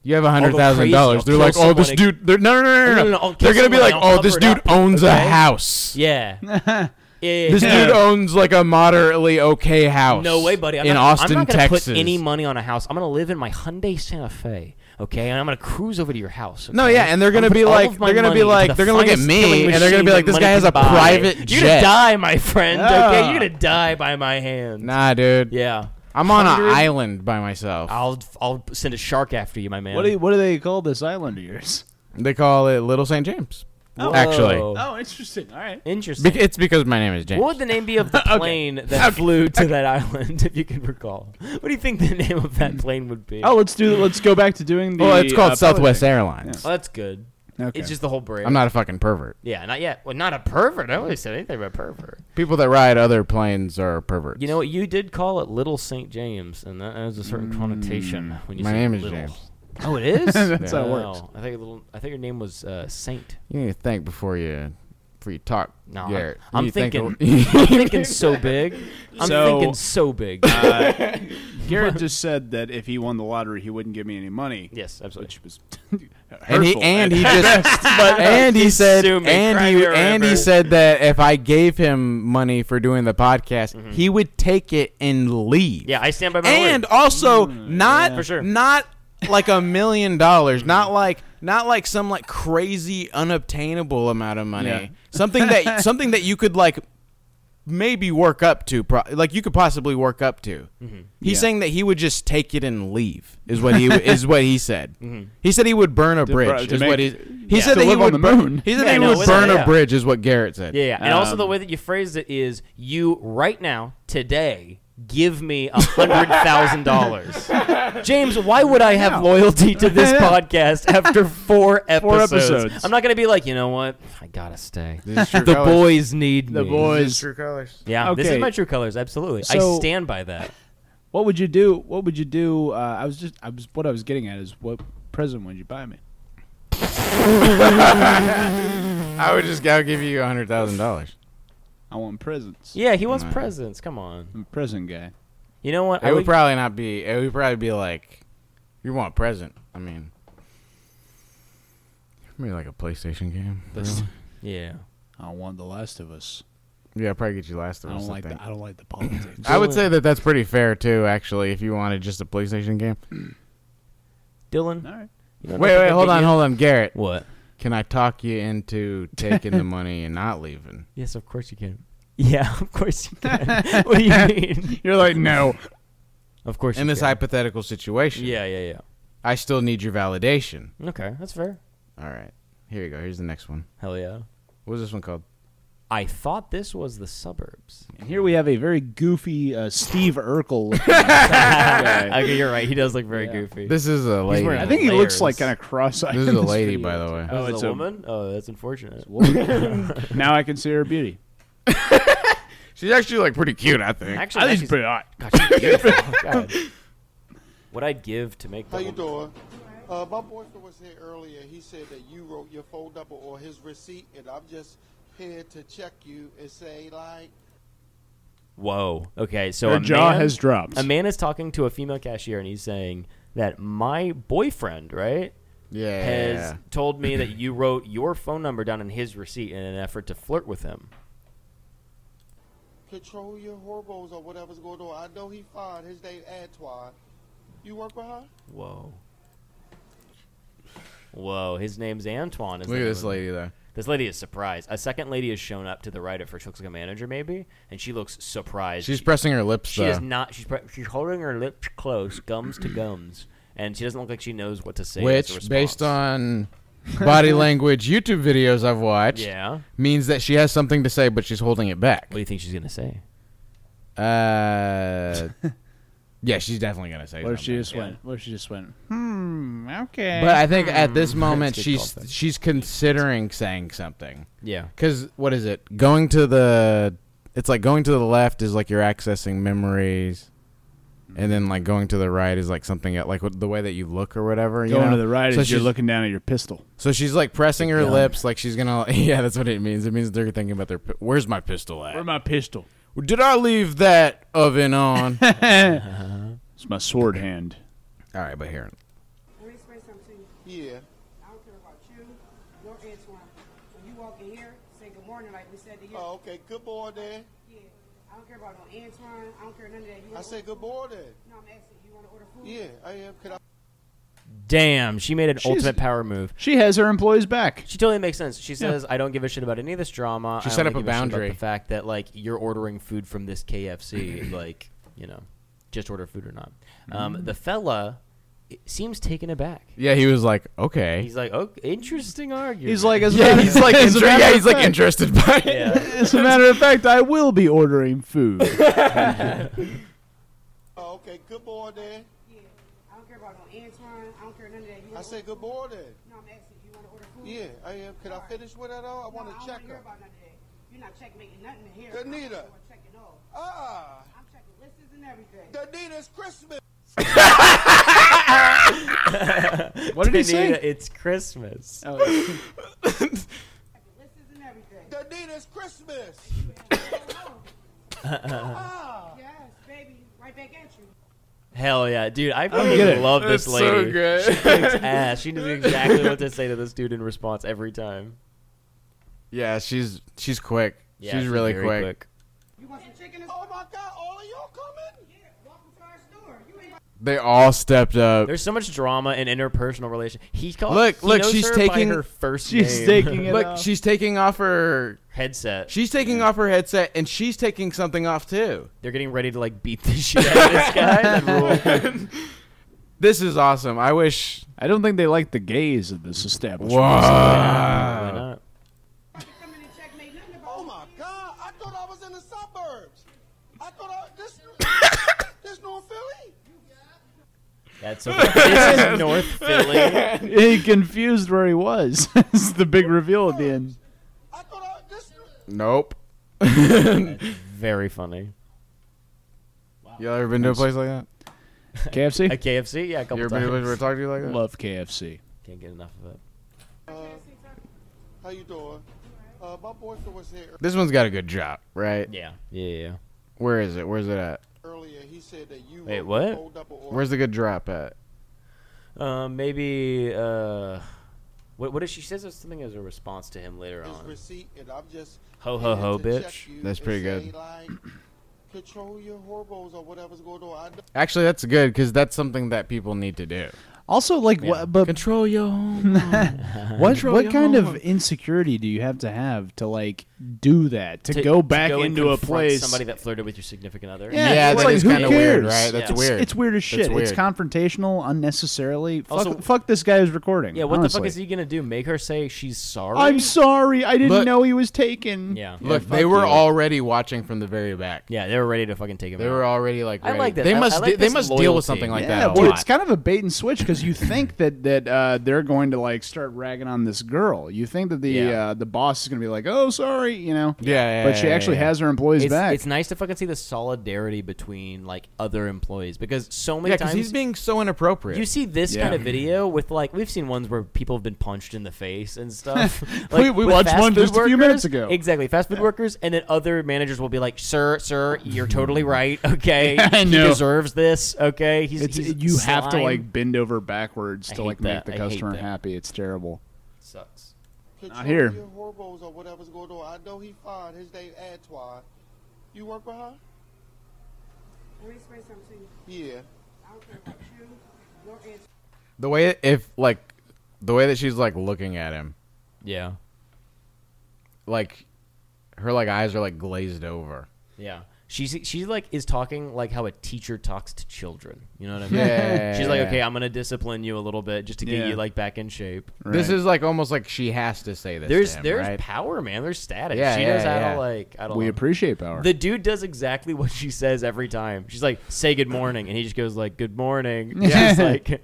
[SPEAKER 1] You have a
[SPEAKER 5] I'll
[SPEAKER 1] hundred
[SPEAKER 5] go
[SPEAKER 1] thousand
[SPEAKER 5] crazy.
[SPEAKER 1] dollars.
[SPEAKER 5] I'll
[SPEAKER 1] They're
[SPEAKER 5] kill
[SPEAKER 1] like, oh, this
[SPEAKER 5] someone
[SPEAKER 1] dude. They're, no, no, no, no,
[SPEAKER 5] No,
[SPEAKER 1] no.
[SPEAKER 5] no, no, I'll
[SPEAKER 1] They're
[SPEAKER 5] kill
[SPEAKER 1] gonna be like,
[SPEAKER 5] someone and I'll
[SPEAKER 1] oh, this
[SPEAKER 5] cover it
[SPEAKER 1] dude
[SPEAKER 5] up,
[SPEAKER 1] owns
[SPEAKER 5] okay?
[SPEAKER 1] a house.
[SPEAKER 5] Yeah. yeah. yeah,
[SPEAKER 1] This
[SPEAKER 5] yeah.
[SPEAKER 1] dude owns like a moderately okay house.
[SPEAKER 5] No way, buddy. I'm
[SPEAKER 1] in
[SPEAKER 5] not,
[SPEAKER 1] Austin,
[SPEAKER 5] I'm not gonna
[SPEAKER 1] Texas.
[SPEAKER 5] put any money on a house. I'm gonna live in my Hyundai Santa Fe, okay? And I'm gonna cruise over to your house.
[SPEAKER 1] no,
[SPEAKER 5] okay?
[SPEAKER 1] yeah, and they're gonna
[SPEAKER 5] I'm
[SPEAKER 1] be
[SPEAKER 5] put all
[SPEAKER 1] like,
[SPEAKER 5] of my
[SPEAKER 1] they're gonna
[SPEAKER 5] money
[SPEAKER 1] be
[SPEAKER 5] into
[SPEAKER 1] like,
[SPEAKER 5] the
[SPEAKER 1] they're gonna look at
[SPEAKER 5] finest
[SPEAKER 1] me,
[SPEAKER 5] killing
[SPEAKER 1] and they're gonna
[SPEAKER 5] machine
[SPEAKER 1] be like,
[SPEAKER 5] that
[SPEAKER 1] this
[SPEAKER 5] money
[SPEAKER 1] guy has
[SPEAKER 5] can
[SPEAKER 1] a
[SPEAKER 5] buy.
[SPEAKER 1] private
[SPEAKER 5] You're
[SPEAKER 1] jet.
[SPEAKER 5] gonna die, my friend. Okay,
[SPEAKER 4] Yeah.
[SPEAKER 5] you're gonna die by my hand.
[SPEAKER 1] Nah, dude.
[SPEAKER 5] Yeah,
[SPEAKER 1] I'm on an
[SPEAKER 5] 100
[SPEAKER 1] island by myself.
[SPEAKER 5] I'll I'll send a shark after you, my man.
[SPEAKER 4] What do you, what do they call this island of yours?
[SPEAKER 1] They call it Little St. James.
[SPEAKER 5] Whoa.
[SPEAKER 1] Actually,
[SPEAKER 4] Oh, interesting. All right.
[SPEAKER 5] interesting.
[SPEAKER 1] Bec- it's because my name is James.
[SPEAKER 5] What would the name be of the plane that flew to that island, if you can recall? What do you think the name of that plane would be?
[SPEAKER 4] Oh, let's do. Let's go back to doing the.
[SPEAKER 1] Well, it's called
[SPEAKER 4] uh,
[SPEAKER 1] Southwest
[SPEAKER 4] pilot
[SPEAKER 1] Airlines.
[SPEAKER 5] Oh, that's good.
[SPEAKER 4] thing. Okay.
[SPEAKER 5] It's just the whole brand.
[SPEAKER 1] I'm not a fucking pervert.
[SPEAKER 5] Yeah, not yet. Well, not a pervert. I always said anything about pervert.
[SPEAKER 1] People that ride other planes are perverts.
[SPEAKER 5] You know what? You did call it Little St. James, and that has a certain connotation when you
[SPEAKER 1] Mm, my
[SPEAKER 5] say
[SPEAKER 1] name is
[SPEAKER 5] little.
[SPEAKER 1] James.
[SPEAKER 5] Oh, it is.
[SPEAKER 4] That's how it
[SPEAKER 5] Wow.
[SPEAKER 4] works.
[SPEAKER 5] I think a little. I think your name was uh, Saint.
[SPEAKER 1] You need to think before you for you talk,
[SPEAKER 5] No,
[SPEAKER 1] Garrett.
[SPEAKER 5] I'm, I'm
[SPEAKER 1] You think
[SPEAKER 5] thinking.
[SPEAKER 1] it'll-
[SPEAKER 5] I'm thinking so big. I'm
[SPEAKER 4] So-
[SPEAKER 5] thinking so big.
[SPEAKER 4] Garrett just said that if he won the lottery, he wouldn't give me any money.
[SPEAKER 5] yes, absolutely.
[SPEAKER 4] Which was
[SPEAKER 1] and he
[SPEAKER 4] hurtful.
[SPEAKER 1] and he just and he said
[SPEAKER 5] sue me,
[SPEAKER 1] and
[SPEAKER 5] cry
[SPEAKER 1] he
[SPEAKER 5] me a
[SPEAKER 1] and he
[SPEAKER 5] river.
[SPEAKER 1] said that if I gave him money for doing the podcast,
[SPEAKER 5] Mm-hmm.
[SPEAKER 1] he would take it and leave.
[SPEAKER 5] Yeah, I stand
[SPEAKER 4] Oh,
[SPEAKER 5] by my
[SPEAKER 1] and
[SPEAKER 5] word.
[SPEAKER 1] also
[SPEAKER 4] Mm,
[SPEAKER 1] not
[SPEAKER 5] For sure.
[SPEAKER 1] not like a million dollars, not like not like some like crazy unobtainable amount of money.
[SPEAKER 4] Yeah.
[SPEAKER 1] Something that something that you could like maybe work up to pro- like you could possibly work up to. He's
[SPEAKER 4] Mm-hmm. Yeah.
[SPEAKER 1] saying that he would just take it and leave is what he is what he said. He said he would burn a
[SPEAKER 4] bro-
[SPEAKER 1] bridge
[SPEAKER 4] Mm-hmm. to
[SPEAKER 1] is what he
[SPEAKER 4] make-
[SPEAKER 1] he
[SPEAKER 5] yeah.
[SPEAKER 1] said
[SPEAKER 4] To
[SPEAKER 1] that he
[SPEAKER 4] live on
[SPEAKER 1] would
[SPEAKER 4] the
[SPEAKER 1] bur-
[SPEAKER 4] moon.
[SPEAKER 1] He said
[SPEAKER 5] Yeah,
[SPEAKER 1] that he
[SPEAKER 5] no,
[SPEAKER 1] would
[SPEAKER 5] it's-
[SPEAKER 1] burn
[SPEAKER 5] yeah.
[SPEAKER 1] a bridge is what Garrett said.
[SPEAKER 5] Yeah, yeah. and also the
[SPEAKER 4] Um,
[SPEAKER 5] way that you phrased it is you right now today give me a hundred thousand dollars, James. Why would I have loyalty to this podcast after four episodes?
[SPEAKER 4] episodes.
[SPEAKER 5] I'm not gonna be like, you know what? I gotta stay.
[SPEAKER 1] The
[SPEAKER 5] The boys need
[SPEAKER 4] the
[SPEAKER 5] me.
[SPEAKER 4] boys.
[SPEAKER 5] Yeah, this is
[SPEAKER 4] Okay.
[SPEAKER 5] my true colors. Absolutely,
[SPEAKER 4] So-
[SPEAKER 5] I stand by that.
[SPEAKER 4] What would you do? What would you do? Uh, I was just I was what I was getting at is what present would you buy me?
[SPEAKER 1] I would just I'll give you a hundred thousand dollars.
[SPEAKER 4] I want presents.
[SPEAKER 5] Yeah, he wants presents. Come on.
[SPEAKER 4] I'm a present guy.
[SPEAKER 5] You know what?
[SPEAKER 1] It would probably not be. It would probably be like, you want a present. I mean, maybe like a PlayStation game. really.
[SPEAKER 5] yeah.
[SPEAKER 4] I want The Last of Us.
[SPEAKER 1] Yeah, I'd probably get you Last of
[SPEAKER 4] I
[SPEAKER 1] Us.
[SPEAKER 4] don't
[SPEAKER 1] I,
[SPEAKER 4] like
[SPEAKER 1] think.
[SPEAKER 4] the, I don't like the politics.
[SPEAKER 1] I would say that that's pretty fair too. Actually, if you wanted just a PlayStation game.
[SPEAKER 5] Dylan.
[SPEAKER 4] All right.
[SPEAKER 5] you know
[SPEAKER 1] Wait,
[SPEAKER 5] nothing
[SPEAKER 1] wait,
[SPEAKER 5] could
[SPEAKER 1] hold
[SPEAKER 5] get
[SPEAKER 1] on,
[SPEAKER 5] you-
[SPEAKER 1] hold on, Garrett.
[SPEAKER 5] What?
[SPEAKER 1] Can I talk you into taking the money and not leaving?
[SPEAKER 5] Yes, of course you can. Yeah, of course you can. what do you mean?
[SPEAKER 4] You're like no.
[SPEAKER 5] Of course.
[SPEAKER 1] In
[SPEAKER 5] you
[SPEAKER 1] this
[SPEAKER 5] can.
[SPEAKER 1] hypothetical situation,
[SPEAKER 5] Yeah, yeah,
[SPEAKER 1] I still need your validation.
[SPEAKER 5] yeah. Okay, that's fair.
[SPEAKER 1] All right, here you go. Here's the next one.
[SPEAKER 5] Hell yeah.
[SPEAKER 1] What was this one called?
[SPEAKER 5] I thought this was the suburbs.
[SPEAKER 4] And here we have a very goofy uh, Steve Urkel. looking guy.
[SPEAKER 5] okay, you're right. He does look very
[SPEAKER 4] Yeah.
[SPEAKER 5] goofy.
[SPEAKER 1] This is a lady.
[SPEAKER 5] wearing
[SPEAKER 4] I think he looks
[SPEAKER 5] Layers.
[SPEAKER 4] like kind of cross-eyed.
[SPEAKER 1] this is
[SPEAKER 4] in
[SPEAKER 1] a lady,
[SPEAKER 4] video.
[SPEAKER 1] by the way.
[SPEAKER 5] oh,
[SPEAKER 4] it's
[SPEAKER 5] it's
[SPEAKER 4] a-
[SPEAKER 5] a woman. Oh, that's unfortunate.
[SPEAKER 4] Now I can see her beauty.
[SPEAKER 1] She's actually like pretty cute. I think.
[SPEAKER 5] Actually, I think
[SPEAKER 4] hot.
[SPEAKER 5] what I'd give to make.
[SPEAKER 6] How
[SPEAKER 5] the
[SPEAKER 6] you
[SPEAKER 5] woman-
[SPEAKER 6] doing? Uh, my boyfriend was here earlier. He said that you wrote your phone number on his receipt, and I'm just here to check you and say, like,
[SPEAKER 5] Whoa. Okay, so
[SPEAKER 4] Her
[SPEAKER 5] a
[SPEAKER 4] jaw
[SPEAKER 5] man-
[SPEAKER 4] has dropped.
[SPEAKER 5] A man is talking to a female cashier, and he's saying that my boyfriend, right,
[SPEAKER 1] Yeah.
[SPEAKER 5] has told me that you wrote your phone number down in his receipt in an effort to flirt with him.
[SPEAKER 6] control your hormones or whatever's going on. I know he fine. His name Antoine. You work with her?
[SPEAKER 5] Whoa. Whoa, his name's Antoine. Is
[SPEAKER 1] Look at this lady though.
[SPEAKER 5] This lady is surprised. A second lady has shown up to the right of her. She looks like a manager, maybe, and she looks surprised.
[SPEAKER 1] She's
[SPEAKER 5] she,
[SPEAKER 1] pressing her lips
[SPEAKER 5] She
[SPEAKER 1] though.
[SPEAKER 5] is not. She's pre- she's holding her lips close, gums to gums, and she doesn't look like she knows what to say. as a
[SPEAKER 1] which, based on
[SPEAKER 5] response.
[SPEAKER 1] body language YouTube videos I've watched,
[SPEAKER 5] yeah,
[SPEAKER 1] means that she has something to say, but she's holding it back.
[SPEAKER 5] what do you think she's gonna say?
[SPEAKER 1] Uh, yeah, she's definitely gonna say
[SPEAKER 4] What if
[SPEAKER 1] something.
[SPEAKER 4] she just went? What if she just went? Hmm. Okay.
[SPEAKER 1] but I think at this moment
[SPEAKER 5] Hmm. That's a good
[SPEAKER 1] she's
[SPEAKER 5] call, Fitz.
[SPEAKER 1] she's considering saying something.
[SPEAKER 5] Yeah,
[SPEAKER 1] Cause what is it? Going to the it's like going to the left is like you're accessing memories, and then like going to the right is like something like what- the way that you look or whatever. you
[SPEAKER 4] Going
[SPEAKER 1] know?
[SPEAKER 4] to the right
[SPEAKER 1] so
[SPEAKER 4] is you're
[SPEAKER 1] she's-
[SPEAKER 4] looking down at your pistol.
[SPEAKER 1] So she's like pressing her lips, like she's gonna. Yeah, that's what it means. It means they're thinking about their. pi- Where's my pistol at?
[SPEAKER 4] Where's my pistol?
[SPEAKER 1] Did I leave that oven on? All
[SPEAKER 4] It's my sword hand.
[SPEAKER 1] right, but here.
[SPEAKER 11] Let me explain something to you.
[SPEAKER 6] Yeah.
[SPEAKER 11] I don't care about you, nor Antoine. When you walk in here, say good morning like we said to you.
[SPEAKER 6] Oh, okay. Good morning.
[SPEAKER 11] Yeah. I don't care about no Antoine. I don't care none of that. You
[SPEAKER 6] I
[SPEAKER 11] wanna
[SPEAKER 6] say
[SPEAKER 11] order
[SPEAKER 6] good
[SPEAKER 11] food?
[SPEAKER 6] morning.
[SPEAKER 11] No, I'm asking. You want to order food?
[SPEAKER 6] Yeah, I am. Could I?
[SPEAKER 5] damn, she made an
[SPEAKER 4] She's-
[SPEAKER 5] ultimate power move.
[SPEAKER 4] She has her employees back.
[SPEAKER 5] She totally makes sense. She says, "I don't give a shit about any of this drama."
[SPEAKER 1] She
[SPEAKER 5] I
[SPEAKER 1] set
[SPEAKER 5] only
[SPEAKER 1] up a
[SPEAKER 5] give shit about
[SPEAKER 1] boundary.
[SPEAKER 5] the fact that like you're ordering food from this KFC, like you know, just order food or not. Um,
[SPEAKER 1] Mm.
[SPEAKER 5] The fella i- seems taken aback.
[SPEAKER 1] Yeah, he was like, okay.
[SPEAKER 5] He's like, "Oh, interesting argument."
[SPEAKER 4] He's like, as a
[SPEAKER 1] Yeah,
[SPEAKER 4] matter-
[SPEAKER 1] he's like,
[SPEAKER 4] as a
[SPEAKER 1] inter-
[SPEAKER 4] matter
[SPEAKER 1] yeah,
[SPEAKER 4] of
[SPEAKER 1] he's like
[SPEAKER 4] fact-
[SPEAKER 1] interested by it.
[SPEAKER 5] yeah.
[SPEAKER 4] As a matter of fact, I will be ordering food.
[SPEAKER 6] Oh, okay. Good morning.
[SPEAKER 11] Yeah. I don't care about no Antoine. I don't care none of that. You
[SPEAKER 6] I
[SPEAKER 11] wanna
[SPEAKER 6] say
[SPEAKER 11] order
[SPEAKER 6] good
[SPEAKER 11] food?
[SPEAKER 6] morning.
[SPEAKER 11] No, I'm asking. You want to order food?
[SPEAKER 6] Yeah, I am. Could I finish with that all? I
[SPEAKER 11] No,
[SPEAKER 6] want to
[SPEAKER 11] I don't
[SPEAKER 6] check
[SPEAKER 11] wanna hear
[SPEAKER 6] her.
[SPEAKER 11] about none of that. You're not checkmating nothing here.
[SPEAKER 6] Good neither.
[SPEAKER 11] I'm checking all.
[SPEAKER 6] Ah,
[SPEAKER 11] I'm checking lists and everything.
[SPEAKER 6] Danita's Christmas.
[SPEAKER 4] What did he
[SPEAKER 5] Danita,
[SPEAKER 4] say?
[SPEAKER 5] it's Christmas.
[SPEAKER 4] Oh,
[SPEAKER 11] Checking lists and everything.
[SPEAKER 6] Danita's
[SPEAKER 7] Anita's Christmas.
[SPEAKER 6] Uh.
[SPEAKER 11] Yes, baby, right back at you.
[SPEAKER 5] Hell yeah, dude! I
[SPEAKER 11] don't
[SPEAKER 5] fucking
[SPEAKER 11] get it.
[SPEAKER 5] love
[SPEAKER 11] That's
[SPEAKER 5] this
[SPEAKER 11] so
[SPEAKER 5] lady.
[SPEAKER 11] good.
[SPEAKER 5] She kicks ass. She knows exactly what to say to this dude in response every time.
[SPEAKER 1] Yeah, she's she's quick.
[SPEAKER 5] Yeah,
[SPEAKER 1] she's
[SPEAKER 5] she's
[SPEAKER 1] really
[SPEAKER 5] very
[SPEAKER 1] quick.
[SPEAKER 5] quick.
[SPEAKER 11] You want some chicken? Oh my God! All of y'all coming? Yeah, welcome to our store. You ain't.
[SPEAKER 1] They all stepped up.
[SPEAKER 5] There's so much drama in interpersonal relation. He called.
[SPEAKER 1] Look,
[SPEAKER 5] he
[SPEAKER 1] look,
[SPEAKER 5] knows
[SPEAKER 1] she's
[SPEAKER 5] her
[SPEAKER 1] taking
[SPEAKER 5] by her first. name.
[SPEAKER 1] Look, she's taking off her
[SPEAKER 5] headset.
[SPEAKER 1] She's taking off her headset, and she's taking something off too.
[SPEAKER 5] They're getting ready to like beat the shit out of this guy. That rule.
[SPEAKER 1] This is awesome. I wish.
[SPEAKER 4] I don't think they like the gaze of this establishment. Uh,
[SPEAKER 1] Why not?
[SPEAKER 7] Oh my God! I thought I was in the suburbs. I thought I this this North Philly.
[SPEAKER 5] That's so. This is North Philly.
[SPEAKER 4] he confused where he was. it's the big reveal at the end.
[SPEAKER 1] Nope.
[SPEAKER 5] Very funny.
[SPEAKER 1] You ever been to a place like that?
[SPEAKER 4] KFC?
[SPEAKER 5] A KFC, yeah, a couple
[SPEAKER 1] You ever been
[SPEAKER 5] times.
[SPEAKER 1] to a place where talk to you like that?
[SPEAKER 4] Love KFC.
[SPEAKER 5] Can't get enough of it.
[SPEAKER 7] How you doing? Uh, my boyfriend was here
[SPEAKER 1] This one's got a good drop, right?
[SPEAKER 5] Yeah. Yeah, yeah.
[SPEAKER 1] Where is it? Where's it at?
[SPEAKER 7] earlier. He said that you
[SPEAKER 5] Wait,
[SPEAKER 7] were
[SPEAKER 5] what?
[SPEAKER 7] old double or
[SPEAKER 1] Where's the good drop at?
[SPEAKER 5] Uh, maybe. Uh, what? What if she says something as a response to him later
[SPEAKER 7] his
[SPEAKER 5] on?
[SPEAKER 7] receipt, and I'm just
[SPEAKER 5] Ho, ho, ho,
[SPEAKER 7] here to check
[SPEAKER 5] bitch.
[SPEAKER 7] you
[SPEAKER 1] That's
[SPEAKER 7] and
[SPEAKER 1] pretty
[SPEAKER 7] say,
[SPEAKER 1] good.
[SPEAKER 7] Like, control your hormones or whatever's going on. I know
[SPEAKER 1] Actually, that's good because that's something that people need to do.
[SPEAKER 4] Also, like, what? But
[SPEAKER 1] control your
[SPEAKER 4] what?
[SPEAKER 1] Control
[SPEAKER 4] what
[SPEAKER 1] your
[SPEAKER 4] kind of
[SPEAKER 1] hormone.
[SPEAKER 4] insecurity do you have to have to like do that? To, go back
[SPEAKER 5] and
[SPEAKER 4] into a
[SPEAKER 5] confront
[SPEAKER 4] place.
[SPEAKER 5] Somebody that flirted with your significant other.
[SPEAKER 4] yeah, it's
[SPEAKER 1] that
[SPEAKER 4] like,
[SPEAKER 1] is
[SPEAKER 4] who
[SPEAKER 1] kinda weird,
[SPEAKER 4] cares?
[SPEAKER 1] right? That's
[SPEAKER 4] It's-
[SPEAKER 1] weird.
[SPEAKER 4] It's, weird
[SPEAKER 1] That's
[SPEAKER 4] as shit. It's
[SPEAKER 1] weird.
[SPEAKER 4] confrontational unnecessarily. Fuck,
[SPEAKER 5] Also-
[SPEAKER 4] fuck this guy who's recording.
[SPEAKER 5] Yeah, what the fuck
[SPEAKER 4] honestly.
[SPEAKER 5] is he gonna do? Make her say she's sorry?
[SPEAKER 4] I'm sorry. I didn't
[SPEAKER 5] Look-
[SPEAKER 4] know he was taken.
[SPEAKER 5] Yeah.
[SPEAKER 1] Look, they
[SPEAKER 5] fuck
[SPEAKER 1] were
[SPEAKER 5] you.
[SPEAKER 1] already watching from the very back.
[SPEAKER 5] Yeah, they were ready to fucking take him.
[SPEAKER 1] They
[SPEAKER 5] out.
[SPEAKER 1] were already like.
[SPEAKER 5] I
[SPEAKER 1] Ready.
[SPEAKER 5] like that.
[SPEAKER 1] They
[SPEAKER 5] I-
[SPEAKER 1] must.
[SPEAKER 5] I like
[SPEAKER 1] de- they
[SPEAKER 5] this
[SPEAKER 1] must deal with
[SPEAKER 5] loyalty.
[SPEAKER 1] something like
[SPEAKER 4] Yeah,
[SPEAKER 1] that. a
[SPEAKER 4] well,
[SPEAKER 1] lot.
[SPEAKER 4] it's kind of a bait and switch because you think that that uh, they're going to like start ragging on this girl. You think that the
[SPEAKER 5] Yeah.
[SPEAKER 4] uh, the boss is going to be like, "Oh, sorry," you know.
[SPEAKER 1] Yeah, yeah,
[SPEAKER 4] But she
[SPEAKER 1] yeah,
[SPEAKER 4] actually
[SPEAKER 1] yeah.
[SPEAKER 4] has her employees
[SPEAKER 5] it's,
[SPEAKER 4] back.
[SPEAKER 5] It's nice to fucking see the solidarity between like other employees because so many
[SPEAKER 1] yeah, because
[SPEAKER 5] times
[SPEAKER 1] he's being so inappropriate.
[SPEAKER 5] You see this
[SPEAKER 1] Yeah.
[SPEAKER 5] kind of video with like we've seen ones where people have been punched in the face and stuff. like,
[SPEAKER 4] We- we
[SPEAKER 5] with
[SPEAKER 4] watched
[SPEAKER 5] fast
[SPEAKER 4] one
[SPEAKER 5] food
[SPEAKER 4] just a few minutes ago.
[SPEAKER 5] Exactly, fast food workers, and then other managers will be like, "Sir, sir, you're totally right. Okay,
[SPEAKER 4] I know.
[SPEAKER 5] he deserves this. Okay, he's,
[SPEAKER 4] It's-
[SPEAKER 5] he's
[SPEAKER 4] you have to
[SPEAKER 5] slime."
[SPEAKER 4] like bend over backwards
[SPEAKER 5] I
[SPEAKER 4] to
[SPEAKER 5] hate
[SPEAKER 4] like make
[SPEAKER 5] that.
[SPEAKER 4] the
[SPEAKER 5] I hate
[SPEAKER 4] customer
[SPEAKER 5] that.
[SPEAKER 4] happy. It's terrible.
[SPEAKER 5] sucks.
[SPEAKER 7] control
[SPEAKER 4] here.
[SPEAKER 7] your hormones or whatever's going on. I know he fine. His name Antoine. You work with her?
[SPEAKER 11] Let me explain something to you.
[SPEAKER 7] Yeah.
[SPEAKER 11] I don't care about you. Your answer.
[SPEAKER 1] the way if like, the way that she's like looking at him,
[SPEAKER 5] Yeah,
[SPEAKER 1] like, her like eyes are like glazed over.
[SPEAKER 5] yeah. She's she's like is talking like how a teacher talks to children. You know what I mean?
[SPEAKER 1] Yeah.
[SPEAKER 5] she's like, okay, I'm gonna discipline you a little bit just to get
[SPEAKER 1] Yeah.
[SPEAKER 5] you like back in shape.
[SPEAKER 1] This is like almost like she has to say this.
[SPEAKER 5] There's
[SPEAKER 1] to him,
[SPEAKER 5] there's
[SPEAKER 1] right?
[SPEAKER 5] power, man. There's status.
[SPEAKER 1] Yeah,
[SPEAKER 5] she
[SPEAKER 1] yeah,
[SPEAKER 5] knows how
[SPEAKER 1] yeah.
[SPEAKER 5] to like. I don't.
[SPEAKER 4] We
[SPEAKER 5] know.
[SPEAKER 4] appreciate power.
[SPEAKER 5] The dude does exactly what she says every time. She's like, "Say good morning," and he just goes like, "Good morning."
[SPEAKER 1] Yeah.
[SPEAKER 5] She's like,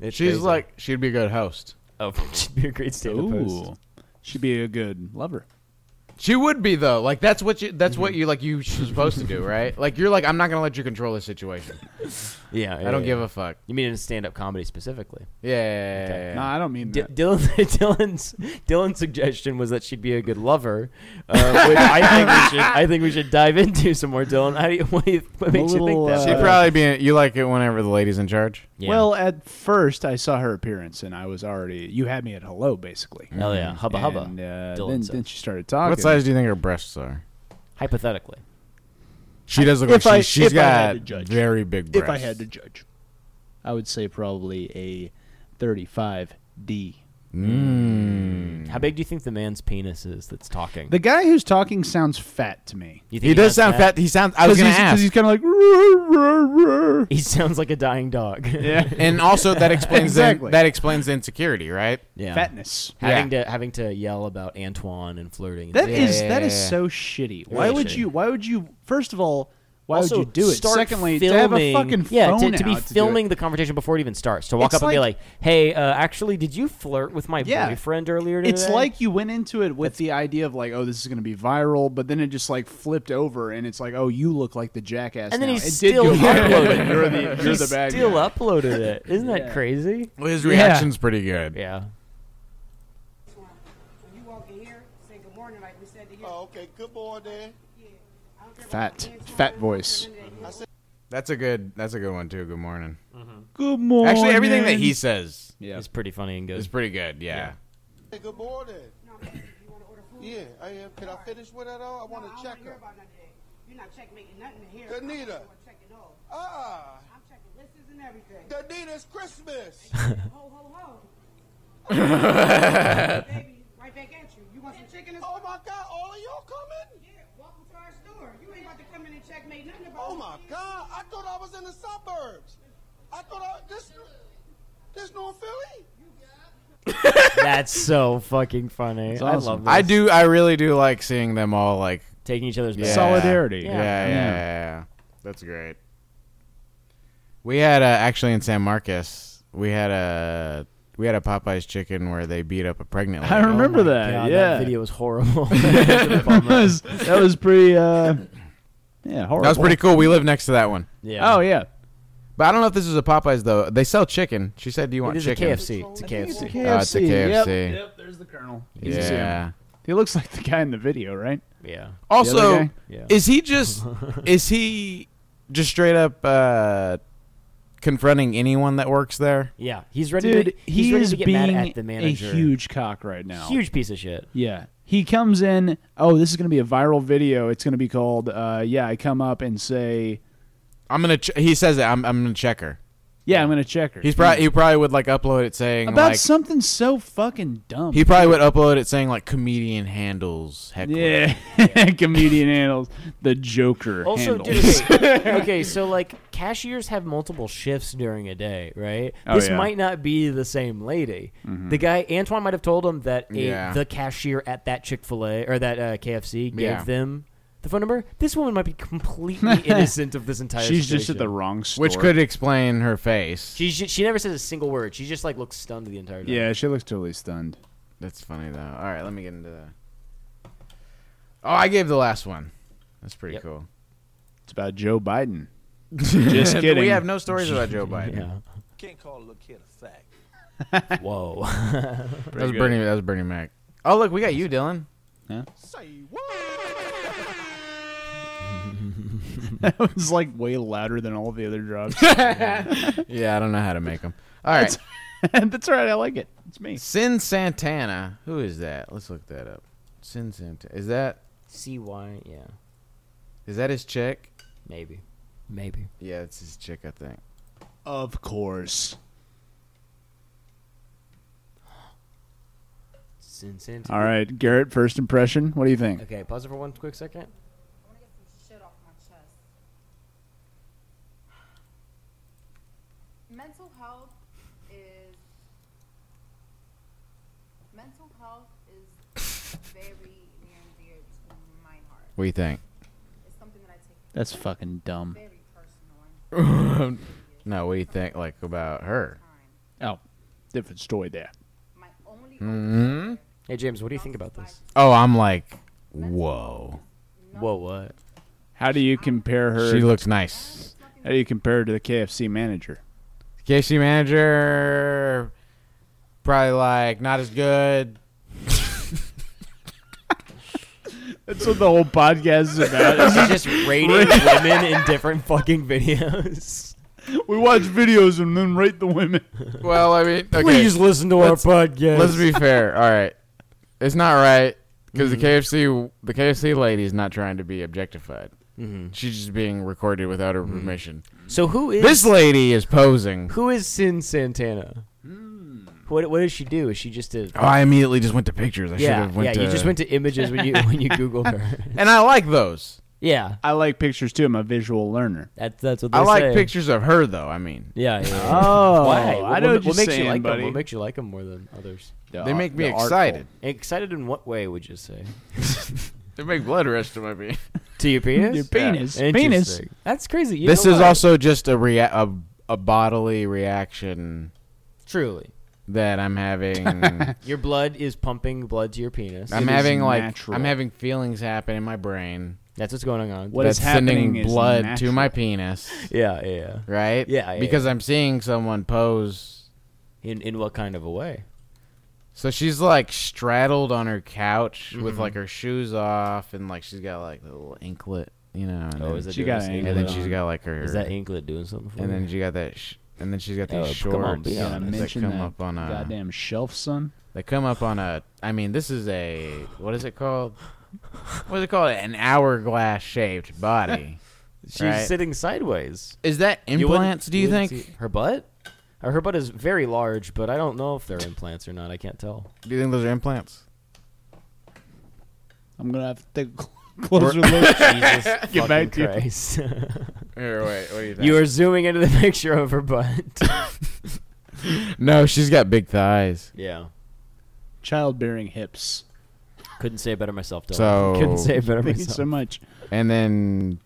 [SPEAKER 5] it's
[SPEAKER 1] she's
[SPEAKER 5] crazy.
[SPEAKER 1] like she'd be a good host.
[SPEAKER 5] "Oh, she'd be a great stand-up host."
[SPEAKER 4] Ooh, she'd be a good lover.
[SPEAKER 1] She would be though. Like that's what you that's
[SPEAKER 4] Mm-hmm.
[SPEAKER 1] what you like you she's supposed to do, right? Like you're like I'm not gonna let you control this situation.
[SPEAKER 5] Yeah,
[SPEAKER 1] I
[SPEAKER 5] yeah,
[SPEAKER 1] don't
[SPEAKER 5] yeah.
[SPEAKER 1] give a fuck.
[SPEAKER 5] You mean in stand-up comedy specifically?
[SPEAKER 1] Yeah, yeah, yeah, yeah.
[SPEAKER 4] No, I don't mean
[SPEAKER 5] D-
[SPEAKER 4] that.
[SPEAKER 5] Dylan, Dylan's Dylan's suggestion was that she'd be a good lover, uh, which I think we should. I think we should dive into some more, Dylan. How do you, what, do you, what
[SPEAKER 4] A
[SPEAKER 5] makes
[SPEAKER 4] little,
[SPEAKER 5] you think
[SPEAKER 1] She'd
[SPEAKER 5] that?
[SPEAKER 4] uh,
[SPEAKER 1] probably be. You like it whenever the lady's in charge.
[SPEAKER 5] Yeah.
[SPEAKER 4] Well, at first I saw her appearance and I was already you had me at hello basically.
[SPEAKER 5] Hell yeah, hubba hubba.
[SPEAKER 4] And, uh,
[SPEAKER 5] Dylan
[SPEAKER 4] then,
[SPEAKER 5] said.
[SPEAKER 4] then she started talking.
[SPEAKER 1] What size do you think her breasts are?
[SPEAKER 5] hypothetically,
[SPEAKER 1] She does look
[SPEAKER 4] If
[SPEAKER 1] like
[SPEAKER 4] I-
[SPEAKER 1] she, has
[SPEAKER 4] if I had
[SPEAKER 1] got
[SPEAKER 4] to judge.
[SPEAKER 1] very big breasts.
[SPEAKER 4] If I had to judge, I would say probably a 35D.
[SPEAKER 1] Mm.
[SPEAKER 5] how big do you think the man's penis is that's talking?
[SPEAKER 4] The guy who's talking sounds fat to me.
[SPEAKER 5] You think
[SPEAKER 1] He does
[SPEAKER 5] has
[SPEAKER 1] sound
[SPEAKER 5] that?
[SPEAKER 1] fat. He sounds. I was gonna
[SPEAKER 4] he's, 'cause
[SPEAKER 1] ask.
[SPEAKER 4] he's kind of like. "Rrr, rrr, rrr."
[SPEAKER 5] He sounds like a dying dog.
[SPEAKER 4] Yeah.
[SPEAKER 1] And also that explains the-
[SPEAKER 4] Exactly.
[SPEAKER 1] that explains the insecurity, right?
[SPEAKER 5] Yeah.
[SPEAKER 4] Fatness.
[SPEAKER 5] Having to having to yell about Antoine and flirting. and
[SPEAKER 4] That
[SPEAKER 5] things.
[SPEAKER 1] Yeah,
[SPEAKER 4] is
[SPEAKER 1] yeah,
[SPEAKER 4] that is
[SPEAKER 1] yeah, yeah.
[SPEAKER 4] so shitty. Why
[SPEAKER 5] Really
[SPEAKER 4] would
[SPEAKER 5] shitty.
[SPEAKER 4] you? Why would you? First of all, why
[SPEAKER 5] Also,
[SPEAKER 4] would you do it?
[SPEAKER 5] start
[SPEAKER 4] Secondly,
[SPEAKER 5] filming,
[SPEAKER 4] to have a fucking
[SPEAKER 5] yeah,
[SPEAKER 4] phone
[SPEAKER 5] to, to be
[SPEAKER 4] out do
[SPEAKER 5] filming
[SPEAKER 4] it.
[SPEAKER 5] the conversation before it even starts. To walk
[SPEAKER 4] It's
[SPEAKER 5] up and be
[SPEAKER 4] like-
[SPEAKER 5] like, "Hey, uh, actually, did you flirt with my
[SPEAKER 4] Yeah.
[SPEAKER 5] boyfriend earlier today?"
[SPEAKER 4] It's like you went into it with the idea of like, oh, this is going to be viral, but then it just like flipped over, and it's like, oh, you look like the jackass.
[SPEAKER 5] and then
[SPEAKER 4] now.
[SPEAKER 5] he
[SPEAKER 4] it
[SPEAKER 5] still
[SPEAKER 4] did go viral.
[SPEAKER 5] uploaded it.
[SPEAKER 4] You're the, you're
[SPEAKER 5] he
[SPEAKER 4] the bad
[SPEAKER 5] still
[SPEAKER 4] guy.
[SPEAKER 5] uploaded it. Isn't that crazy?
[SPEAKER 1] Well, his reaction's pretty good.
[SPEAKER 5] Yeah.
[SPEAKER 11] When you walk in here, say good morning like we said
[SPEAKER 6] Oh, okay. Good boy, then.
[SPEAKER 4] Fat, fat voice.
[SPEAKER 1] That's a good. That's a good one too. Good morning.
[SPEAKER 4] Good morning.
[SPEAKER 1] Actually, everything that he says
[SPEAKER 5] Yeah. It's pretty funny and good.
[SPEAKER 1] is pretty good. Yeah.
[SPEAKER 6] Hey, good boy, then. Yeah, I am. Can I finish with that all? I want to check her.
[SPEAKER 11] You're not checkmating nothing here.
[SPEAKER 6] Danita.
[SPEAKER 11] I'm checking all.
[SPEAKER 6] Ah,
[SPEAKER 11] I'm checking lists and everything.
[SPEAKER 6] Danita's Christmas.
[SPEAKER 11] Ho, ho, ho.
[SPEAKER 1] That's
[SPEAKER 11] Baby, right back at you. You want some chicken and Oh,
[SPEAKER 6] my God. All of y'all coming?
[SPEAKER 11] Yeah, welcome to our store. You ain't about to come in and checkmate nothing about
[SPEAKER 6] Oh my God! I thought I was in the suburbs. I thought I this this North Philly.
[SPEAKER 5] That's so fucking funny.
[SPEAKER 4] awesome.
[SPEAKER 5] I love this.
[SPEAKER 1] I do. I really do like seeing them all like
[SPEAKER 5] Taking each other's Oh
[SPEAKER 1] yeah.
[SPEAKER 4] Solidarity. Mm-hmm.
[SPEAKER 1] Yeah,
[SPEAKER 5] Yeah.
[SPEAKER 1] yeah, yeah, yeah. That's great. We had uh, actually in San Marcos. We had a we had a Popeyes chicken where they beat up a pregnant. Lady.
[SPEAKER 4] I remember that.
[SPEAKER 5] God,
[SPEAKER 4] yeah,
[SPEAKER 5] That video was horrible. Such a
[SPEAKER 4] that
[SPEAKER 5] bummer.
[SPEAKER 4] was that was pretty. Uh, yeah, horrible.
[SPEAKER 1] That was pretty cool. We live next to that one.
[SPEAKER 5] yeah.
[SPEAKER 4] Oh yeah,
[SPEAKER 1] But I don't know if this is a Popeyes though. They sell chicken. She said, "Do you want
[SPEAKER 5] It is a
[SPEAKER 1] chicken?"
[SPEAKER 5] KFC. It's a
[SPEAKER 4] it's a
[SPEAKER 5] KFC.
[SPEAKER 4] KFC.
[SPEAKER 1] Oh, it's a
[SPEAKER 4] Yep.
[SPEAKER 1] KFC.
[SPEAKER 4] Yep, there's the colonel. He's the same.
[SPEAKER 1] Yeah.
[SPEAKER 4] he looks like the guy in the video, right?
[SPEAKER 5] Yeah.
[SPEAKER 4] other
[SPEAKER 1] Also,
[SPEAKER 4] guy?
[SPEAKER 5] Yeah.
[SPEAKER 1] is he just is he just straight up uh, confronting anyone that works there?
[SPEAKER 5] Yeah. He's ready
[SPEAKER 4] Dude,
[SPEAKER 5] to he's
[SPEAKER 4] he
[SPEAKER 5] ready
[SPEAKER 4] is
[SPEAKER 5] to get
[SPEAKER 4] being
[SPEAKER 5] mad at the manager.
[SPEAKER 4] a huge cock right now.
[SPEAKER 5] huge piece of shit.
[SPEAKER 4] Yeah. He comes in. Oh, this is going to be a viral video. It's going to be called, uh, yeah, I come up and say,
[SPEAKER 1] I'm gonna. Ch- he says that I'm. I'm gonna check her.
[SPEAKER 4] yeah, I'm going to check her.
[SPEAKER 1] He's probably. He probably would like upload it saying
[SPEAKER 4] About
[SPEAKER 1] like.
[SPEAKER 4] something so fucking dumb.
[SPEAKER 1] he probably would upload it saying like comedian handles heckler.
[SPEAKER 4] yeah. Comedian handles the Joker.
[SPEAKER 5] Also,
[SPEAKER 4] handles.
[SPEAKER 5] dude, okay, okay, so like cashiers have multiple shifts during a day, right?
[SPEAKER 4] Oh,
[SPEAKER 5] this
[SPEAKER 4] yeah. Mm-hmm.
[SPEAKER 5] might not be the same lady. The guy Antoine might have told him that a,
[SPEAKER 1] Yeah.
[SPEAKER 5] the cashier at that Chick Fil A or that uh, KFC gave
[SPEAKER 1] Yeah.
[SPEAKER 5] them the phone number. This woman might be completely innocent of this entire.
[SPEAKER 4] She's just at the
[SPEAKER 5] situation.
[SPEAKER 4] wrong store.
[SPEAKER 1] Which could explain her face.
[SPEAKER 5] She's ju- she never says a single word. She just like looks stunned the entire time.
[SPEAKER 4] Yeah, she looks totally stunned.
[SPEAKER 1] That's funny though. All right, let me get into that. Oh, I gave the last one. That's pretty
[SPEAKER 5] Yep.
[SPEAKER 1] cool.
[SPEAKER 4] It's about Joe Biden. Just kidding.
[SPEAKER 1] we have no stories about Joe Biden.
[SPEAKER 5] Yeah.
[SPEAKER 6] Can't call a little kid a fag.
[SPEAKER 5] Whoa.
[SPEAKER 1] That was Bernie. That was Bernie Mac. Oh look, we got you, Dylan.
[SPEAKER 6] Say what?
[SPEAKER 4] that was like way louder than all the other drugs.
[SPEAKER 1] Yeah, I don't know how to make them. All right,
[SPEAKER 4] That's all right. I like it. It's me.
[SPEAKER 1] Sin Santana. Who is that? Let's look that up. Sin Santana. Is that
[SPEAKER 5] See why? Yeah.
[SPEAKER 1] is that his chick?
[SPEAKER 5] Maybe. Maybe.
[SPEAKER 1] Yeah, it's his chick, I think.
[SPEAKER 4] Of course.
[SPEAKER 5] Sin, sin,
[SPEAKER 4] All right, Garrett, first impression. What do you think?
[SPEAKER 5] Okay, pause it for one quick second.
[SPEAKER 11] I want to get some shit off my chest.
[SPEAKER 12] Mental health is mental health is very near and dear to my heart.
[SPEAKER 1] What do you think?
[SPEAKER 12] It's something that I take
[SPEAKER 4] That's fucking dumb.
[SPEAKER 12] very personal and
[SPEAKER 1] No, what do you think? Like about her?
[SPEAKER 12] time.
[SPEAKER 4] Oh, different story there.
[SPEAKER 12] My only
[SPEAKER 1] Hmm.
[SPEAKER 5] Hey James, what do you think about this?
[SPEAKER 1] Oh, I'm like, whoa.
[SPEAKER 5] Whoa, what?
[SPEAKER 4] How do you compare her?
[SPEAKER 1] She looks nice.
[SPEAKER 4] how do you compare her to the KFC manager?
[SPEAKER 1] KFC manager, probably like not as good.
[SPEAKER 4] That's what the whole podcast is about.
[SPEAKER 5] He's just rating women in different fucking videos.
[SPEAKER 4] we watch videos and then rate the women.
[SPEAKER 1] Well, I mean, okay.
[SPEAKER 5] listen to
[SPEAKER 1] Let's-
[SPEAKER 5] podcast.
[SPEAKER 1] Let's be fair. All right, it's not right because the KFC the KFC lady is not trying to be objectified. She's just being recorded without her permission.
[SPEAKER 5] so who is
[SPEAKER 1] Mm-hmm. This lady is posing.
[SPEAKER 5] who is Sin Santana? What what does she do? Is she just a
[SPEAKER 1] Oh, I immediately just went to pictures. I should
[SPEAKER 5] yeah
[SPEAKER 1] have went
[SPEAKER 5] yeah?
[SPEAKER 1] to.
[SPEAKER 5] You just went to images when you when you Google her.
[SPEAKER 1] and I like those.
[SPEAKER 5] yeah,
[SPEAKER 4] I like pictures too. I'm a visual learner.
[SPEAKER 5] that's that's what they
[SPEAKER 1] I like
[SPEAKER 5] say.
[SPEAKER 1] pictures of her though. I mean,
[SPEAKER 5] Yeah, yeah. yeah.
[SPEAKER 4] Oh,
[SPEAKER 5] Why?
[SPEAKER 4] I
[SPEAKER 5] What,
[SPEAKER 4] know
[SPEAKER 5] what,
[SPEAKER 4] what you're
[SPEAKER 5] makes
[SPEAKER 4] saying,
[SPEAKER 5] you like 'em?
[SPEAKER 4] buddy.
[SPEAKER 5] What makes you like them more than others?
[SPEAKER 1] they make me
[SPEAKER 4] The artful.
[SPEAKER 1] excited.
[SPEAKER 5] Excited in what way would you say?
[SPEAKER 1] They make blood rush to my brain.
[SPEAKER 5] To your penis?
[SPEAKER 4] Your penis.
[SPEAKER 5] Yeah.
[SPEAKER 4] Penis.
[SPEAKER 5] Interesting. That's crazy. You
[SPEAKER 1] This
[SPEAKER 5] know
[SPEAKER 1] is
[SPEAKER 5] what?
[SPEAKER 1] also just a rea- a, a bodily reaction
[SPEAKER 5] truly.
[SPEAKER 1] that I'm having.
[SPEAKER 5] Your blood is pumping blood to your penis.
[SPEAKER 1] I'm
[SPEAKER 4] is
[SPEAKER 1] having like
[SPEAKER 4] natural.
[SPEAKER 1] I'm having feelings happen in my brain.
[SPEAKER 5] That's what's going on.
[SPEAKER 4] What is
[SPEAKER 1] that's sending
[SPEAKER 4] happening is
[SPEAKER 1] blood to my
[SPEAKER 4] natural.
[SPEAKER 1] penis,
[SPEAKER 5] Yeah, yeah, yeah.
[SPEAKER 1] right?
[SPEAKER 5] Yeah, yeah,
[SPEAKER 1] because I'm seeing someone pose
[SPEAKER 5] In in what kind of a way?
[SPEAKER 1] So she's like straddled on her couch
[SPEAKER 5] Mm-hmm.
[SPEAKER 1] with like her shoes off, and like she's got like the little anklet, you know. And
[SPEAKER 5] Oh,
[SPEAKER 1] then
[SPEAKER 5] is it
[SPEAKER 1] she
[SPEAKER 5] doing
[SPEAKER 1] got
[SPEAKER 5] this
[SPEAKER 1] an
[SPEAKER 5] thing?
[SPEAKER 1] anklet, and then she's
[SPEAKER 5] on?
[SPEAKER 1] got like her.
[SPEAKER 5] Is that anklet doing something for
[SPEAKER 1] And then
[SPEAKER 5] you?
[SPEAKER 1] she got that. Sh- and then she's got
[SPEAKER 5] Oh,
[SPEAKER 1] these shorts
[SPEAKER 5] come on, be
[SPEAKER 1] that
[SPEAKER 5] honest.
[SPEAKER 4] Mention
[SPEAKER 1] come
[SPEAKER 4] that
[SPEAKER 1] up on a
[SPEAKER 4] goddamn shelf, son.
[SPEAKER 1] They come up on a. I mean, this is a. What is it called? What is it called? An hourglass shaped body.
[SPEAKER 5] She's
[SPEAKER 1] right?
[SPEAKER 5] sitting sideways.
[SPEAKER 1] Is that
[SPEAKER 5] You wouldn't-
[SPEAKER 1] implants? do you
[SPEAKER 5] wouldn't
[SPEAKER 1] think?
[SPEAKER 5] see- her butt? Uh, Her butt is very large, but I don't know if they're implants or not. I can't tell.
[SPEAKER 1] Do you think those are implants?
[SPEAKER 4] I'm gonna have to take a cl- closer
[SPEAKER 5] We're-
[SPEAKER 4] look.
[SPEAKER 5] Jesus
[SPEAKER 4] Get back
[SPEAKER 5] fucking
[SPEAKER 4] to you.
[SPEAKER 5] Christ.
[SPEAKER 1] Here, wait, what do you think?
[SPEAKER 5] You are zooming into the picture of her butt.
[SPEAKER 1] No, she's got big thighs.
[SPEAKER 5] yeah.
[SPEAKER 4] Childbearing hips.
[SPEAKER 5] Couldn't say it better myself, Dylan.
[SPEAKER 1] So-
[SPEAKER 5] Couldn't say it better
[SPEAKER 4] Thank you so
[SPEAKER 5] myself.
[SPEAKER 4] much.
[SPEAKER 1] And then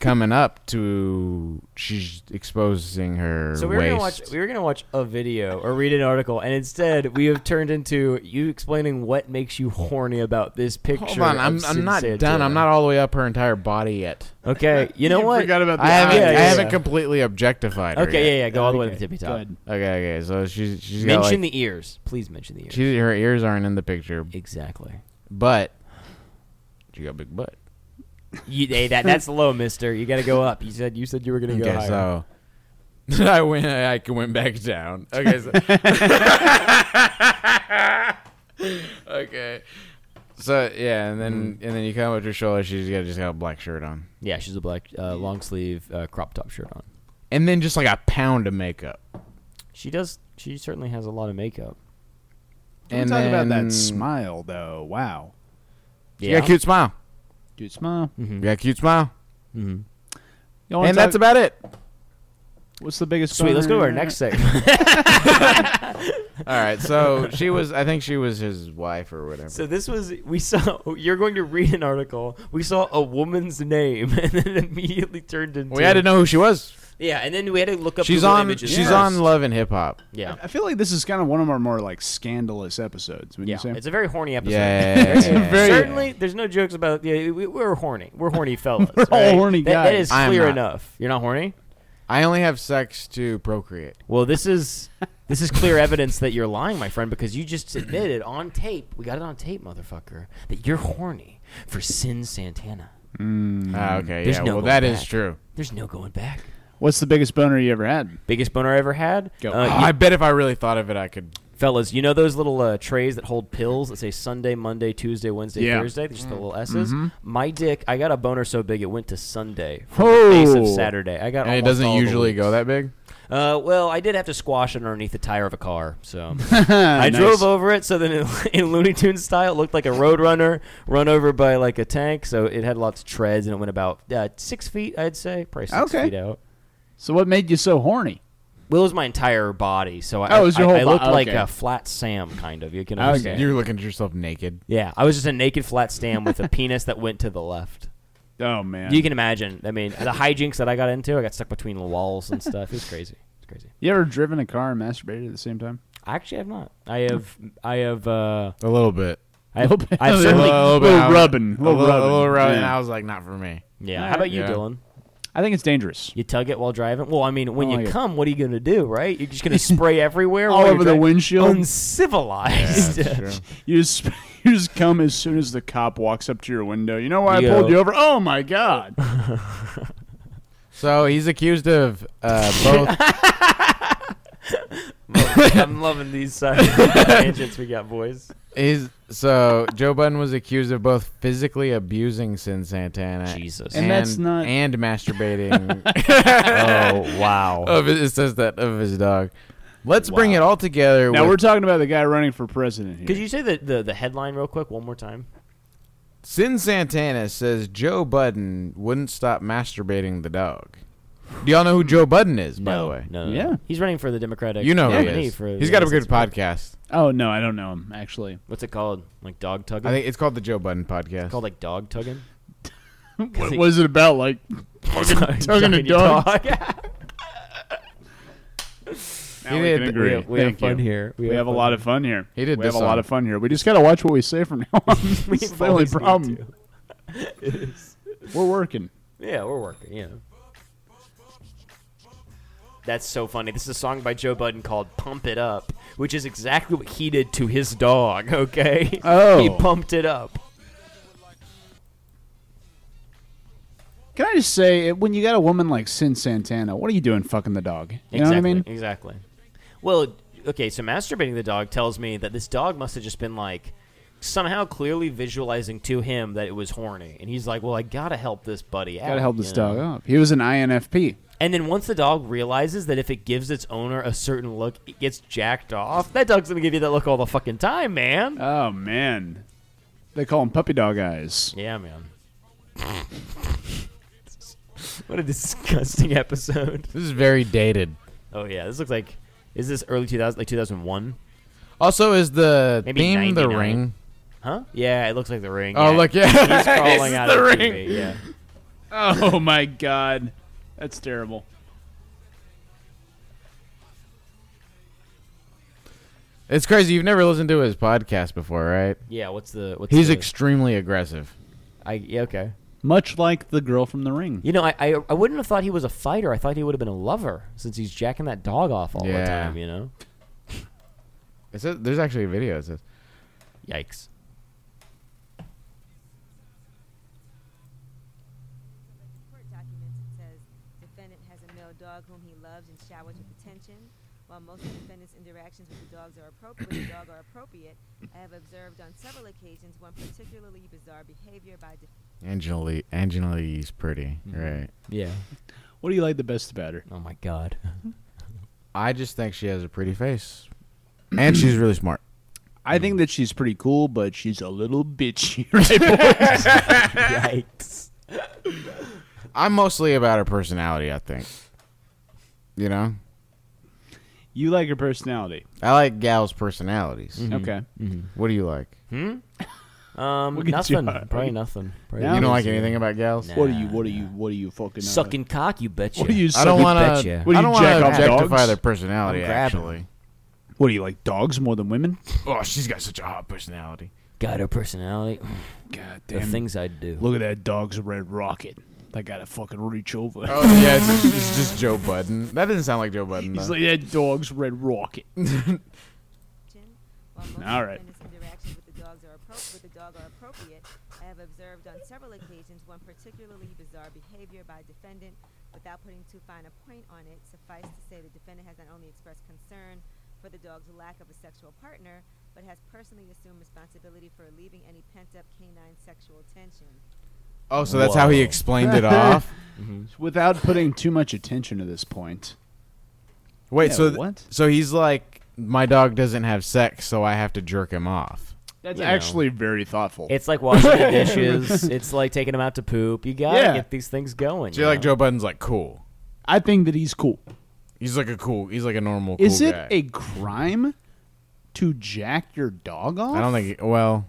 [SPEAKER 1] coming up to she's exposing her
[SPEAKER 5] So we were
[SPEAKER 1] waist.
[SPEAKER 5] gonna watch we were gonna watch a video or read an article, and instead we have turned into you explaining what makes you horny about this picture.
[SPEAKER 1] Hold on,
[SPEAKER 5] of
[SPEAKER 1] I'm, I'm
[SPEAKER 5] Sin
[SPEAKER 1] not
[SPEAKER 5] Seiya
[SPEAKER 1] done. I'm
[SPEAKER 5] Jin.
[SPEAKER 1] not all the way up her entire body yet.
[SPEAKER 5] Okay, you know what?
[SPEAKER 4] forgot about the
[SPEAKER 1] I haven't
[SPEAKER 5] Yeah,
[SPEAKER 1] I
[SPEAKER 5] yeah,
[SPEAKER 1] haven't
[SPEAKER 5] yeah.
[SPEAKER 1] completely objectified her.
[SPEAKER 5] Okay,
[SPEAKER 1] yet.
[SPEAKER 5] yeah, yeah. Go all the way to the
[SPEAKER 4] Okay,
[SPEAKER 5] tippy
[SPEAKER 4] go
[SPEAKER 5] top.
[SPEAKER 4] ahead.
[SPEAKER 1] Okay, okay. So she's she's got,
[SPEAKER 5] Mention
[SPEAKER 1] like,
[SPEAKER 5] the ears, please. Mention the ears.
[SPEAKER 1] she, her ears aren't in the picture,
[SPEAKER 5] Exactly.
[SPEAKER 1] but she got a big butt.
[SPEAKER 5] You, hey, that that's low, Mister. You got to go up. You said you said you were gonna go
[SPEAKER 1] Okay,
[SPEAKER 5] higher.
[SPEAKER 1] so I went. I went back down. Okay, so okay. So yeah, and then and then you come up to her shoulder. She's got just got a black shirt on,
[SPEAKER 5] Yeah, she's a black uh, long sleeve uh, crop top shirt on.
[SPEAKER 1] and then just like a pound of makeup.
[SPEAKER 5] She does. She certainly has a lot of makeup.
[SPEAKER 4] Can we
[SPEAKER 1] And
[SPEAKER 4] talk about
[SPEAKER 1] then-
[SPEAKER 4] that smile though? Wow,
[SPEAKER 1] She got a cute smile.
[SPEAKER 4] dude, smile.
[SPEAKER 1] You got a cute smile,
[SPEAKER 5] hmm
[SPEAKER 4] Y'all wanna
[SPEAKER 1] and that's
[SPEAKER 4] talk-
[SPEAKER 1] about it.
[SPEAKER 4] what's the biggest.
[SPEAKER 5] Sweet. Let's go to
[SPEAKER 4] boner
[SPEAKER 5] our
[SPEAKER 4] in
[SPEAKER 5] next
[SPEAKER 4] there?
[SPEAKER 5] segment.
[SPEAKER 1] All right, so she was. I think she was his wife or whatever.
[SPEAKER 5] so this was we saw. You're going to read an article. We saw a woman's name, and then it immediately turned into.
[SPEAKER 1] we had to know who she was.
[SPEAKER 5] Yeah, and then we had to look up.
[SPEAKER 1] She's
[SPEAKER 5] Google
[SPEAKER 1] on.
[SPEAKER 5] Images
[SPEAKER 1] She's
[SPEAKER 5] first.
[SPEAKER 1] on Love and Hip Hop.
[SPEAKER 5] Yeah,
[SPEAKER 4] I feel like this is kind of one of our more like scandalous episodes. Wouldn't
[SPEAKER 5] yeah.
[SPEAKER 4] you
[SPEAKER 5] It's
[SPEAKER 4] say?
[SPEAKER 5] a very horny episode.
[SPEAKER 1] Yeah.
[SPEAKER 4] Very-
[SPEAKER 5] Certainly, there's no jokes about. Yeah, we, we're horny. We're horny fellas.
[SPEAKER 4] We're all
[SPEAKER 5] right?
[SPEAKER 4] horny
[SPEAKER 5] That- that
[SPEAKER 4] guys.
[SPEAKER 5] is
[SPEAKER 1] I am
[SPEAKER 5] clear
[SPEAKER 1] not.
[SPEAKER 5] enough. You're not horny.
[SPEAKER 1] I only have sex to procreate.
[SPEAKER 5] Well, this is this is clear evidence that you're lying, my friend, because you just admitted on tape. We got it on tape, motherfucker, that you're horny for Sin Santana.
[SPEAKER 1] Ah, okay,
[SPEAKER 5] There's
[SPEAKER 1] yeah. well,
[SPEAKER 5] no going
[SPEAKER 1] that is
[SPEAKER 5] back.
[SPEAKER 1] true.
[SPEAKER 5] There's no going back.
[SPEAKER 4] What's the biggest boner you ever had?
[SPEAKER 5] Biggest boner I ever had.
[SPEAKER 4] Go.
[SPEAKER 5] Uh,
[SPEAKER 1] Oh, I bet if I really thought of it, I could.
[SPEAKER 5] you- fellas, you know those little uh, trays that hold pills that say Sunday, Monday, Tuesday, Wednesday,
[SPEAKER 4] Yeah. Mm-hmm.
[SPEAKER 5] Thursday? They're just the little S's. My dick, I got a boner so big it went to Sunday from
[SPEAKER 1] Oh.
[SPEAKER 5] the face of Saturday. I got
[SPEAKER 1] And it
[SPEAKER 5] almost
[SPEAKER 1] doesn't
[SPEAKER 5] all the
[SPEAKER 1] usually
[SPEAKER 5] weeks.
[SPEAKER 1] go that big.
[SPEAKER 5] Uh, well, I did have to squash it underneath the tire of a car, so I
[SPEAKER 4] I
[SPEAKER 5] drove over it. So then, it, in Looney Tunes style, it looked like a road runner run over by like a tank. So it had lots of treads, and it went about uh, six feet, I'd say, probably six
[SPEAKER 4] Okay.
[SPEAKER 5] feet out.
[SPEAKER 4] So what made you so horny?
[SPEAKER 5] Well, it was my entire body, so I,
[SPEAKER 4] Oh, it was your
[SPEAKER 5] I-
[SPEAKER 4] whole
[SPEAKER 5] I looked
[SPEAKER 4] bo-
[SPEAKER 5] like
[SPEAKER 4] okay.
[SPEAKER 5] a flat Sam, kind of. You can
[SPEAKER 4] Okay.
[SPEAKER 5] understand.
[SPEAKER 1] You're looking at yourself naked.
[SPEAKER 5] Yeah, I was just a naked flat Sam with a penis that went to the left.
[SPEAKER 4] Oh man,
[SPEAKER 5] You can imagine. I mean, the hijinks that I got into, I got stuck between the walls and stuff. It was crazy. It's crazy.
[SPEAKER 4] You ever driven a car and masturbated at the same time?
[SPEAKER 5] I actually have not. I have. I have. uh
[SPEAKER 1] A little bit.
[SPEAKER 5] I have,
[SPEAKER 4] bit.
[SPEAKER 5] I've
[SPEAKER 4] A
[SPEAKER 5] certainly.
[SPEAKER 4] little- little rubbing,
[SPEAKER 1] A
[SPEAKER 4] little
[SPEAKER 1] little, a little
[SPEAKER 4] rubbing,
[SPEAKER 1] rubbing.
[SPEAKER 4] yeah.
[SPEAKER 1] I was like, not for me.
[SPEAKER 5] Yeah. How about you,
[SPEAKER 1] Yeah.
[SPEAKER 5] Dylan?
[SPEAKER 4] I think it's dangerous.
[SPEAKER 5] You tug it while driving. Well, I mean,
[SPEAKER 1] Oh
[SPEAKER 5] when
[SPEAKER 4] I like
[SPEAKER 5] you
[SPEAKER 4] it.
[SPEAKER 5] come, what are you gonna do, right? You're just gonna spray everywhere,
[SPEAKER 4] All
[SPEAKER 5] while you're
[SPEAKER 4] over the
[SPEAKER 5] driving?
[SPEAKER 4] windshield?
[SPEAKER 5] Uncivilized.
[SPEAKER 4] You just you just come as soon as the cop walks up to your window. You know why
[SPEAKER 5] Yo.
[SPEAKER 4] I pulled you over? Oh my god!
[SPEAKER 1] So he's accused of uh, both.
[SPEAKER 5] I'm loving these uh, tangents we got, boys.
[SPEAKER 1] He's so Joe Budden was accused of both physically abusing Sin Santana,
[SPEAKER 5] Jesus.
[SPEAKER 4] And that's not-
[SPEAKER 1] and masturbating.
[SPEAKER 5] Oh wow.
[SPEAKER 1] of his, it says that of his dog. Let's bring it all together.
[SPEAKER 4] now
[SPEAKER 1] with
[SPEAKER 4] we're talking about the guy running for president here.
[SPEAKER 5] Could you say the, the the headline real quick one more time?
[SPEAKER 1] Sin Santana says Joe Budden wouldn't stop masturbating the dog. Do y'all know who Joe Budden is, by the way?
[SPEAKER 5] no, no,
[SPEAKER 4] Yeah.
[SPEAKER 5] no. he's running for the Democratic.
[SPEAKER 1] You know who
[SPEAKER 5] nominee
[SPEAKER 1] he is.
[SPEAKER 5] for the
[SPEAKER 1] He's got a
[SPEAKER 5] United
[SPEAKER 1] good
[SPEAKER 5] States
[SPEAKER 1] podcast.
[SPEAKER 4] oh no, I don't know him actually.
[SPEAKER 5] What's it called? Like dog tugging.
[SPEAKER 1] I think it's called the Joe Budden Podcast.
[SPEAKER 5] it's called like dog tugging.
[SPEAKER 4] What was it about? Like tugging a
[SPEAKER 5] your
[SPEAKER 4] dog.
[SPEAKER 1] He
[SPEAKER 4] we
[SPEAKER 1] did- we
[SPEAKER 4] can agree.
[SPEAKER 5] have- we have
[SPEAKER 4] Thank you.
[SPEAKER 5] fun here.
[SPEAKER 4] We, have a lot of fun here.
[SPEAKER 1] He did
[SPEAKER 4] We have
[SPEAKER 1] this
[SPEAKER 4] a lot
[SPEAKER 1] song.
[SPEAKER 4] of fun here. We just gotta watch what we say from now on.
[SPEAKER 5] We
[SPEAKER 4] It's the only
[SPEAKER 5] always need
[SPEAKER 4] problem.
[SPEAKER 5] to. It is.
[SPEAKER 4] We're working.
[SPEAKER 5] Yeah, we're working. Yeah. That's so funny. This is a song by Joe Budden called "Pump It Up," which is exactly what he did to his dog. Okay.
[SPEAKER 4] Oh.
[SPEAKER 5] he pumped it up.
[SPEAKER 4] Can I just say, when you got a woman like Sin Santana, what are you doing fucking the dog? You
[SPEAKER 5] Exactly.
[SPEAKER 4] know what I mean?
[SPEAKER 5] Exactly. Well, okay. So masturbating the dog tells me that this dog must have just been like somehow clearly visualizing to him that it was horny, and he's like, "Well, I gotta help this buddy out.
[SPEAKER 4] Gotta help this
[SPEAKER 5] you know?
[SPEAKER 4] dog up. He was an INFP.
[SPEAKER 5] And then once the dog realizes that if it gives its owner a certain look, it gets jacked off. That dog's gonna give you that look all the fucking time, man.
[SPEAKER 4] Oh man, they call him puppy dog eyes.
[SPEAKER 5] Yeah, man. what a disgusting episode.
[SPEAKER 1] This is very dated.
[SPEAKER 5] Oh yeah, this looks like is this early 2000 like 2001?
[SPEAKER 1] Also, is the
[SPEAKER 5] Maybe
[SPEAKER 1] theme the
[SPEAKER 5] 99.
[SPEAKER 1] ring?
[SPEAKER 5] Huh? Yeah, it looks like the ring.
[SPEAKER 1] Oh, look, yeah.
[SPEAKER 5] He's
[SPEAKER 4] It's
[SPEAKER 5] crawling out
[SPEAKER 4] the
[SPEAKER 5] of
[SPEAKER 4] ring.
[SPEAKER 5] TV, yeah.
[SPEAKER 4] Oh my god, that's terrible.
[SPEAKER 1] It's crazy. You've never listened to his podcast before, right?
[SPEAKER 5] Yeah, what's the what's
[SPEAKER 1] He's
[SPEAKER 5] the,
[SPEAKER 1] extremely aggressive.
[SPEAKER 5] I yeah, okay.
[SPEAKER 4] Much like the girl from The Ring.
[SPEAKER 5] You know, I, I I wouldn't have thought he was a fighter. I thought he would have been a lover since he's jacking that dog off all
[SPEAKER 1] Yeah.
[SPEAKER 5] the time, you know.
[SPEAKER 1] It says, there's actually a video. It says,
[SPEAKER 5] Yikes.
[SPEAKER 12] Court documents, it says defendant has a male dog whom he loves and showers with attention. While most of defendant's interactions with the dogs are appropriate, the dog are appropriate. I have observed on several occasions one particularly bizarre behavior by defendant.
[SPEAKER 1] Angela Lee, Angela Lee's pretty,
[SPEAKER 5] Mm-hmm.
[SPEAKER 1] right?
[SPEAKER 5] Yeah.
[SPEAKER 4] What do you like the best about her?
[SPEAKER 5] Oh my god.
[SPEAKER 1] I just think she has a pretty face, and she's really smart.
[SPEAKER 4] I think that she's pretty cool, but she's a little bitchy, right, boys?
[SPEAKER 5] Yikes.
[SPEAKER 1] I'm mostly about her personality. I think. You know,
[SPEAKER 4] You like her personality.
[SPEAKER 1] I like gals' personalities.
[SPEAKER 4] Okay.
[SPEAKER 1] What do you like?
[SPEAKER 5] Hmm? Um,
[SPEAKER 4] Look at
[SPEAKER 5] nothing.
[SPEAKER 4] John.
[SPEAKER 5] Probably nothing. Probably
[SPEAKER 4] Now
[SPEAKER 1] you don't like
[SPEAKER 4] he's-
[SPEAKER 1] anything about gals?
[SPEAKER 4] What are you? What are you? What are you fucking? uh,
[SPEAKER 5] Sucking cock, you betcha.
[SPEAKER 4] What do you?
[SPEAKER 1] I don't
[SPEAKER 4] suck-
[SPEAKER 1] want
[SPEAKER 5] betcha.
[SPEAKER 1] to.
[SPEAKER 4] What
[SPEAKER 1] I
[SPEAKER 4] do you
[SPEAKER 1] don't want
[SPEAKER 4] jack
[SPEAKER 1] to
[SPEAKER 4] off
[SPEAKER 1] objectify
[SPEAKER 4] dogs?
[SPEAKER 1] their personality.
[SPEAKER 5] I'm grabbing
[SPEAKER 1] Actually,
[SPEAKER 4] What do you like? Dogs more than women?
[SPEAKER 1] oh, she's got such a hot personality.
[SPEAKER 5] Got her personality.
[SPEAKER 4] God
[SPEAKER 5] The
[SPEAKER 4] damn!
[SPEAKER 5] things I'd do.
[SPEAKER 4] Look at that dog's red rocket. I gotta fucking reach over.
[SPEAKER 1] Oh yeah, it's, it's just Joe Budden. That doesn't sound like Joe Budden.
[SPEAKER 4] He's
[SPEAKER 1] though.
[SPEAKER 4] like that dog's red rocket.
[SPEAKER 12] While most
[SPEAKER 4] All right.
[SPEAKER 12] defendant's interactions with the dogs are appro- with the dog are appropriate, I have observed on several occasions one particularly bizarre behavior by defendant. Without putting too fine a point on it, suffice to say the defendant has not only expressed concern for the dog's lack of a sexual partner, but has personally assumed responsibility for alleviating any pent-up canine sexual tension.
[SPEAKER 1] oh, so that's how he
[SPEAKER 5] Whoa.
[SPEAKER 1] explained it off.
[SPEAKER 4] Mm-hmm. Without putting too much attention to this point.
[SPEAKER 1] Wait,
[SPEAKER 4] Yeah,
[SPEAKER 1] so th-
[SPEAKER 4] what?
[SPEAKER 1] so he's like, my dog doesn't have sex, so I have to jerk him off.
[SPEAKER 4] That's
[SPEAKER 5] You know.
[SPEAKER 4] actually very thoughtful.
[SPEAKER 5] It's like washing the dishes. It's like taking them out to poop. You gotta
[SPEAKER 4] Yeah.
[SPEAKER 5] get these things going.
[SPEAKER 1] So
[SPEAKER 5] you
[SPEAKER 1] you're like
[SPEAKER 5] know?
[SPEAKER 1] Joe Budden's like cool.
[SPEAKER 4] I think that he's cool.
[SPEAKER 1] He's like a cool. He's like a normal.
[SPEAKER 4] Is
[SPEAKER 1] cool
[SPEAKER 4] it
[SPEAKER 1] guy.
[SPEAKER 4] a crime to jack your dog off?
[SPEAKER 1] I don't think. Well,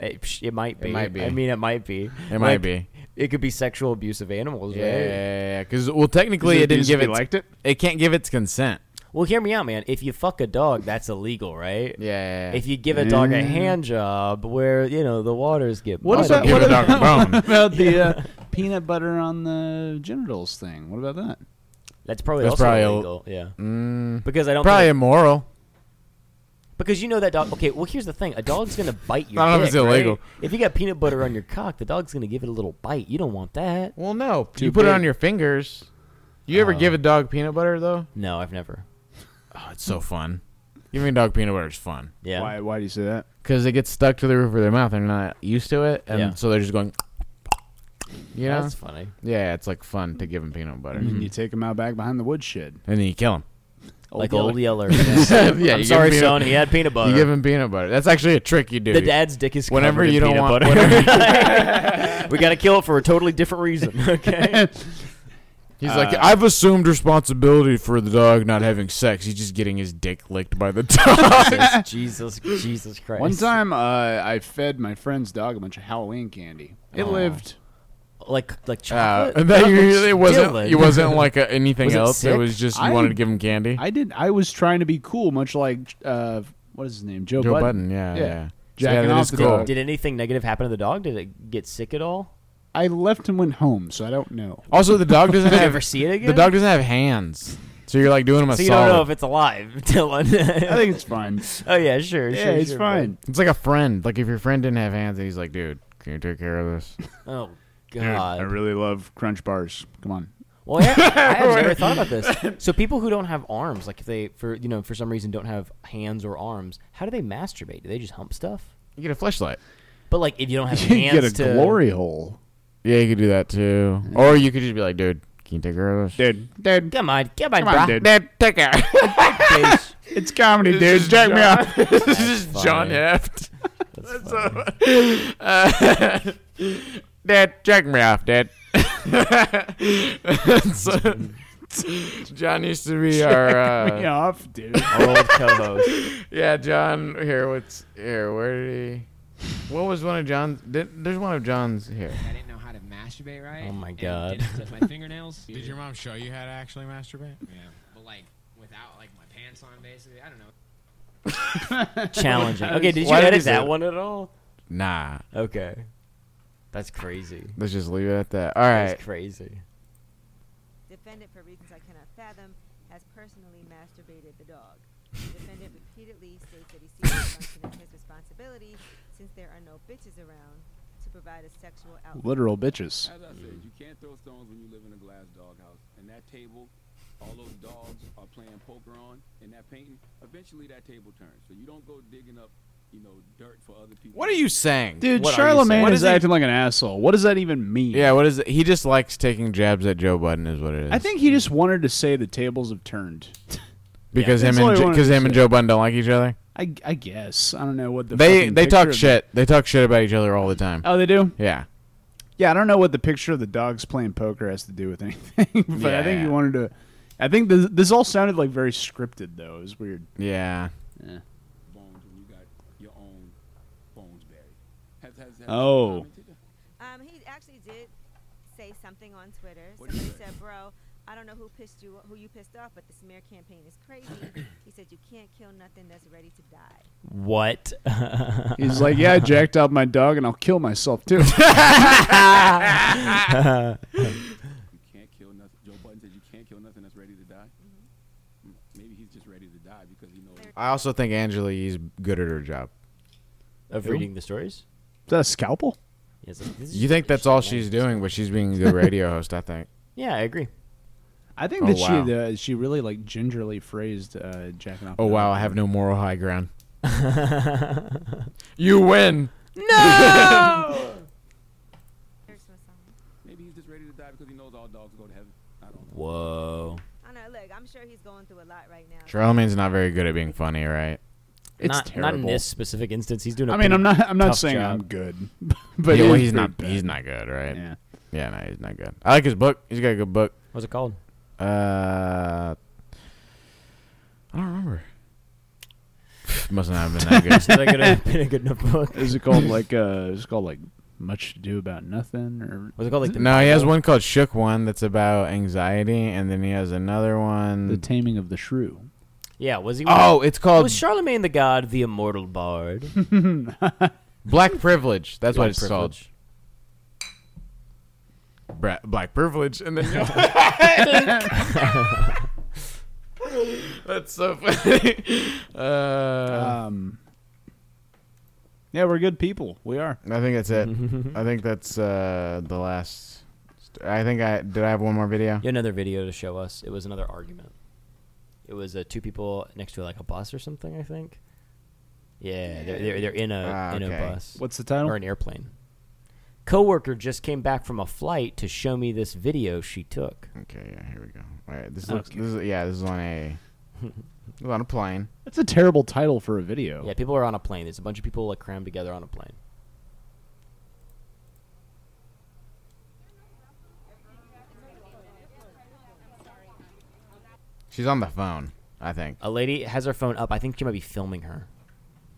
[SPEAKER 5] It, psh, it might be.
[SPEAKER 1] might be.
[SPEAKER 5] I mean, it might be. It
[SPEAKER 1] might be.
[SPEAKER 5] It could be sexual abuse of animals.
[SPEAKER 1] yeah,
[SPEAKER 5] Right?
[SPEAKER 1] because well, technically,
[SPEAKER 4] Is it
[SPEAKER 1] it didn't
[SPEAKER 4] abuse
[SPEAKER 1] give
[SPEAKER 4] if
[SPEAKER 1] it.
[SPEAKER 4] he liked it?
[SPEAKER 1] It can't give its consent.
[SPEAKER 5] Well, hear me out, man. If you fuck a dog, that's illegal, right?
[SPEAKER 1] Yeah. Mm. yeah, yeah.
[SPEAKER 5] If you give a dog
[SPEAKER 4] Yeah.
[SPEAKER 5] a hand job, where you know the waters get
[SPEAKER 4] What
[SPEAKER 5] muddy.
[SPEAKER 4] about
[SPEAKER 1] give
[SPEAKER 4] what
[SPEAKER 1] a dog a bone.
[SPEAKER 4] about the uh, peanut butter on the genitals thing? What about that?
[SPEAKER 5] That's probably
[SPEAKER 1] That's
[SPEAKER 5] also
[SPEAKER 1] probably a-
[SPEAKER 5] illegal. yeah.
[SPEAKER 1] Mm,
[SPEAKER 5] Because I don't
[SPEAKER 1] probably
[SPEAKER 5] think-
[SPEAKER 1] immoral.
[SPEAKER 5] Because you know that dog. Okay, well here's the thing: a dog's gonna bite you.
[SPEAKER 1] I don't know if it's illegal.
[SPEAKER 5] If you got peanut butter on your cock, the dog's gonna give it a little bite. You don't want that.
[SPEAKER 1] Well, no.
[SPEAKER 4] Too
[SPEAKER 1] you put it
[SPEAKER 4] big.
[SPEAKER 1] on your fingers. You ever
[SPEAKER 5] Oh.
[SPEAKER 1] give a dog peanut butter though?
[SPEAKER 5] No, I've never.
[SPEAKER 1] Uh. Oh, it's so fun. Giving a dog peanut butter is fun
[SPEAKER 5] Yeah.
[SPEAKER 4] Why? Why do you say that?
[SPEAKER 1] because it gets stuck to the roof of their mouth. They're not used to it, and
[SPEAKER 5] Yeah.
[SPEAKER 1] so they're just going. You know?
[SPEAKER 5] That's funny.
[SPEAKER 1] yeah, it's like fun to give them peanut butter,
[SPEAKER 4] You take him out back behind the woodshed.
[SPEAKER 1] and then you kill them.
[SPEAKER 5] like
[SPEAKER 4] Yeller.
[SPEAKER 5] old Yeller.
[SPEAKER 1] yeah,
[SPEAKER 5] I'm
[SPEAKER 1] you
[SPEAKER 5] sorry,
[SPEAKER 1] give 'em peanut-
[SPEAKER 5] son. He had peanut butter.
[SPEAKER 1] You give him peanut butter. That's actually a trick you do.
[SPEAKER 5] the dad's dick is
[SPEAKER 1] Whenever
[SPEAKER 5] covered in
[SPEAKER 1] you don't
[SPEAKER 5] peanut
[SPEAKER 1] want-
[SPEAKER 5] butter. we gotta kill it for a totally different reason. Okay.
[SPEAKER 1] He's like, I've assumed responsibility for the dog not having sex. He's just getting his dick licked by the dog.
[SPEAKER 5] Jesus, Jesus Christ.
[SPEAKER 4] One time, uh, I fed my friend's dog a bunch of Halloween candy. It
[SPEAKER 5] Aw.
[SPEAKER 4] lived.
[SPEAKER 5] like like
[SPEAKER 1] Uh,
[SPEAKER 5] chocolate.
[SPEAKER 1] and that
[SPEAKER 5] That
[SPEAKER 1] you,
[SPEAKER 5] looks
[SPEAKER 1] it wasn't.
[SPEAKER 5] Dylan.
[SPEAKER 1] It wasn't like a, anything
[SPEAKER 5] Was it
[SPEAKER 1] else. It
[SPEAKER 5] sick?
[SPEAKER 1] was just you
[SPEAKER 4] I-
[SPEAKER 1] wanted to give him candy.
[SPEAKER 4] I did. I was trying to be cool, much like uh, what is his name, Joe,
[SPEAKER 1] Joe
[SPEAKER 4] Budden.
[SPEAKER 1] Budden. Yeah,
[SPEAKER 4] Yeah.
[SPEAKER 1] yeah.
[SPEAKER 4] Jacking
[SPEAKER 1] that
[SPEAKER 4] off
[SPEAKER 1] is
[SPEAKER 4] the
[SPEAKER 1] cool.
[SPEAKER 4] dog.
[SPEAKER 5] Did anything negative happen to the dog? Did it get sick at all?
[SPEAKER 4] I left and went home, so I don't know.
[SPEAKER 1] Also, the dog doesn't
[SPEAKER 5] Did you
[SPEAKER 1] have.
[SPEAKER 5] ever see it again?
[SPEAKER 1] The dog doesn't have hands. So you're like doing them a
[SPEAKER 5] so you
[SPEAKER 1] solid.
[SPEAKER 5] don't know if it's alive, Dylan. I
[SPEAKER 4] think it's fine.
[SPEAKER 5] Oh yeah, sure.
[SPEAKER 4] Yeah,
[SPEAKER 5] sure,
[SPEAKER 4] it's
[SPEAKER 5] sure,
[SPEAKER 4] fine.
[SPEAKER 1] It's like a friend. Like if your friend didn't have hands, and he's like, "Dude, can you take care of this?"
[SPEAKER 5] Oh
[SPEAKER 4] Dude,
[SPEAKER 5] god.
[SPEAKER 4] I really love crunch bars. Come on.
[SPEAKER 5] Well, yeah, I have never thought about this. So people who don't have arms, like if they for you know for some reason don't have hands or arms, how do they masturbate? Do they just hump stuff?
[SPEAKER 1] You get a flashlight.
[SPEAKER 5] But like if you don't have
[SPEAKER 4] You
[SPEAKER 5] hands
[SPEAKER 4] get a
[SPEAKER 5] to
[SPEAKER 4] glory hole.
[SPEAKER 1] Yeah, you could do that too. Or you could just be like, "Dude, can you take care of this?"
[SPEAKER 4] Dude, dude,
[SPEAKER 5] come on, come on,
[SPEAKER 4] Come on,
[SPEAKER 5] brah.
[SPEAKER 4] dude.
[SPEAKER 1] take care.
[SPEAKER 4] It's comedy, dude. Jack me up.
[SPEAKER 1] this is
[SPEAKER 5] funny.
[SPEAKER 1] John Heft. That's so- uh, Dad, check me off, Dad. So, John used to be our
[SPEAKER 4] Jack me
[SPEAKER 1] uh,
[SPEAKER 4] off, dude.
[SPEAKER 5] old co-host.
[SPEAKER 1] yeah. John here. What's here? Where did he? What was one of John's? Did, there's one of John's here.
[SPEAKER 13] I didn't know how to masturbate right.
[SPEAKER 5] Oh my
[SPEAKER 13] and
[SPEAKER 5] God.
[SPEAKER 13] Didn't clip my fingernails.
[SPEAKER 14] Did your mom show you how to actually masturbate?
[SPEAKER 13] Yeah, but like without like my pants on, basically. I don't know.
[SPEAKER 5] challenging. Okay, did you
[SPEAKER 1] Why did
[SPEAKER 5] edit
[SPEAKER 1] he
[SPEAKER 5] that
[SPEAKER 1] say-
[SPEAKER 5] one at all?
[SPEAKER 1] Nah.
[SPEAKER 5] Okay, that's crazy.
[SPEAKER 1] Let's just leave it at that. All right.
[SPEAKER 5] That's crazy.
[SPEAKER 12] Defendant, for reasons I cannot fathom, has personally masturbated the dog. The defendant repeatedly states that he sees the function as his responsibility, since there are no bitches around, to provide a sexual outlet.
[SPEAKER 4] Literal bitches.
[SPEAKER 9] As I said, you can't throw stones when you live in a glass doghouse. And that table, all those dogs are playing poker on, and that painting, eventually that table turns. So you don't go digging up, you know, dirt for other people.
[SPEAKER 1] What are you saying,
[SPEAKER 4] Dude,
[SPEAKER 1] What are you saying?
[SPEAKER 4] Charlemagne
[SPEAKER 1] What
[SPEAKER 4] is
[SPEAKER 1] he-
[SPEAKER 4] acting like an asshole. What does that even mean?
[SPEAKER 1] Yeah, what is it? He just likes taking jabs at Joe Budden, is what it is.
[SPEAKER 4] I think he just wanted to say the tables have turned.
[SPEAKER 1] because
[SPEAKER 4] Yeah,
[SPEAKER 1] him
[SPEAKER 4] that's all
[SPEAKER 1] and
[SPEAKER 4] he
[SPEAKER 1] Jo-
[SPEAKER 4] wanted
[SPEAKER 1] because
[SPEAKER 4] to
[SPEAKER 1] him and
[SPEAKER 4] say.
[SPEAKER 1] Joe Budden don't like each other.
[SPEAKER 4] I, I guess. I don't know what the
[SPEAKER 1] they
[SPEAKER 4] fucking
[SPEAKER 1] they talk
[SPEAKER 4] picture of-
[SPEAKER 1] shit. They talk shit about each other all the time.
[SPEAKER 4] Oh, they do.
[SPEAKER 1] Yeah,
[SPEAKER 4] Yeah, I don't know what the picture of the dogs playing poker has to do with anything, but I think
[SPEAKER 1] Yeah.
[SPEAKER 4] he wanted to. I think this, this all sounded like very scripted, though. It was weird.
[SPEAKER 1] yeah.
[SPEAKER 9] Bones when you got your own bones buried. Has, has, has
[SPEAKER 4] Oh.
[SPEAKER 12] Um, he actually did say something on Twitter.
[SPEAKER 9] What'd he
[SPEAKER 12] Somebody
[SPEAKER 9] say?
[SPEAKER 12] said, "Bro, I don't know who pissed you, who you pissed off, but the smear campaign is crazy." he said, "You can't kill nothing that's ready to die."
[SPEAKER 5] What?
[SPEAKER 4] He's like, yeah, I jacked out my dog, and I'll kill myself too.
[SPEAKER 9] You can't kill nothing. Joe Button said you can't kill nothing that's ready to die. Mm, Maybe he's just ready to die because he knows.
[SPEAKER 1] I also think Angela Yee's good at her job.
[SPEAKER 5] of
[SPEAKER 1] Who?
[SPEAKER 5] reading the stories.
[SPEAKER 4] Is that a scalpel?
[SPEAKER 5] Yes, like, this is
[SPEAKER 1] You think that's all she's doing, but she's being a good radio host. I think.
[SPEAKER 5] Yeah, I agree.
[SPEAKER 4] I think
[SPEAKER 1] Oh,
[SPEAKER 4] that
[SPEAKER 1] wow.
[SPEAKER 4] she uh, she really like gingerly phrased uh, jacking off.
[SPEAKER 1] Oh
[SPEAKER 4] the
[SPEAKER 1] wow,
[SPEAKER 4] dog.
[SPEAKER 1] I have no moral high ground. you win.
[SPEAKER 9] Maybe he's just ready to die because he knows all dogs go to heaven. I don't know.
[SPEAKER 5] Whoa.
[SPEAKER 12] I know. Look, I'm sure he's going through a lot right now.
[SPEAKER 1] Charlemagne's not very good at being funny, right?
[SPEAKER 4] It's
[SPEAKER 5] not, Not in
[SPEAKER 4] terrible.
[SPEAKER 5] this specific instance. He's doing. I
[SPEAKER 4] I mean, I'm not I'm not
[SPEAKER 5] tough
[SPEAKER 4] saying
[SPEAKER 5] job.
[SPEAKER 4] I'm good, but
[SPEAKER 1] yeah, well,
[SPEAKER 4] it is
[SPEAKER 1] he's not.
[SPEAKER 4] pretty
[SPEAKER 1] He's not
[SPEAKER 4] bad.
[SPEAKER 1] good, right?
[SPEAKER 4] Yeah.
[SPEAKER 1] Yeah, no, he's not good. I like his book. He's got a good book.
[SPEAKER 5] What's it called?
[SPEAKER 1] Uh, I don't remember. Must not have been that good.
[SPEAKER 5] Did I get a, been a good enough book?
[SPEAKER 4] Is it called like uh? Is it called like much to do about nothing or
[SPEAKER 5] Was it called like the
[SPEAKER 1] No, he has
[SPEAKER 5] Bible?
[SPEAKER 1] one called Shook One that's about anxiety, and then he has another one.
[SPEAKER 4] the taming of the shrew?
[SPEAKER 5] Yeah, was he?
[SPEAKER 1] oh, it's called
[SPEAKER 5] was Charlemagne the God, the immortal bard?
[SPEAKER 1] Black Privilege. That's what
[SPEAKER 5] Black
[SPEAKER 1] it's called. Bra- Black Privilege, and then that's so funny. Uh,
[SPEAKER 4] Um. Yeah, we're good people. We are.
[SPEAKER 1] I think that's it. I think that's uh, the last. St- I think I did. I have one more video.
[SPEAKER 5] You had another video to show us. It was another argument. It was uh, two people next to like a bus or something. I think. Yeah, they're they're, they're in a
[SPEAKER 1] Ah,
[SPEAKER 5] in a
[SPEAKER 1] okay.
[SPEAKER 5] bus
[SPEAKER 4] What's the title?
[SPEAKER 5] or an airplane. Coworker just came back from a flight to show me this video she took.
[SPEAKER 1] Okay, yeah, here we go. All right, this looks. This is, yeah, this is on a. this is on a plane.
[SPEAKER 4] That's a terrible title for a
[SPEAKER 1] Oh.
[SPEAKER 4] video.
[SPEAKER 5] Yeah, people are on a plane. There's a bunch of people like crammed together on a plane.
[SPEAKER 1] She's on the phone. I think.
[SPEAKER 5] A lady has her phone up. I think she might be filming her,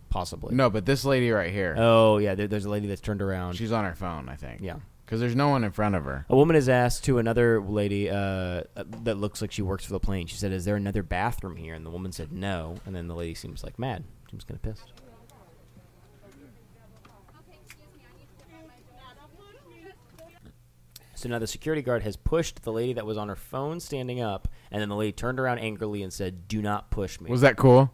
[SPEAKER 5] possibly.
[SPEAKER 1] No, but this lady right here.
[SPEAKER 5] Oh yeah, there, there's a lady that's turned around.
[SPEAKER 1] She's on her phone, I think.
[SPEAKER 5] Oh. yeah.
[SPEAKER 1] Because there's no one in front of her.
[SPEAKER 5] A woman is asked to another lady uh, uh, that looks like she works for the plane. She said, "Is there another bathroom here?" And the woman said, "No." And then the lady seems like mad. Seems kind of pissed. So now the security guard has pushed the lady that was on her phone standing up, And then the lady turned around angrily and said, "Do not push me."
[SPEAKER 1] Was that cool?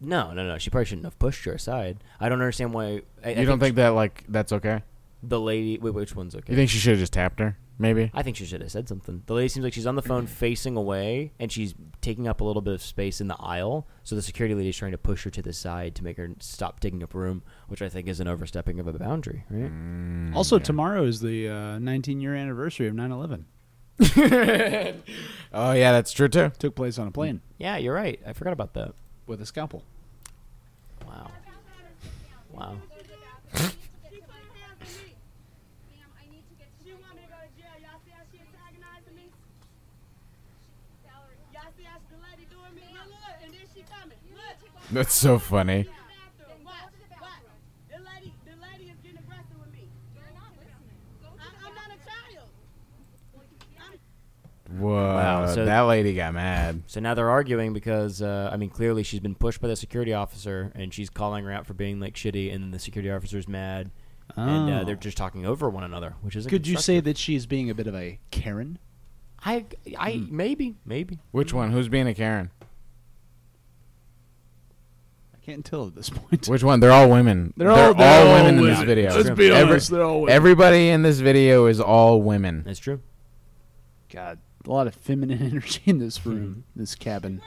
[SPEAKER 5] No, no, no. She probably shouldn't have pushed her aside. I don't understand why. I, I
[SPEAKER 1] you don't think that like that's okay?
[SPEAKER 5] the lady? Wait, which one's okay?
[SPEAKER 1] You think she should have just tapped her? Maybe.
[SPEAKER 5] I think she should have said something. The lady seems like she's on the phone
[SPEAKER 4] Mm-hmm.
[SPEAKER 5] facing away and she's taking up a little bit of space in the aisle. So the security lady is trying to push her to the side to make her stop taking up room, which I think is an overstepping of a boundary, right?
[SPEAKER 4] Mm-hmm. Also, tomorrow is the uh, 19 year anniversary of 9 11.
[SPEAKER 1] oh, yeah, that's true, too.
[SPEAKER 4] Took place on a plane
[SPEAKER 5] Yeah, you're right. I forgot about that.
[SPEAKER 4] with a scalpel.
[SPEAKER 5] Wow. Wow.
[SPEAKER 1] That's so funny. Whoa,
[SPEAKER 5] so-
[SPEAKER 1] that lady got mad.
[SPEAKER 5] So now they're arguing because, uh, I mean, clearly she's been pushed by the security officer and she's calling her out for being like shitty, and then the security officer's mad. And uh,
[SPEAKER 4] Oh.
[SPEAKER 5] they're just talking over one another, which isn't.
[SPEAKER 4] Could you
[SPEAKER 5] constructive.
[SPEAKER 4] say that she's being a bit of a Karen?
[SPEAKER 5] I, I
[SPEAKER 4] Mm.
[SPEAKER 5] maybe, maybe.
[SPEAKER 1] Which one? Who's being a Karen?
[SPEAKER 4] I can't tell at this point.
[SPEAKER 1] Which one? They're all women.
[SPEAKER 4] They're all- they're all
[SPEAKER 1] women in this
[SPEAKER 4] women.
[SPEAKER 1] video.
[SPEAKER 4] Let's be honest, they're all women.
[SPEAKER 1] Everybody in this video is all women.
[SPEAKER 5] That's true.
[SPEAKER 4] God, Hmm. a lot of feminine energy in this room, this cabin.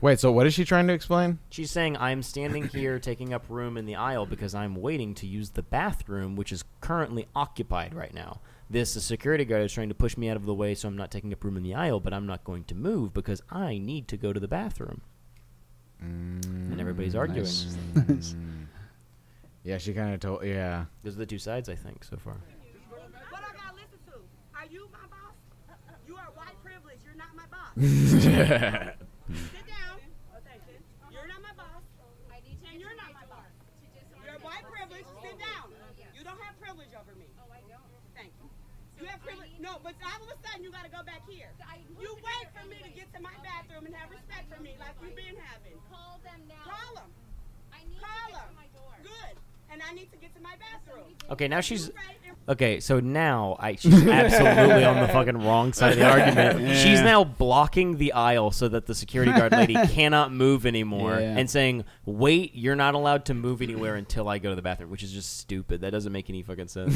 [SPEAKER 1] Wait, so what is she trying to explain?
[SPEAKER 5] She's saying, I'm standing here taking up room in the aisle because I'm waiting to use the bathroom, which is currently occupied right now. This the security guard is trying to push me out of the way, so I'm not taking up room in the aisle, but I'm not going to move because I need to go to the bathroom. and everybody's arguing.
[SPEAKER 1] Yeah, she kind of told. Yeah.
[SPEAKER 5] Those are the two sides, I think, so far.
[SPEAKER 15] Oh, No, but all of a sudden you gotta go back here. You wait for me to get to my bathroom and have respect for me like you've been having. Call them now. Call them. I need to get to my door. Good. And I need to get to my bathroom.
[SPEAKER 5] Okay, now she's okay. So now I she's absolutely on the fucking wrong side of the argument.
[SPEAKER 4] Yeah.
[SPEAKER 5] She's now blocking the aisle so that the security guard lady cannot move anymore,
[SPEAKER 4] Yeah.
[SPEAKER 5] and saying, "Wait, you're not allowed to move anywhere until I go to the bathroom," which is just stupid. That doesn't make any fucking sense.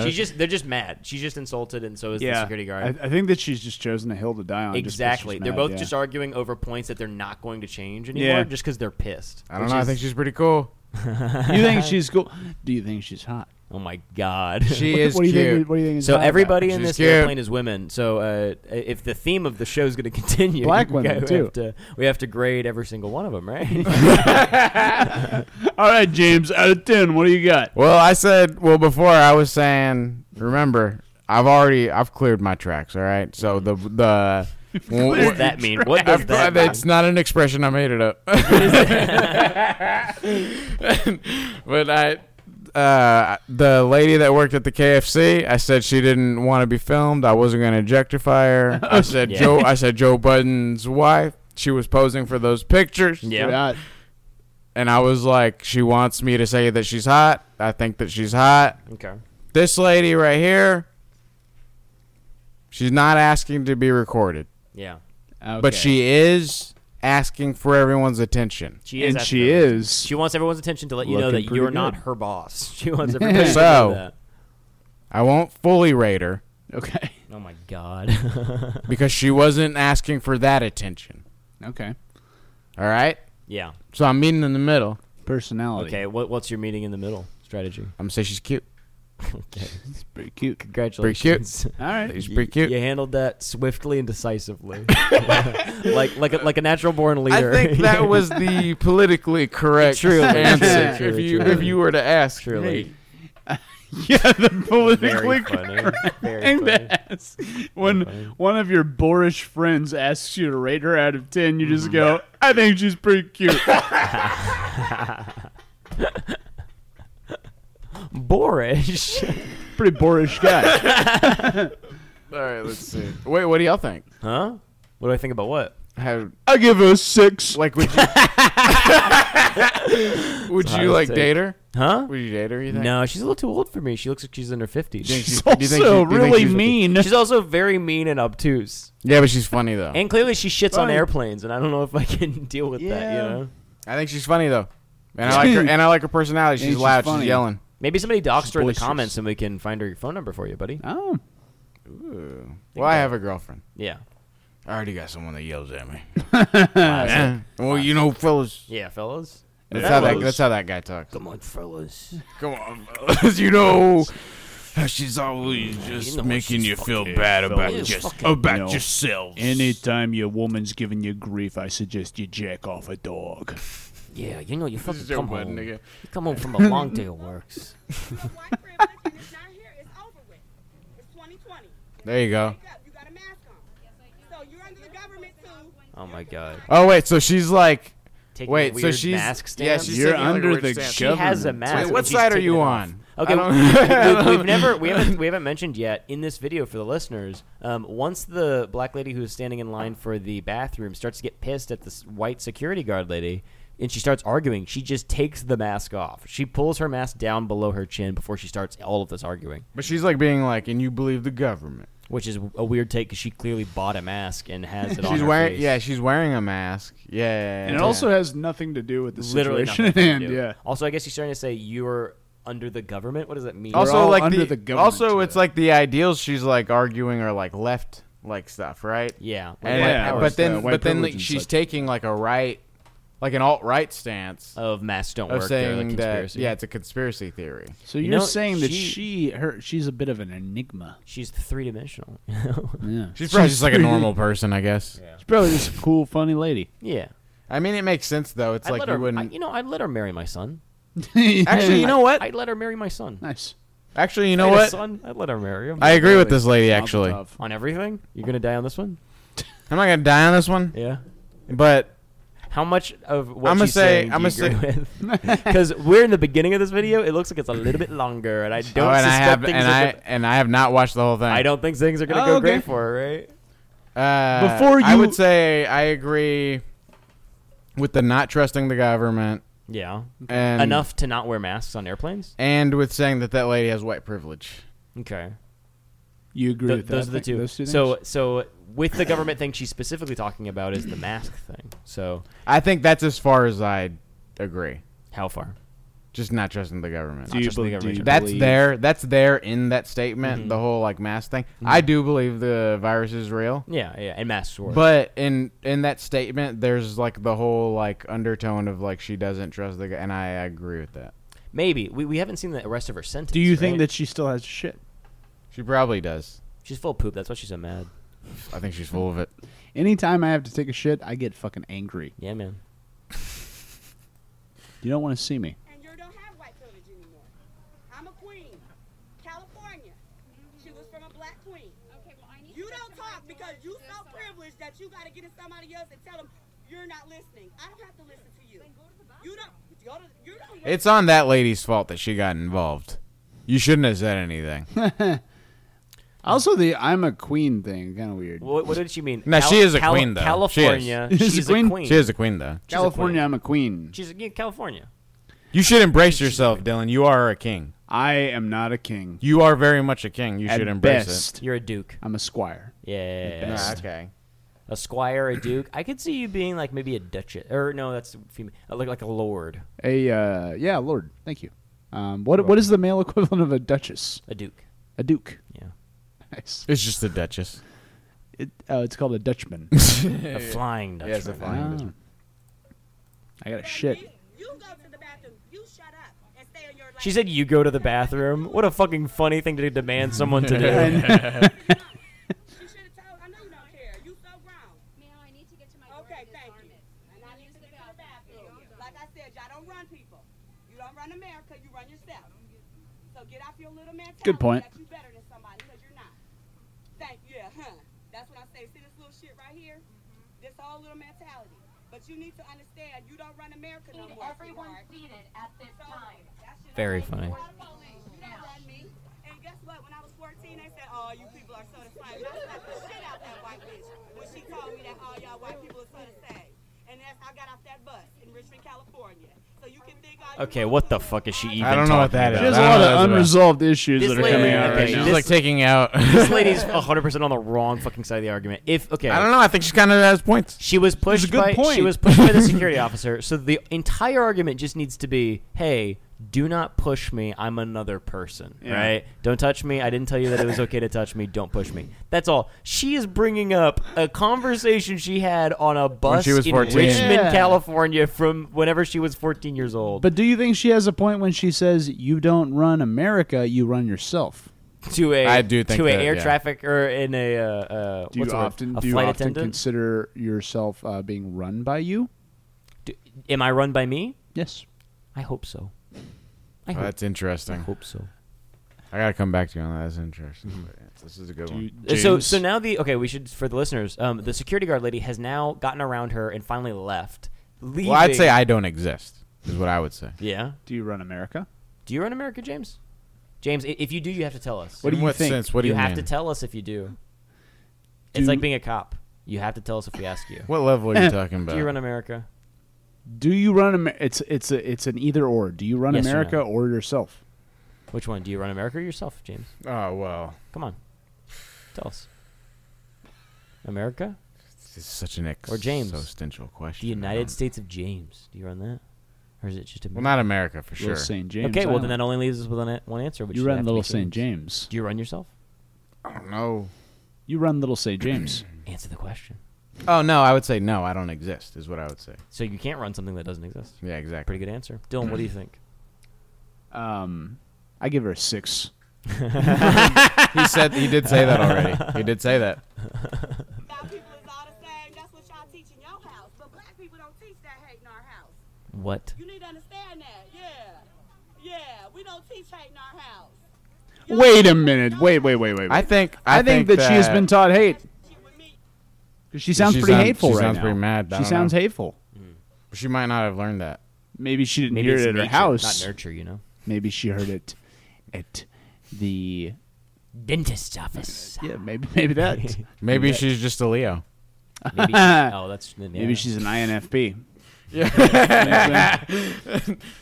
[SPEAKER 5] she's just they're just mad. She's just insulted, and so is the security
[SPEAKER 4] I,
[SPEAKER 5] guard.
[SPEAKER 4] I think that she's just chosen a hill to die on. just 'cause
[SPEAKER 5] exactly.
[SPEAKER 4] she's
[SPEAKER 5] They're
[SPEAKER 4] mad,
[SPEAKER 5] both
[SPEAKER 4] yeah.
[SPEAKER 5] just arguing over points that they're not going to change anymore,
[SPEAKER 4] Yeah.
[SPEAKER 5] just because they're pissed.
[SPEAKER 1] I don't
[SPEAKER 5] Which
[SPEAKER 1] know. I
[SPEAKER 5] is-
[SPEAKER 1] think she's pretty cool.
[SPEAKER 4] You think she's cool? Do you think she's hot?
[SPEAKER 5] Oh my God.
[SPEAKER 1] She
[SPEAKER 4] What-
[SPEAKER 1] is
[SPEAKER 4] what do you think-
[SPEAKER 1] cute.
[SPEAKER 4] what do you think it's
[SPEAKER 5] So
[SPEAKER 4] all about?
[SPEAKER 5] everybody in
[SPEAKER 1] She's
[SPEAKER 5] this
[SPEAKER 1] cute.
[SPEAKER 5] airplane is women. So uh, if the theme of the show is going to continue,
[SPEAKER 4] Black
[SPEAKER 5] we
[SPEAKER 4] women,
[SPEAKER 5] have
[SPEAKER 4] too.
[SPEAKER 5] to- we have to grade every single one of them, right?
[SPEAKER 4] All right, James, out of ten, what do you got?
[SPEAKER 1] Well, I said. Well, before I was saying. Remember, I've already I've cleared my tracks. All right. So the the.
[SPEAKER 5] what does that mean? What does
[SPEAKER 1] I've-
[SPEAKER 5] that mean?
[SPEAKER 1] That's not an expression. I made it up. but I, uh, the lady that worked at the KFC, I said she didn't want to be filmed. I wasn't going to objectify her. I said
[SPEAKER 5] Yeah.
[SPEAKER 1] Joe. I said Joe Budden's wife. She was posing for those pictures.
[SPEAKER 5] Yeah.
[SPEAKER 4] Hot.
[SPEAKER 1] And I was like, she wants me to say that she's hot. I think that she's hot.
[SPEAKER 5] Okay.
[SPEAKER 1] This lady right here, she's not asking to be recorded
[SPEAKER 5] Yeah.
[SPEAKER 1] but
[SPEAKER 4] Okay.
[SPEAKER 1] she is asking for everyone's attention.
[SPEAKER 5] She is.
[SPEAKER 4] and
[SPEAKER 5] after
[SPEAKER 4] she
[SPEAKER 5] everyone.
[SPEAKER 4] is.
[SPEAKER 5] She wants everyone's attention to let you know
[SPEAKER 4] Looking
[SPEAKER 5] that
[SPEAKER 4] pretty
[SPEAKER 5] you're not
[SPEAKER 4] good.
[SPEAKER 5] her boss. She wants everybody to know
[SPEAKER 1] So-
[SPEAKER 5] that.
[SPEAKER 1] I won't fully rate her
[SPEAKER 4] Okay.
[SPEAKER 5] Oh my god.
[SPEAKER 1] because she wasn't asking for that attention.
[SPEAKER 4] Okay.
[SPEAKER 1] All right?
[SPEAKER 5] yeah.
[SPEAKER 1] So I'm meeting in the middle. Oh,
[SPEAKER 4] Personality.
[SPEAKER 5] Okay. What, what's your meeting in the middle strategy?
[SPEAKER 1] I'm going to say she's cute.
[SPEAKER 5] Okay.
[SPEAKER 4] It's pretty cute.
[SPEAKER 1] Pretty cute.
[SPEAKER 5] Congratulations.
[SPEAKER 4] All right.
[SPEAKER 1] She's pretty cute.
[SPEAKER 5] You handled that swiftly and decisively, like like a, like a natural born
[SPEAKER 1] I
[SPEAKER 5] leader.
[SPEAKER 1] think that was the politically correct
[SPEAKER 5] Truly,
[SPEAKER 1] answer.
[SPEAKER 5] truly,
[SPEAKER 1] if you
[SPEAKER 5] truly.
[SPEAKER 1] if you were to ask,
[SPEAKER 5] truly.
[SPEAKER 4] Yeah, the politically
[SPEAKER 5] Very funny. Very
[SPEAKER 4] thing
[SPEAKER 5] funny.
[SPEAKER 4] to ask. When one of your boorish friends asks you to rate her out of 10, you
[SPEAKER 5] Mm-hmm.
[SPEAKER 4] just go, I think she's pretty cute.
[SPEAKER 5] Boorish.
[SPEAKER 4] pretty boorish guy.
[SPEAKER 1] All right, let's see. Wait, what do y'all think?
[SPEAKER 5] Huh? What do I think about what?
[SPEAKER 1] How
[SPEAKER 4] I give her a six.
[SPEAKER 1] Like, would you? would
[SPEAKER 5] It's a
[SPEAKER 1] you
[SPEAKER 5] hot
[SPEAKER 1] like
[SPEAKER 5] take.
[SPEAKER 1] date her?
[SPEAKER 5] Huh?
[SPEAKER 1] Would you date her? You think?
[SPEAKER 5] No, she's a little too old for me. She looks like she's in her fifties.
[SPEAKER 1] think She's she's- do you think also she- do you think really she's- mean.
[SPEAKER 5] She's also very mean and obtuse.
[SPEAKER 1] Yeah, but she's funny though.
[SPEAKER 5] And clearly, she shits on
[SPEAKER 1] Oh. Fine.
[SPEAKER 5] airplanes, and I don't know if I can deal with that. You
[SPEAKER 1] Yeah.
[SPEAKER 5] know.
[SPEAKER 1] I think she's funny though, and I like her. And I like her personality. She's, loud. She's yelling.
[SPEAKER 5] Maybe somebody doxed her in the
[SPEAKER 1] boisterous.
[SPEAKER 5] comments, and we can find her phone number for you, buddy.
[SPEAKER 4] Oh.
[SPEAKER 1] Ooh. Well, I have a girlfriend.
[SPEAKER 5] Yeah.
[SPEAKER 1] I already got someone that yells at me.
[SPEAKER 5] Uh, Classic.
[SPEAKER 1] Well, you know, fellas.
[SPEAKER 5] Yeah, fellas.
[SPEAKER 1] That's how that.
[SPEAKER 5] Fellas.
[SPEAKER 1] That's how that guy talks.
[SPEAKER 5] Come on, fellas.
[SPEAKER 1] Come on, fellas. You know, she's always just making you feel bad about just
[SPEAKER 4] Oh,
[SPEAKER 5] Oh.
[SPEAKER 1] about yourself.
[SPEAKER 4] Anytime your woman's giving you grief, I suggest you jack off a dog.
[SPEAKER 8] Yeah, you know, you fucking
[SPEAKER 1] is Joe
[SPEAKER 8] come
[SPEAKER 1] Budden
[SPEAKER 8] home.
[SPEAKER 1] again.
[SPEAKER 8] You come home from a long day of works.
[SPEAKER 15] It's not here. It's over with. It's 2020.
[SPEAKER 1] There you go.
[SPEAKER 15] You got a mask on. So you're under the government too.
[SPEAKER 5] Oh my god.
[SPEAKER 1] Oh wait, so she's like.
[SPEAKER 5] Taking
[SPEAKER 1] wait,
[SPEAKER 5] a
[SPEAKER 1] so
[SPEAKER 5] weird
[SPEAKER 1] she's
[SPEAKER 5] mask
[SPEAKER 1] yeah,
[SPEAKER 5] stance?
[SPEAKER 1] she's
[SPEAKER 5] You're
[SPEAKER 1] taking, like, a
[SPEAKER 5] under
[SPEAKER 1] weird
[SPEAKER 5] the
[SPEAKER 1] stance.
[SPEAKER 5] She has a mask,
[SPEAKER 1] Wait,
[SPEAKER 5] but
[SPEAKER 1] what
[SPEAKER 5] she's
[SPEAKER 1] side are
[SPEAKER 5] taking it
[SPEAKER 1] you
[SPEAKER 5] off.
[SPEAKER 1] on?
[SPEAKER 5] Okay,
[SPEAKER 1] I
[SPEAKER 5] well,
[SPEAKER 1] don't-
[SPEAKER 5] we, we, we've never we haven't we haven't mentioned yet in this video for the listeners. Um, once the black lady who is standing in line for the bathroom starts to get pissed at this white security guard lady, and she starts arguing, she just takes the mask off. She pulls her mask down below her chin before she starts all of this arguing,
[SPEAKER 1] But she's like being like, and you believe the government.
[SPEAKER 5] which is a weird take because she clearly bought a mask and has it on.
[SPEAKER 1] She's
[SPEAKER 5] her
[SPEAKER 1] wearing
[SPEAKER 5] face.
[SPEAKER 1] yeah, she's wearing a mask. Yeah, yeah, yeah,
[SPEAKER 4] And it
[SPEAKER 1] yeah.
[SPEAKER 4] also has nothing to do with the
[SPEAKER 5] literally
[SPEAKER 4] situation at
[SPEAKER 5] nothing to
[SPEAKER 4] hand.
[SPEAKER 5] do.
[SPEAKER 4] Yeah.
[SPEAKER 5] Also, I guess he's trying to say you're under the government. What does that mean?
[SPEAKER 1] also
[SPEAKER 4] all
[SPEAKER 1] like
[SPEAKER 4] under
[SPEAKER 1] the,
[SPEAKER 4] the government
[SPEAKER 1] also it's like the ideals she's like arguing are like left like stuff, right?
[SPEAKER 5] Yeah, like
[SPEAKER 1] And-
[SPEAKER 5] white
[SPEAKER 1] and-
[SPEAKER 5] power
[SPEAKER 1] but
[SPEAKER 5] stuff.
[SPEAKER 1] then
[SPEAKER 5] White
[SPEAKER 1] but then
[SPEAKER 5] privilege
[SPEAKER 1] like,
[SPEAKER 5] and
[SPEAKER 1] she's
[SPEAKER 5] such.
[SPEAKER 1] taking like a right, like an alt right stance
[SPEAKER 5] of masks don't
[SPEAKER 1] of
[SPEAKER 5] work. They're like
[SPEAKER 1] saying that
[SPEAKER 5] conspiracy.
[SPEAKER 1] yeah, it's a conspiracy theory.
[SPEAKER 4] So
[SPEAKER 5] You
[SPEAKER 4] you're
[SPEAKER 5] know,
[SPEAKER 4] saying that
[SPEAKER 5] she-
[SPEAKER 4] she, her she's a bit of an enigma.
[SPEAKER 5] she's three dimensional.
[SPEAKER 4] Yeah.
[SPEAKER 1] She's probably just like a normal person, I guess.
[SPEAKER 4] She's probably just a cool, funny lady.
[SPEAKER 5] yeah.
[SPEAKER 1] I mean, it makes sense though. It's
[SPEAKER 5] I'd
[SPEAKER 1] like
[SPEAKER 5] let
[SPEAKER 1] you
[SPEAKER 5] her, I-
[SPEAKER 1] wouldn't.
[SPEAKER 5] you know, I'd let her marry my son.
[SPEAKER 1] Actually, you know what?
[SPEAKER 5] I'd let her marry my son.
[SPEAKER 4] Nice.
[SPEAKER 1] Actually, you know
[SPEAKER 5] I'd
[SPEAKER 1] what?
[SPEAKER 5] Son, I'd let her marry him.
[SPEAKER 1] I agree with this lady. Actually, I'm
[SPEAKER 5] on everything. You're gonna die on this one.
[SPEAKER 1] not gonna die on this one.
[SPEAKER 5] Yeah.
[SPEAKER 1] But
[SPEAKER 5] How much of what
[SPEAKER 1] I'ma
[SPEAKER 5] she's
[SPEAKER 1] say-
[SPEAKER 5] saying do
[SPEAKER 1] I'ma
[SPEAKER 5] you agree with? Because we're in the beginning of this video. It looks like it's a little bit longer, and I don't
[SPEAKER 1] oh, and I
[SPEAKER 5] suspect
[SPEAKER 1] have
[SPEAKER 5] things
[SPEAKER 1] and
[SPEAKER 5] are
[SPEAKER 1] I
[SPEAKER 5] gonna-
[SPEAKER 1] and I have not watched the whole thing.
[SPEAKER 5] I don't think things are gonna
[SPEAKER 4] Oh,
[SPEAKER 5] go
[SPEAKER 4] okay.
[SPEAKER 5] great for her, right?
[SPEAKER 1] Uh,
[SPEAKER 4] Before
[SPEAKER 1] I
[SPEAKER 4] you-
[SPEAKER 1] would say I agree with the not trusting the government
[SPEAKER 5] Yeah.
[SPEAKER 1] and
[SPEAKER 5] Enough to not wear masks on airplanes.
[SPEAKER 1] and with saying that that lady has white privilege.
[SPEAKER 5] Okay.
[SPEAKER 4] You agree
[SPEAKER 5] Th-
[SPEAKER 4] with that?
[SPEAKER 5] those are the
[SPEAKER 4] thing-
[SPEAKER 5] two.
[SPEAKER 4] Those two
[SPEAKER 5] so
[SPEAKER 4] things?
[SPEAKER 5] so with the government thing she's specifically talking about is the mask thing. So
[SPEAKER 1] I think that's as far as I agree.
[SPEAKER 5] how far?
[SPEAKER 1] Just not trusting the government.
[SPEAKER 4] do you,
[SPEAKER 5] just the
[SPEAKER 4] bel- do
[SPEAKER 5] government.
[SPEAKER 4] you
[SPEAKER 1] that's
[SPEAKER 4] believe- Mm-hmm.
[SPEAKER 1] there. That's there in that statement. The whole like mask thing. I do believe the virus is real.
[SPEAKER 5] Yeah, yeah, and masks work.
[SPEAKER 1] But in in that statement, there's like the whole like undertone of like she doesn't trust the guy, and I agree with that.
[SPEAKER 5] maybe we, we haven't seen the rest of her sentence.
[SPEAKER 4] Do you think
[SPEAKER 5] right?
[SPEAKER 4] that she still has shit?
[SPEAKER 1] She probably does.
[SPEAKER 5] she's full of poop? That's why she's so mad.
[SPEAKER 1] I think she's full of it.
[SPEAKER 4] Anytime I have to take a shit, I get fucking angry.
[SPEAKER 5] Yeah, man.
[SPEAKER 4] You don't want to see me.
[SPEAKER 15] And you don't have white privilege anymore. I'm a queen. California. She was from a black queen.
[SPEAKER 16] Okay, well, I need
[SPEAKER 15] You
[SPEAKER 16] to
[SPEAKER 15] don't
[SPEAKER 16] get my
[SPEAKER 15] talk because you
[SPEAKER 16] lawyer.
[SPEAKER 15] so
[SPEAKER 16] That's all.
[SPEAKER 15] privileged that you gotta get in somebody else and tell them you're not listening. I don't have to listen to you. You don't. Go to, you don't
[SPEAKER 1] It's on that lady's fault that she got involved. You shouldn't have said anything.
[SPEAKER 4] Also, the I'm a queen thing, kind of weird.
[SPEAKER 5] What, what did she mean?
[SPEAKER 1] No,
[SPEAKER 5] Cal-
[SPEAKER 1] she is a
[SPEAKER 5] Cal-
[SPEAKER 1] queen though.
[SPEAKER 5] California.
[SPEAKER 1] She is.
[SPEAKER 5] She's, a queen.
[SPEAKER 1] She is a queen though.
[SPEAKER 5] She's a
[SPEAKER 4] California,
[SPEAKER 5] queen.
[SPEAKER 4] I'm a queen.
[SPEAKER 5] She's a, yeah, California.
[SPEAKER 1] You should embrace yourself, Dylan. You are a king.
[SPEAKER 4] I am not a king.
[SPEAKER 1] You are very much a king. You
[SPEAKER 4] At
[SPEAKER 1] should embrace
[SPEAKER 4] best,
[SPEAKER 5] You're a duke.
[SPEAKER 4] I'm a squire.
[SPEAKER 5] Yeah.
[SPEAKER 1] it.
[SPEAKER 4] best.
[SPEAKER 1] okay.
[SPEAKER 5] A squire, a duke. I could see you being like maybe a duchess, or no, that's female. Uh, Like like a lord,
[SPEAKER 4] A uh, yeah, lord. Thank you. Um, what what is the male equivalent of a duchess?
[SPEAKER 5] a duke.
[SPEAKER 4] A duke.
[SPEAKER 5] Yeah.
[SPEAKER 4] Nice.
[SPEAKER 1] It's just the Duchess.
[SPEAKER 4] It, uh, it's called a Dutchman.
[SPEAKER 5] A flying Dutchman.
[SPEAKER 1] it's a flying
[SPEAKER 4] Ah. I got a shit.
[SPEAKER 15] You go to the bathroom. You shut up and stay on your lane.
[SPEAKER 5] She said, "You go to the bathroom." What a fucking funny thing to demand someone to do.
[SPEAKER 15] She should have told. I know you don't care. You so wrong.
[SPEAKER 16] Ma'am, I need to get to my door
[SPEAKER 15] Okay,
[SPEAKER 16] to
[SPEAKER 15] thank
[SPEAKER 16] disarm
[SPEAKER 15] you.
[SPEAKER 16] it.
[SPEAKER 15] And I need to
[SPEAKER 16] the
[SPEAKER 15] get to the bathroom. Like I said, y'all don't run people. You don't run America. You run yourself. So get off your little mentality
[SPEAKER 4] Good point.
[SPEAKER 15] that you better than somebody because you're not. Thank you. Yeah, huh? That's what I say. See this little shit right here?
[SPEAKER 16] Mm-hmm.
[SPEAKER 15] This whole little mentality. But you need to understand, you don't run America no more.
[SPEAKER 16] Everyone
[SPEAKER 15] sweetheart.
[SPEAKER 16] seated at this time.
[SPEAKER 5] Very funny.
[SPEAKER 15] You don't run me. And guess what? When I was 14, they said, oh, you people are so the same. I slapped the shit out that white white bitch when she told me that all y'all white people are so the same. And that's I got off that bus in Richmond, California. So you can think all
[SPEAKER 5] Okay, what the fuck is she even?
[SPEAKER 1] don't know what
[SPEAKER 5] talking
[SPEAKER 1] that
[SPEAKER 5] about?
[SPEAKER 1] is. She has a I don't lot know of what that's about.
[SPEAKER 4] unresolved issues
[SPEAKER 5] This
[SPEAKER 4] that are
[SPEAKER 5] lady-
[SPEAKER 4] coming out
[SPEAKER 5] okay,
[SPEAKER 4] right now.
[SPEAKER 5] this-
[SPEAKER 1] like taking out-
[SPEAKER 5] this lady's 100 percent on the wrong fucking side of the argument. If okay,
[SPEAKER 1] I don't know. I think she kind of has points.
[SPEAKER 5] She was pushed
[SPEAKER 1] good
[SPEAKER 5] by she
[SPEAKER 1] point.
[SPEAKER 5] was pushed by the security officer. So the entire argument just needs to be, hey, do not push me. I'm another person,
[SPEAKER 3] Yeah.
[SPEAKER 5] right? Don't touch me. I didn't tell you that it was okay to touch me. Don't push me. That's all. She is bringing up a conversation she had on a bus
[SPEAKER 1] she was
[SPEAKER 5] in
[SPEAKER 1] 14.
[SPEAKER 5] Richmond,
[SPEAKER 4] Yeah.
[SPEAKER 5] California, from whenever she was 14 years old.
[SPEAKER 4] But do you think she has a point when she says you don't run America, you run yourself?
[SPEAKER 5] to a
[SPEAKER 1] I do think
[SPEAKER 5] to a
[SPEAKER 1] that,
[SPEAKER 5] air
[SPEAKER 1] yeah.
[SPEAKER 5] traffic or in a uh, uh, what's
[SPEAKER 4] Do you
[SPEAKER 5] the word?
[SPEAKER 4] often
[SPEAKER 5] a
[SPEAKER 4] do you
[SPEAKER 5] flight
[SPEAKER 4] often
[SPEAKER 5] attendant.
[SPEAKER 4] consider yourself uh, being run by you?
[SPEAKER 5] Am I run by me?
[SPEAKER 4] Yes.
[SPEAKER 5] I hope so. I
[SPEAKER 1] Oh,
[SPEAKER 5] hope
[SPEAKER 1] that's interesting. I
[SPEAKER 5] hope so.
[SPEAKER 1] I gotta come back to you on that. That's interesting. But, yeah, This is a good one.
[SPEAKER 5] Uh, So so now the okay we should for the listeners um, the security guard lady has now gotten around her and finally left. Leaving.
[SPEAKER 1] well, I'd say I don't exist. Is what I would say.
[SPEAKER 5] Yeah.
[SPEAKER 4] Do you run America?
[SPEAKER 5] Do you run America, James? James, i- if you do, you have to tell us.
[SPEAKER 4] What do
[SPEAKER 1] In
[SPEAKER 4] you
[SPEAKER 1] what
[SPEAKER 4] think?
[SPEAKER 1] sense? What do you,
[SPEAKER 5] have
[SPEAKER 1] mean?
[SPEAKER 5] to tell us if you do. It's
[SPEAKER 4] Do-
[SPEAKER 5] like being a cop. You have to tell us if we ask you.
[SPEAKER 1] What level are you talking about?
[SPEAKER 5] do you run America?
[SPEAKER 4] Do you run Amer- it's it's a, it's an either or. Do you run
[SPEAKER 5] Yes or
[SPEAKER 4] America
[SPEAKER 5] no?
[SPEAKER 4] or yourself?
[SPEAKER 5] Which one? Do you run America or yourself, James?
[SPEAKER 1] oh well,
[SPEAKER 5] Come on, tell us. America,
[SPEAKER 1] this is such an ex-
[SPEAKER 5] Or James.
[SPEAKER 1] existential question.
[SPEAKER 5] the United States of James. Do you run that, or is it just a
[SPEAKER 1] Well, not America for sure.
[SPEAKER 4] Little St. James.
[SPEAKER 5] okay, well then
[SPEAKER 4] Island.
[SPEAKER 5] that only leaves us with an, one answer. Which
[SPEAKER 4] you
[SPEAKER 5] would
[SPEAKER 4] run
[SPEAKER 5] have to be
[SPEAKER 4] Little St. James.
[SPEAKER 5] Do you run yourself?
[SPEAKER 1] I don't know.
[SPEAKER 4] You run Little St. James.
[SPEAKER 5] Answer the question.
[SPEAKER 1] Oh no, I would say no. I don't exist. Is what I would say.
[SPEAKER 5] So you can't run something that doesn't exist.
[SPEAKER 1] Yeah, exactly.
[SPEAKER 5] Pretty good answer, Dylan. What do you think?
[SPEAKER 4] um, I give her a six.
[SPEAKER 1] he said he did say that already. He did say that.
[SPEAKER 15] Black people is all the same. That's what y'all teach in your house. But black people don't teach that hate in our house.
[SPEAKER 5] What?
[SPEAKER 15] You need to understand that. Yeah. Yeah. We don't teach hate in our house.
[SPEAKER 4] Wait a minute. Wait, wait, wait, wait.
[SPEAKER 1] I
[SPEAKER 4] wait.
[SPEAKER 1] think.
[SPEAKER 4] I, think, that, she has been taught hate. 'Cause she sounds
[SPEAKER 1] she
[SPEAKER 4] pretty
[SPEAKER 1] sound-
[SPEAKER 4] hateful
[SPEAKER 1] she
[SPEAKER 4] right
[SPEAKER 1] sounds
[SPEAKER 4] now.
[SPEAKER 1] pretty mad. I
[SPEAKER 4] She
[SPEAKER 1] don't
[SPEAKER 4] sounds
[SPEAKER 1] know.
[SPEAKER 4] hateful.
[SPEAKER 1] She might not have learned that.
[SPEAKER 4] Maybe she didn't
[SPEAKER 5] Maybe
[SPEAKER 4] hear
[SPEAKER 5] it's
[SPEAKER 4] it at her
[SPEAKER 5] nature,
[SPEAKER 4] house.
[SPEAKER 5] not nurture. You know,
[SPEAKER 4] Maybe she heard it at the
[SPEAKER 5] dentist's office.
[SPEAKER 4] yeah. Maybe maybe that.
[SPEAKER 1] Maybe she's just a Leo.
[SPEAKER 5] Maybe she, oh, that's yeah.
[SPEAKER 4] Maybe she's an INFP.
[SPEAKER 1] Yeah.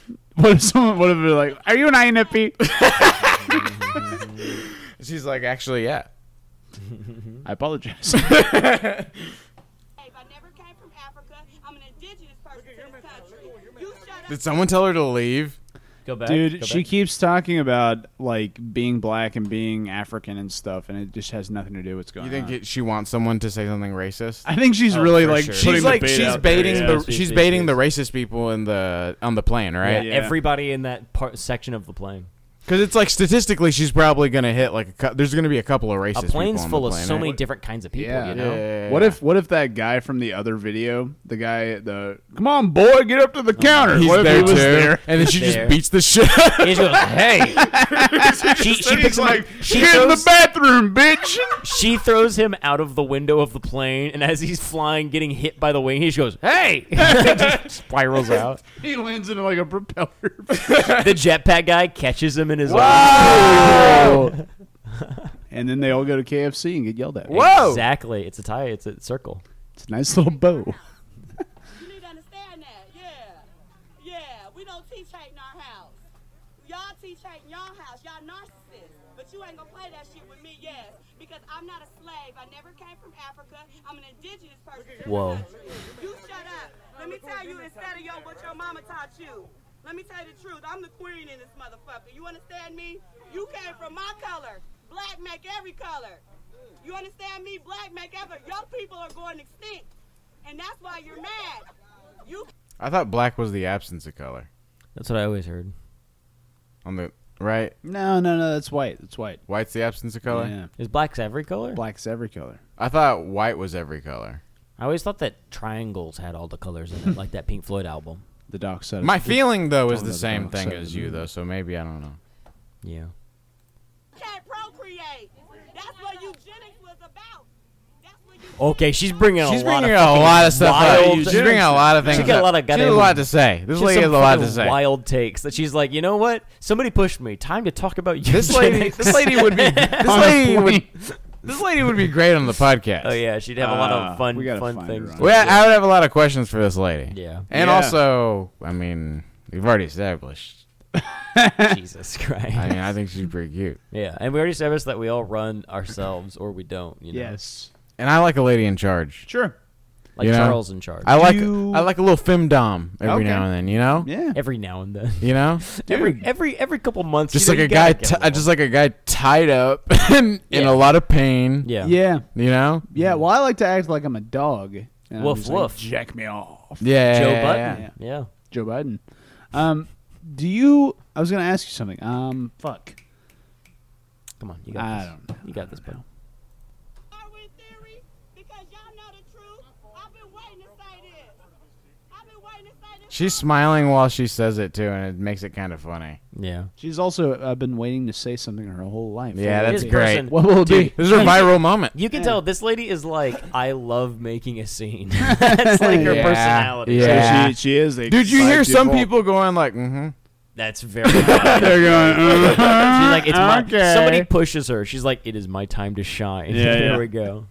[SPEAKER 4] What if someone? What if they're like, "Are you an INFP?"
[SPEAKER 1] she's like, actually, yeah.
[SPEAKER 4] I apologize.
[SPEAKER 15] If I never came from Africa, I'm an indigenous person to this country. You shut up.
[SPEAKER 1] Did someone tell her to leave?
[SPEAKER 5] go back,
[SPEAKER 4] Dude,
[SPEAKER 5] go
[SPEAKER 4] she
[SPEAKER 5] back.
[SPEAKER 4] keeps talking about like being black and being African and stuff, and it just has nothing to do with what's going
[SPEAKER 1] You think
[SPEAKER 4] on.
[SPEAKER 1] it, she wants someone to say something racist?
[SPEAKER 4] I think she's
[SPEAKER 5] Oh,
[SPEAKER 4] really
[SPEAKER 5] for
[SPEAKER 4] like
[SPEAKER 5] sure.
[SPEAKER 4] putting
[SPEAKER 1] She's
[SPEAKER 4] the
[SPEAKER 1] like
[SPEAKER 4] bait
[SPEAKER 1] she's
[SPEAKER 4] out there,
[SPEAKER 1] baiting
[SPEAKER 4] yeah.
[SPEAKER 1] the
[SPEAKER 5] She-
[SPEAKER 1] she's
[SPEAKER 5] she-
[SPEAKER 1] baiting
[SPEAKER 5] she-
[SPEAKER 1] the racist people in the on the plane, right?
[SPEAKER 4] Yeah.
[SPEAKER 5] Everybody in that part, section of the plane.
[SPEAKER 1] Because it's like statistically, she's probably gonna hit like a cou- there's gonna be a couple of racist.
[SPEAKER 5] A plane's
[SPEAKER 1] people
[SPEAKER 5] full
[SPEAKER 1] on
[SPEAKER 5] of
[SPEAKER 1] the plane,
[SPEAKER 5] so
[SPEAKER 1] right?
[SPEAKER 5] many different kinds of people.
[SPEAKER 4] Yeah.
[SPEAKER 5] You know,
[SPEAKER 4] What if what if that guy from the other video, the guy the come on boy, get up to
[SPEAKER 5] Oh,
[SPEAKER 4] the counter.
[SPEAKER 1] He's
[SPEAKER 4] what if
[SPEAKER 1] there
[SPEAKER 4] he was
[SPEAKER 1] too,
[SPEAKER 4] there?
[SPEAKER 1] and then she
[SPEAKER 5] There.
[SPEAKER 1] just beats the shit. out
[SPEAKER 5] He just goes, hey. she she picks
[SPEAKER 4] He's
[SPEAKER 5] him up-
[SPEAKER 4] like,
[SPEAKER 5] she
[SPEAKER 4] get in the
[SPEAKER 5] throws-
[SPEAKER 4] bathroom, bitch.
[SPEAKER 5] She throws him out of the window of the plane, and as he's flying, getting hit by the wing, he just goes, "Hey!" Just spirals out.
[SPEAKER 4] he lands in like a propeller.
[SPEAKER 5] The jetpack guy catches him in his
[SPEAKER 4] and then they all go to KFC and get yelled at.
[SPEAKER 5] arms. Exactly. It's a tie. It's a circle.
[SPEAKER 4] It's a nice little bow.
[SPEAKER 15] You need to understand that. Yeah. Yeah. We don't teach hate in our house. Y'all teach hate in your house. Y'all narcissists. But you ain't gonna play that shit with me, yes. Because I'm not a slave. I never came from Africa. I'm an indigenous person. to this
[SPEAKER 5] Whoa.
[SPEAKER 15] country. You shut up. Let me tell you instead of your what your mama taught you. Let me tell you the truth. I'm the queen in this motherfucker. You understand me? You came from my color. Black make every color. You understand me? Black make every. Your people are going extinct. And that's why you're mad. You
[SPEAKER 1] I thought black was the absence of color
[SPEAKER 5] That's what I always heard.
[SPEAKER 1] on the right.
[SPEAKER 4] No, no, no, that's white. That's white.
[SPEAKER 1] White's the absence of color.
[SPEAKER 4] Yeah.
[SPEAKER 5] Is black's every color?
[SPEAKER 4] Black's every color.
[SPEAKER 1] I thought white was every color.
[SPEAKER 5] I always thought that triangles had all the colors in it, like that Pink Floyd album.
[SPEAKER 4] The doc said it.
[SPEAKER 1] My feeling though is the
[SPEAKER 4] Talking about the
[SPEAKER 1] same
[SPEAKER 4] dark
[SPEAKER 1] thing
[SPEAKER 4] side of
[SPEAKER 1] as
[SPEAKER 4] the
[SPEAKER 1] you
[SPEAKER 4] moon.
[SPEAKER 1] though, so maybe I don't know.
[SPEAKER 5] Yeah.
[SPEAKER 15] can't procreate. That's what eugenics was about. That's what you.
[SPEAKER 5] Okay, she's bringing
[SPEAKER 1] She's
[SPEAKER 5] a lot
[SPEAKER 1] bringing
[SPEAKER 5] of
[SPEAKER 1] out a
[SPEAKER 5] fucking
[SPEAKER 1] lot of stuff.
[SPEAKER 5] wild-
[SPEAKER 1] Up. She's bringing out a lot of things.
[SPEAKER 5] She's got a
[SPEAKER 1] up.
[SPEAKER 5] lot of
[SPEAKER 1] She has a
[SPEAKER 5] goddamn-
[SPEAKER 1] lot to say. This
[SPEAKER 5] She has
[SPEAKER 1] lady has
[SPEAKER 5] some
[SPEAKER 1] a lot to
[SPEAKER 5] fucking
[SPEAKER 1] say.
[SPEAKER 5] Wild takes that she's like, you know what? Somebody pushed me. Time to talk about you.
[SPEAKER 1] This lady, this lady would be. This
[SPEAKER 4] On a
[SPEAKER 1] lady would.
[SPEAKER 4] plane.
[SPEAKER 1] This lady would be great on the podcast.
[SPEAKER 5] Oh yeah, she'd have a lot
[SPEAKER 1] Uh,
[SPEAKER 5] of fun,
[SPEAKER 1] we gotta
[SPEAKER 5] fun
[SPEAKER 1] find
[SPEAKER 5] things. to
[SPEAKER 1] Well,
[SPEAKER 5] do.
[SPEAKER 1] I would have a lot of questions for this lady.
[SPEAKER 5] Yeah.
[SPEAKER 1] And
[SPEAKER 5] Yeah.
[SPEAKER 1] also, I mean, we've already established.
[SPEAKER 5] Jesus Christ.
[SPEAKER 1] I mean, I think she's pretty cute.
[SPEAKER 5] Yeah, and we already established that we all run ourselves or we don't. You know?
[SPEAKER 4] Yes.
[SPEAKER 1] And I like a lady in charge.
[SPEAKER 4] Sure.
[SPEAKER 5] Like
[SPEAKER 1] You know?
[SPEAKER 5] Charles in charge.
[SPEAKER 1] I like
[SPEAKER 4] You-
[SPEAKER 1] I like a little femdom every
[SPEAKER 5] Okay.
[SPEAKER 1] now and then, you know?
[SPEAKER 4] Yeah.
[SPEAKER 5] Every now and then.
[SPEAKER 1] You know?
[SPEAKER 5] Every every every couple months.
[SPEAKER 1] Just
[SPEAKER 5] you know,
[SPEAKER 1] like a
[SPEAKER 5] you gotta
[SPEAKER 1] guy
[SPEAKER 5] get
[SPEAKER 1] ti just like a guy tied up in, in a lot of pain.
[SPEAKER 5] Yeah.
[SPEAKER 4] Yeah.
[SPEAKER 1] You know?
[SPEAKER 4] Yeah, well, I like to act like I'm a dog. And
[SPEAKER 5] Woof,
[SPEAKER 4] I'm just like,
[SPEAKER 5] woof.
[SPEAKER 4] Jack me off.
[SPEAKER 1] Yeah.
[SPEAKER 5] Joe
[SPEAKER 1] yeah,
[SPEAKER 5] Button.
[SPEAKER 1] yeah.
[SPEAKER 5] Yeah.
[SPEAKER 4] Joe Biden. Um, do you? I was gonna ask you something. Um, fuck.
[SPEAKER 5] Come on, you got
[SPEAKER 4] I
[SPEAKER 5] this.
[SPEAKER 4] don't know.
[SPEAKER 5] You got this, bud.
[SPEAKER 1] She's smiling while she says it too and it makes it kind of funny.
[SPEAKER 5] Yeah.
[SPEAKER 4] She's also uh, been waiting to say something her whole life.
[SPEAKER 1] Yeah,
[SPEAKER 4] What
[SPEAKER 1] that's
[SPEAKER 4] will it be?
[SPEAKER 1] great.
[SPEAKER 5] person-
[SPEAKER 4] What will it
[SPEAKER 5] Dude,
[SPEAKER 4] be?
[SPEAKER 1] This is her
[SPEAKER 5] you-
[SPEAKER 1] viral moment.
[SPEAKER 5] You can tell this lady is like, I love making a scene. That's like her
[SPEAKER 1] Yeah,
[SPEAKER 5] personality.
[SPEAKER 1] Yeah.
[SPEAKER 4] she- she is a
[SPEAKER 1] Dude, you hear
[SPEAKER 4] psych
[SPEAKER 1] some
[SPEAKER 4] people.
[SPEAKER 1] people going like, "Mm-hmm."
[SPEAKER 5] That's very. She's
[SPEAKER 4] They're going. "Uh-huh,
[SPEAKER 5] like, it's my.
[SPEAKER 4] okay."
[SPEAKER 5] Somebody pushes her. She's like, it is my time to shine.
[SPEAKER 4] Yeah,
[SPEAKER 5] there
[SPEAKER 4] yeah.
[SPEAKER 5] we go.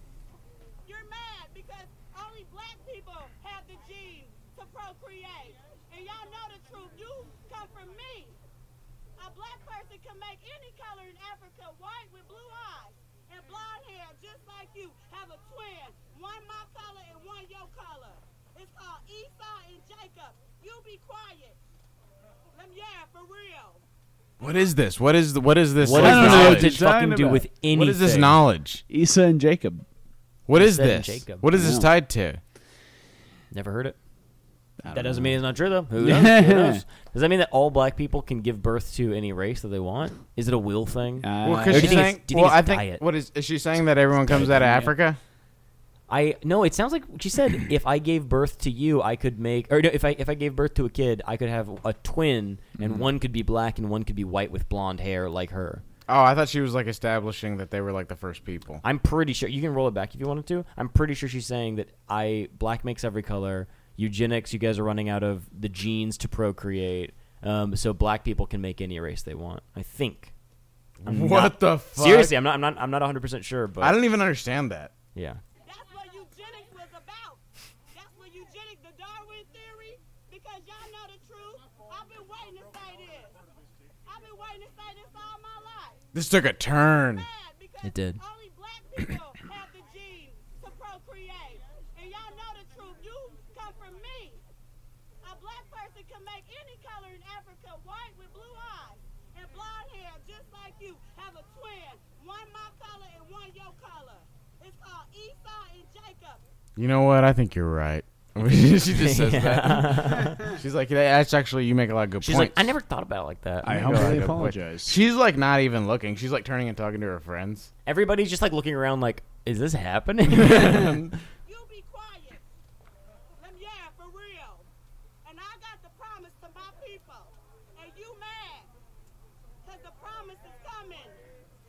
[SPEAKER 15] You're mad because only black people have the genes to procreate. And y'all know the truth. You come from me. A black person can make any color in Africa white with blue eyes and blonde hair, just like you. Have a twin, one my color and one your color. It's called Esau and Jacob. You be quiet. Let me, yeah, for real.
[SPEAKER 1] What is this? What is the, what is this?
[SPEAKER 5] What
[SPEAKER 1] like,
[SPEAKER 5] does
[SPEAKER 4] don't
[SPEAKER 5] this
[SPEAKER 4] know what
[SPEAKER 5] have
[SPEAKER 1] knowledge?
[SPEAKER 5] to
[SPEAKER 4] you're talking
[SPEAKER 5] fucking do
[SPEAKER 4] about.
[SPEAKER 5] with anything?
[SPEAKER 1] What is this knowledge?
[SPEAKER 4] Issa and Jacob.
[SPEAKER 1] What is
[SPEAKER 5] Seth and
[SPEAKER 1] this?
[SPEAKER 5] Jacob. Uh,
[SPEAKER 1] What is this
[SPEAKER 4] No.
[SPEAKER 1] tied to?
[SPEAKER 5] Never heard it.
[SPEAKER 4] I
[SPEAKER 5] That
[SPEAKER 4] don't
[SPEAKER 5] doesn't
[SPEAKER 4] know.
[SPEAKER 5] mean it's not true, though. Who knows? Who knows? Does that mean that all black people can give birth to any race that they want? Is it a will thing?
[SPEAKER 4] Uh,
[SPEAKER 1] Well,
[SPEAKER 5] do
[SPEAKER 1] because
[SPEAKER 5] you
[SPEAKER 1] she's
[SPEAKER 5] think it's-
[SPEAKER 1] saying,
[SPEAKER 5] do you
[SPEAKER 1] well,
[SPEAKER 5] think it's
[SPEAKER 1] I think
[SPEAKER 5] diet?
[SPEAKER 1] what is is she saying that everyone comes out of Africa?
[SPEAKER 5] I no. It sounds like she said if I gave birth to you, I could make or no, if I if I gave birth to a kid, I could have a twin, and
[SPEAKER 4] Mm-hmm.
[SPEAKER 5] one could be black and one could be white with blonde hair like her.
[SPEAKER 1] Oh, I thought she was like establishing that they were like the first people.
[SPEAKER 5] I'm pretty sure you can roll it back if you wanted to. I'm pretty sure she's saying that I black makes every color. Eugenics, you guys are running out of the genes to procreate, um, so black people can make any race they want. I think. I'm
[SPEAKER 1] what
[SPEAKER 5] not-
[SPEAKER 1] the fuck?
[SPEAKER 5] Seriously, I'm not. I'm not. I'm not 100 percent sure, but
[SPEAKER 1] I don't even understand that.
[SPEAKER 5] yeah.
[SPEAKER 15] That's what eugenics was about. That's what eugenics, the Darwin theory, because y'all know the truth. I've been waiting to say this. I've been waiting to say this all my life.
[SPEAKER 1] This took a turn.
[SPEAKER 15] Mad because
[SPEAKER 5] Mm. It did.
[SPEAKER 15] only black people have the genes to procreate. And y'all know the truth. You come from me. A black person can make any color in Africa white with blue eyes and blonde hair, just like you. Have a twin, one my color and one your color. It's called Esau and Jacob.
[SPEAKER 1] You know what? I think you're right. she just says that. She's like, that's actually you make a lot of good
[SPEAKER 5] She's
[SPEAKER 1] points.
[SPEAKER 5] like, I never thought about it like that.
[SPEAKER 4] I
[SPEAKER 1] You make a lot of
[SPEAKER 4] humbly
[SPEAKER 1] good points.
[SPEAKER 4] apologize.
[SPEAKER 1] She's like not even looking. She's like turning and talking to her friends.
[SPEAKER 5] Everybody's just like looking around, like, is this happening?
[SPEAKER 15] You be quiet. Let me, yeah, for real. And I got the promise to my people. And you mad. Because the promise is coming.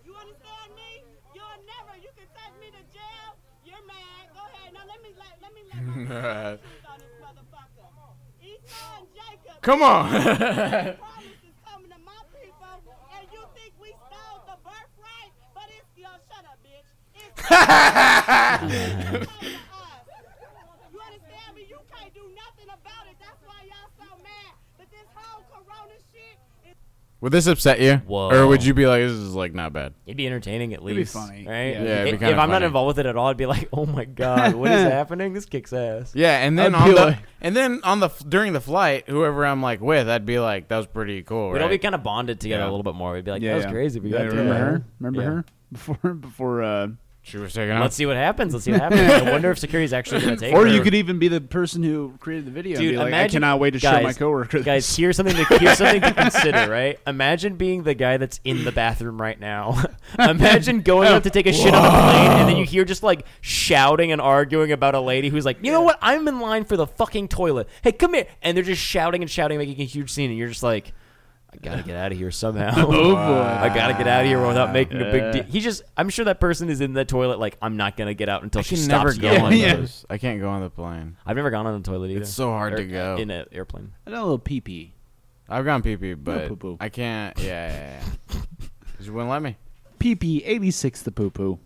[SPEAKER 15] You understand me? You'll never, you can take me to jail. You're mad. Go ahead. Now let me let, let me let my shoes on this motherfucker. Esau and Jacob.
[SPEAKER 1] Come on.
[SPEAKER 15] The promise is coming to my people. And you think we stole the birthright? But it's, yo, shut up, bitch. It's you understand me? You can't do nothing about it. That's why y'all so mad. But this whole corona shit is
[SPEAKER 1] Would this upset you?
[SPEAKER 5] Whoa.
[SPEAKER 1] Or would you be like, this is like not bad?
[SPEAKER 5] it'd be entertaining at least.
[SPEAKER 4] be funny.
[SPEAKER 5] right?
[SPEAKER 4] Yeah,
[SPEAKER 1] it'd be
[SPEAKER 5] if if
[SPEAKER 1] kinda
[SPEAKER 5] I'm not
[SPEAKER 1] funny.
[SPEAKER 5] involved with it at all, I'd be like, oh my god, what is happening? This kicks ass.
[SPEAKER 1] Yeah, and then
[SPEAKER 4] I'd
[SPEAKER 1] on
[SPEAKER 4] be
[SPEAKER 1] the
[SPEAKER 4] like-
[SPEAKER 1] and then on the during the flight, whoever I'm like with, I'd be like, that was pretty cool,
[SPEAKER 5] We'd all
[SPEAKER 1] right?
[SPEAKER 5] be kind of bonded together
[SPEAKER 1] Yeah.
[SPEAKER 5] a little bit more. We'd be like,
[SPEAKER 4] Yeah,
[SPEAKER 5] that was
[SPEAKER 4] yeah.
[SPEAKER 5] crazy. We
[SPEAKER 4] Yeah,
[SPEAKER 5] got to
[SPEAKER 4] remember
[SPEAKER 5] do that.
[SPEAKER 4] her? Remember
[SPEAKER 5] Yeah.
[SPEAKER 4] her before before. Uh,
[SPEAKER 1] she was taking
[SPEAKER 5] Let's
[SPEAKER 1] off.
[SPEAKER 5] see what happens. Let's see what happens. I wonder if security's actually going to take her.
[SPEAKER 4] or you could even be the person who created the video and
[SPEAKER 5] Dude,
[SPEAKER 4] be like, I
[SPEAKER 5] imagine-
[SPEAKER 4] cannot wait to show
[SPEAKER 5] guys,
[SPEAKER 4] my coworker. this."
[SPEAKER 5] Guys, here's something to here's something to consider, right? Imagine being the guy that's in the bathroom right now. Imagine going out to take a shit on a plane and then you hear just like shouting and arguing about a lady who's like, "You know what? I'm in line for the fucking toilet. Hey, come here." And they're just shouting and shouting making a huge scene and you're just like, "I got to get out of here somehow."
[SPEAKER 4] Oh, boy.
[SPEAKER 5] I got to get out of here without making a big deal. He just I'm sure that person is in the toilet like, "I'm not going to get out until
[SPEAKER 1] I
[SPEAKER 5] she
[SPEAKER 1] can
[SPEAKER 5] stops
[SPEAKER 1] never go
[SPEAKER 5] yelling."
[SPEAKER 1] on
[SPEAKER 4] Yeah.
[SPEAKER 1] those. I can't go on the plane.
[SPEAKER 5] I've never gone on the toilet either.
[SPEAKER 1] It's so hard
[SPEAKER 5] Or
[SPEAKER 1] to go.
[SPEAKER 5] in an airplane.
[SPEAKER 4] I got a little pee pee.
[SPEAKER 1] I've gone pee pee, but
[SPEAKER 4] poo-poo.
[SPEAKER 1] I can't. Yeah, yeah, yeah. 'Cause you wouldn't let me.
[SPEAKER 4] PP86 the poo poo.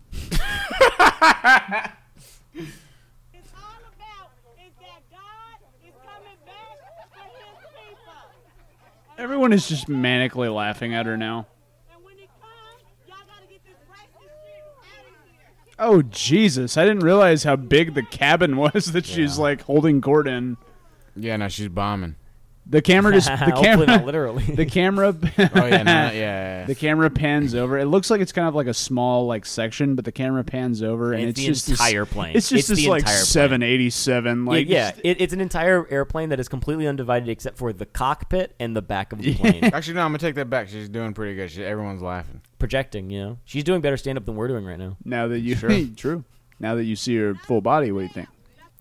[SPEAKER 15] It's all about is that God is coming back for his people.
[SPEAKER 4] Everyone is just manically laughing at her now.
[SPEAKER 15] And when he comes, y'all gotta get this racist shit out of here.
[SPEAKER 4] Oh Jesus! I didn't realize how big the cabin was that she's like holding court in.
[SPEAKER 1] Yeah, now she's bombing.
[SPEAKER 4] The camera just the
[SPEAKER 1] Hopefully
[SPEAKER 4] camera
[SPEAKER 1] not literally.
[SPEAKER 4] the camera.
[SPEAKER 1] Oh, yeah, no, yeah, yeah, yeah.
[SPEAKER 4] The camera pans over. It looks like it's kind of like a small like section, but the camera pans over and
[SPEAKER 5] It's
[SPEAKER 4] it's,
[SPEAKER 5] the
[SPEAKER 4] just this-
[SPEAKER 5] entire plane.
[SPEAKER 4] It's just
[SPEAKER 5] It's
[SPEAKER 4] this
[SPEAKER 5] the
[SPEAKER 4] like
[SPEAKER 5] entire plane.
[SPEAKER 4] 787.
[SPEAKER 5] Yeah,
[SPEAKER 4] Like
[SPEAKER 5] yeah, it, it's an entire airplane that is completely undivided except for the cockpit and the back of the plane.
[SPEAKER 1] Actually, no, I'm gonna take that back. She's doing pretty good. She, everyone's laughing.
[SPEAKER 5] Projecting, you know, she's doing better stand up than we're doing right now.
[SPEAKER 4] Now that you
[SPEAKER 5] Sure.
[SPEAKER 4] true. Now that you see her full body, what do you think?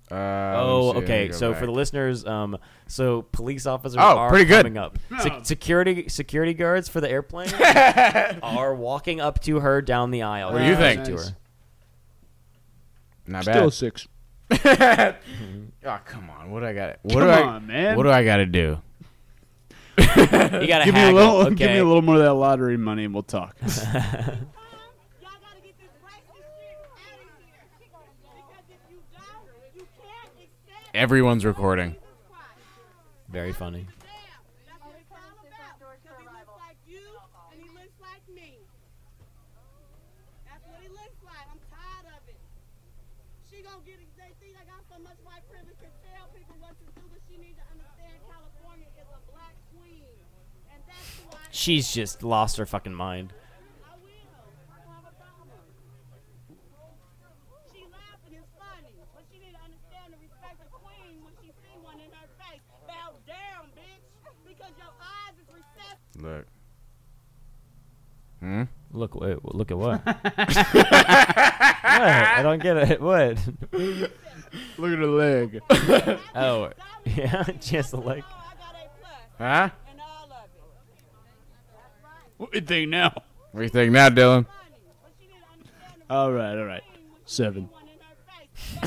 [SPEAKER 1] Uh, let me see.
[SPEAKER 5] Oh,
[SPEAKER 1] Let me
[SPEAKER 5] okay.
[SPEAKER 1] go
[SPEAKER 5] So
[SPEAKER 1] back.
[SPEAKER 5] for the listeners, um, so police officers
[SPEAKER 1] Oh,
[SPEAKER 5] are
[SPEAKER 1] pretty good.
[SPEAKER 5] coming up. Se- security security guards for the airplane are walking up to her down the aisle.
[SPEAKER 1] What do you
[SPEAKER 5] Uh,
[SPEAKER 1] think?
[SPEAKER 5] To her.
[SPEAKER 1] Nice. not
[SPEAKER 4] Still
[SPEAKER 1] bad.
[SPEAKER 4] six.
[SPEAKER 1] oh come on! What do I got? What
[SPEAKER 4] Come
[SPEAKER 1] do I,
[SPEAKER 4] on, man.
[SPEAKER 1] What do I got to do?
[SPEAKER 5] You gotta
[SPEAKER 4] give me a
[SPEAKER 5] haggle,
[SPEAKER 4] little.
[SPEAKER 5] okay.
[SPEAKER 4] Give me a little more of that lottery money, and we'll talk.
[SPEAKER 1] Everyone's recording.
[SPEAKER 5] Very funny.
[SPEAKER 15] And he looks like me. That's what he looks like. I'm tired of it. She gonna get it. They think I got so much white privilege to tell people what to do, but she needs to understand California is a black queen. And that's why
[SPEAKER 5] She's just lost her fucking mind.
[SPEAKER 15] I will. I don't have a problem. She laughing is funny, but she didn't understand the respect of queen when she see one in her face. Bow down, bitch, because your eyes is recessed.
[SPEAKER 1] Look. Hmm.
[SPEAKER 5] Look, wait, look at what? what? I don't get it. What?
[SPEAKER 4] Look at her leg.
[SPEAKER 5] oh, yeah, just a leg.
[SPEAKER 1] Huh?
[SPEAKER 4] What do you think now?
[SPEAKER 1] What do you think now, Dylan?
[SPEAKER 4] All right, all right. Uh, Seven.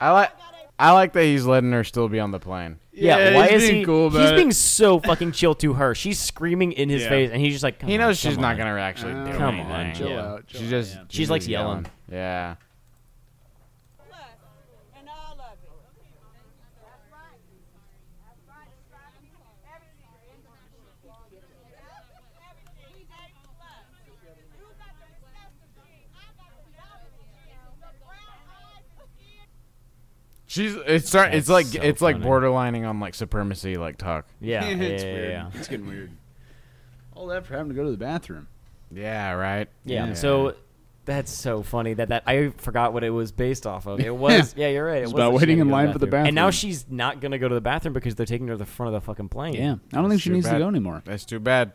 [SPEAKER 1] I like. I like that he's letting her still be on the plane.
[SPEAKER 5] Yeah, why is he?
[SPEAKER 1] cool about
[SPEAKER 5] he's
[SPEAKER 1] it.
[SPEAKER 5] being so fucking chill to her. She's screaming in his
[SPEAKER 1] Yeah.
[SPEAKER 5] face, and he's just like, come
[SPEAKER 1] He
[SPEAKER 5] on,
[SPEAKER 1] knows
[SPEAKER 5] come
[SPEAKER 1] she's not
[SPEAKER 5] on.
[SPEAKER 1] gonna actually do
[SPEAKER 5] Come
[SPEAKER 1] anything.
[SPEAKER 5] on,
[SPEAKER 1] yeah.
[SPEAKER 5] Uh, yeah.
[SPEAKER 1] She just.
[SPEAKER 5] She's, like yelling.
[SPEAKER 1] Yeah. She's it's start, it's
[SPEAKER 5] That's
[SPEAKER 1] like
[SPEAKER 5] so
[SPEAKER 1] it's like
[SPEAKER 5] funny.
[SPEAKER 1] borderlining on like supremacy like talk.
[SPEAKER 5] Yeah, yeah,
[SPEAKER 4] it's
[SPEAKER 5] yeah,
[SPEAKER 4] weird.
[SPEAKER 5] yeah.
[SPEAKER 4] It's getting weird. All that for having to go to the bathroom.
[SPEAKER 1] Yeah, right.
[SPEAKER 5] Yeah. So that's so funny that that I forgot what it was based off of. It was yeah, you're right. It
[SPEAKER 4] It's
[SPEAKER 5] was that
[SPEAKER 4] about
[SPEAKER 5] she
[SPEAKER 4] waiting
[SPEAKER 5] had to
[SPEAKER 4] in
[SPEAKER 5] go to
[SPEAKER 4] line for the
[SPEAKER 5] And now
[SPEAKER 4] bathroom.
[SPEAKER 5] she's not gonna go to the bathroom because they're taking her to the front of the fucking plane.
[SPEAKER 4] Yeah, I don't think she
[SPEAKER 1] too
[SPEAKER 4] needs
[SPEAKER 1] bad.
[SPEAKER 4] to go anymore.
[SPEAKER 1] That's too bad.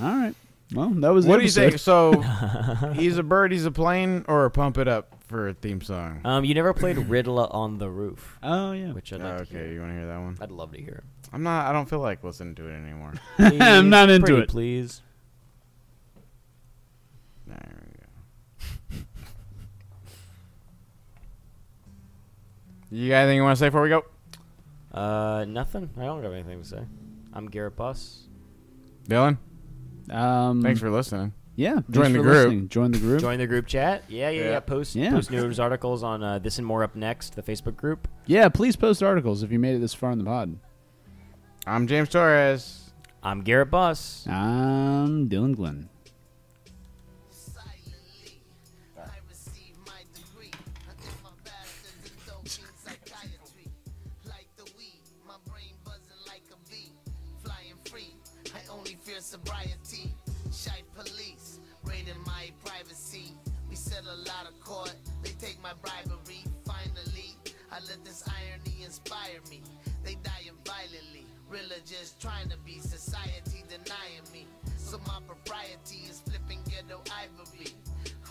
[SPEAKER 4] All right. Well, that was. the
[SPEAKER 1] What do you
[SPEAKER 4] episode.
[SPEAKER 1] think? So he's a bird, he's a plane, or pump it up for a theme song.
[SPEAKER 5] Um, you never played Riddler on the roof.
[SPEAKER 4] Oh yeah.
[SPEAKER 5] Which I'd
[SPEAKER 1] Oh,
[SPEAKER 5] like to
[SPEAKER 1] okay,
[SPEAKER 5] hear.
[SPEAKER 1] you want to hear that one?
[SPEAKER 5] I'd love to hear.
[SPEAKER 1] I'm not. I don't feel like listening to it anymore.
[SPEAKER 5] it.
[SPEAKER 4] I'm not
[SPEAKER 5] Please,
[SPEAKER 4] into
[SPEAKER 5] pretty
[SPEAKER 4] it.
[SPEAKER 5] Please.
[SPEAKER 1] there we go. You got anything you want to say before we go?
[SPEAKER 5] Uh, nothing. I don't have anything to say. I'm Garrett Bus.
[SPEAKER 1] Dylan,
[SPEAKER 4] Um,
[SPEAKER 1] thanks for listening.
[SPEAKER 4] Yeah. thanks
[SPEAKER 1] joining the
[SPEAKER 4] for
[SPEAKER 1] group.
[SPEAKER 4] listening. Join the group.
[SPEAKER 5] Join the group chat. Yeah, yeah,
[SPEAKER 1] Yeah.
[SPEAKER 5] yeah. Post
[SPEAKER 4] Yeah.
[SPEAKER 5] post news articles on uh, this and more up next. The Facebook group.
[SPEAKER 4] Yeah. Please post articles if you made it this far in the pod.
[SPEAKER 1] I'm James Torres.
[SPEAKER 5] I'm Garrett Bus.
[SPEAKER 4] I'm Dylan Glenn.
[SPEAKER 6] I received my degree in my bachelor's in doping psychiatry. Like the weed, my brain buzzing like a bee. Flying free, I only fear sobriety. Shy police, raiding my privacy. We settle out of court, they take my bribery. Finally, I let this irony inspire me. They dying violently, really just trying to be society denying me. So my propriety is flipping ghetto ivory.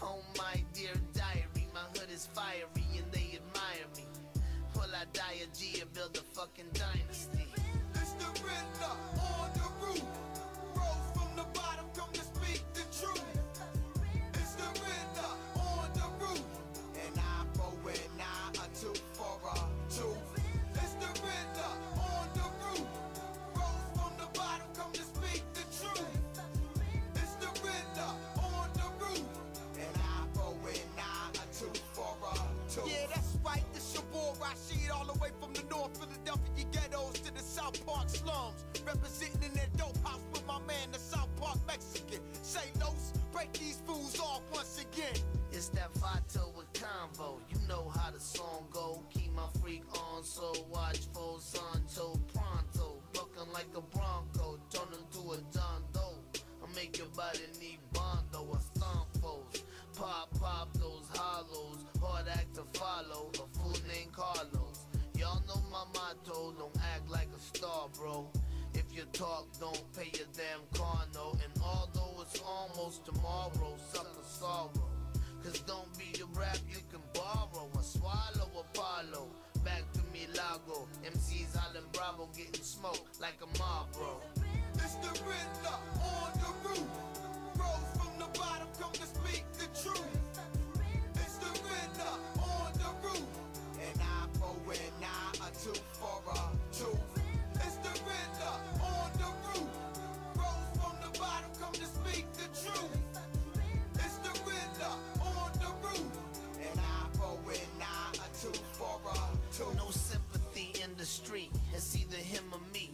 [SPEAKER 6] Oh my dear diary, my hood is fiery and they admire me. Will I die a G and build a fucking dynasty?
[SPEAKER 17] It's the Riddler on the roof. Rose from the bottom, come to speak the truth. It's the Riddler on the roof. An eye for an eye, a tooth for a tooth. It's the Riddler on the roof. Rose from the bottom. slums. Representing that dope house with my man, the South Park Mexican. Say Los, break these fools off once again.
[SPEAKER 6] It's that Vato with combo. You know how the song go. Keep my freak on, so watchful, santo, pronto. Bucking like a bronco, turn into a dondo. I make your body need bondo or stompos. Pop, pop those hollows. Hard act to follow. A fool named Carlos. Y'all know my motto. Don't act like a star, bro. If you talk, don't pay your damn car no. And although it's almost tomorrow, suck a sorrow. Cause don't be a rap you can borrow or swallow or follow. Back to Milago, MC's hollin' Bravo getting smoked like a Marlboro.
[SPEAKER 17] It's the Riddler on the roof. Rose from the bottom, come to speak the truth. It's the Riddler on the roof. And I for an eye, a two for a two. It's the Riddler on the roof. Rose from the bottom, come to speak the truth. It's the Riddler on the roof. And I for an eye, a two for a two.
[SPEAKER 6] No sympathy in the street. It's either him or me.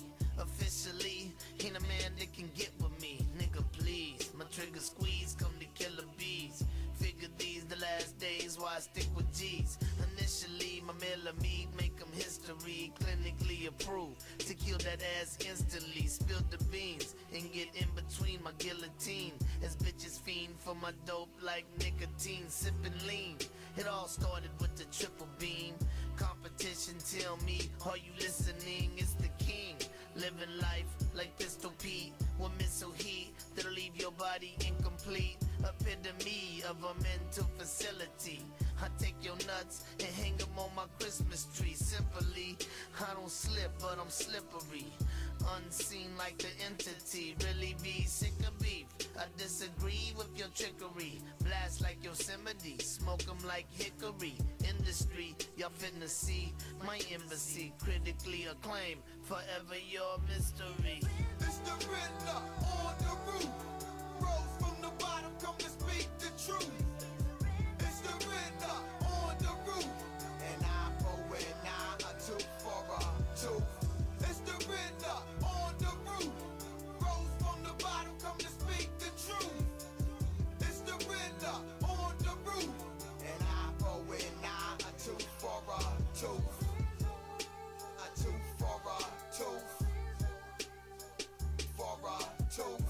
[SPEAKER 6] Officially, ain't a man that can get with me. Nigga, please. My trigger squeeze, come to killer bees. Figure these the last days, why I stick with G's. Initially, my melamine make 'em history. Clinically approved to kill that ass instantly. Spill the beans and get in between my guillotine. As bitches fiend for my dope like nicotine. Sipping lean. It all started with the triple beam. Competition, tell me, are you listening? It's the king. Living life like Pistol Pete with missile heat that'll leave your body incomplete. Epitome of a mental facility. I take your nuts and hang 'em on my Christmas tree. Simply, I don't slip, but I'm slippery. Unseen like the entity. Really be sick of beef. I disagree with your trickery. Blast like Yosemite. Smoke 'em like hickory. Industry, y'all finna see my embassy. Critically acclaimed. Forever your mystery.
[SPEAKER 17] It's the Riddler on the roof. Rose from the bottom, come to speak the truth. It's the Riddler on the roof. An eye for an eye, a tooth for a tooth. It's the Riddler on the roof. Rose from the bottom, come to speak the truth. It's the Riddler on the roof. An eye for an eye, a tooth for a tooth. A tooth for a tooth for a tooth.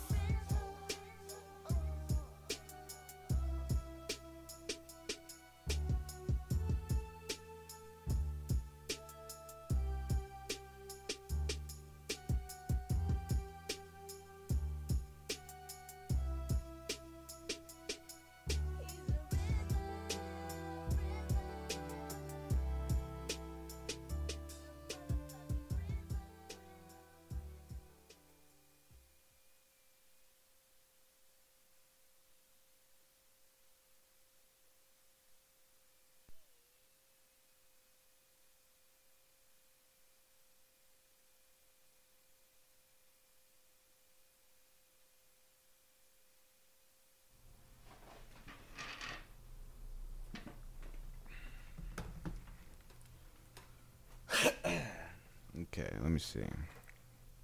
[SPEAKER 1] Okay, let me see.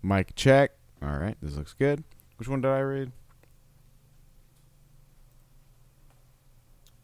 [SPEAKER 1] Mic check. All right, this looks good. Which one did I read?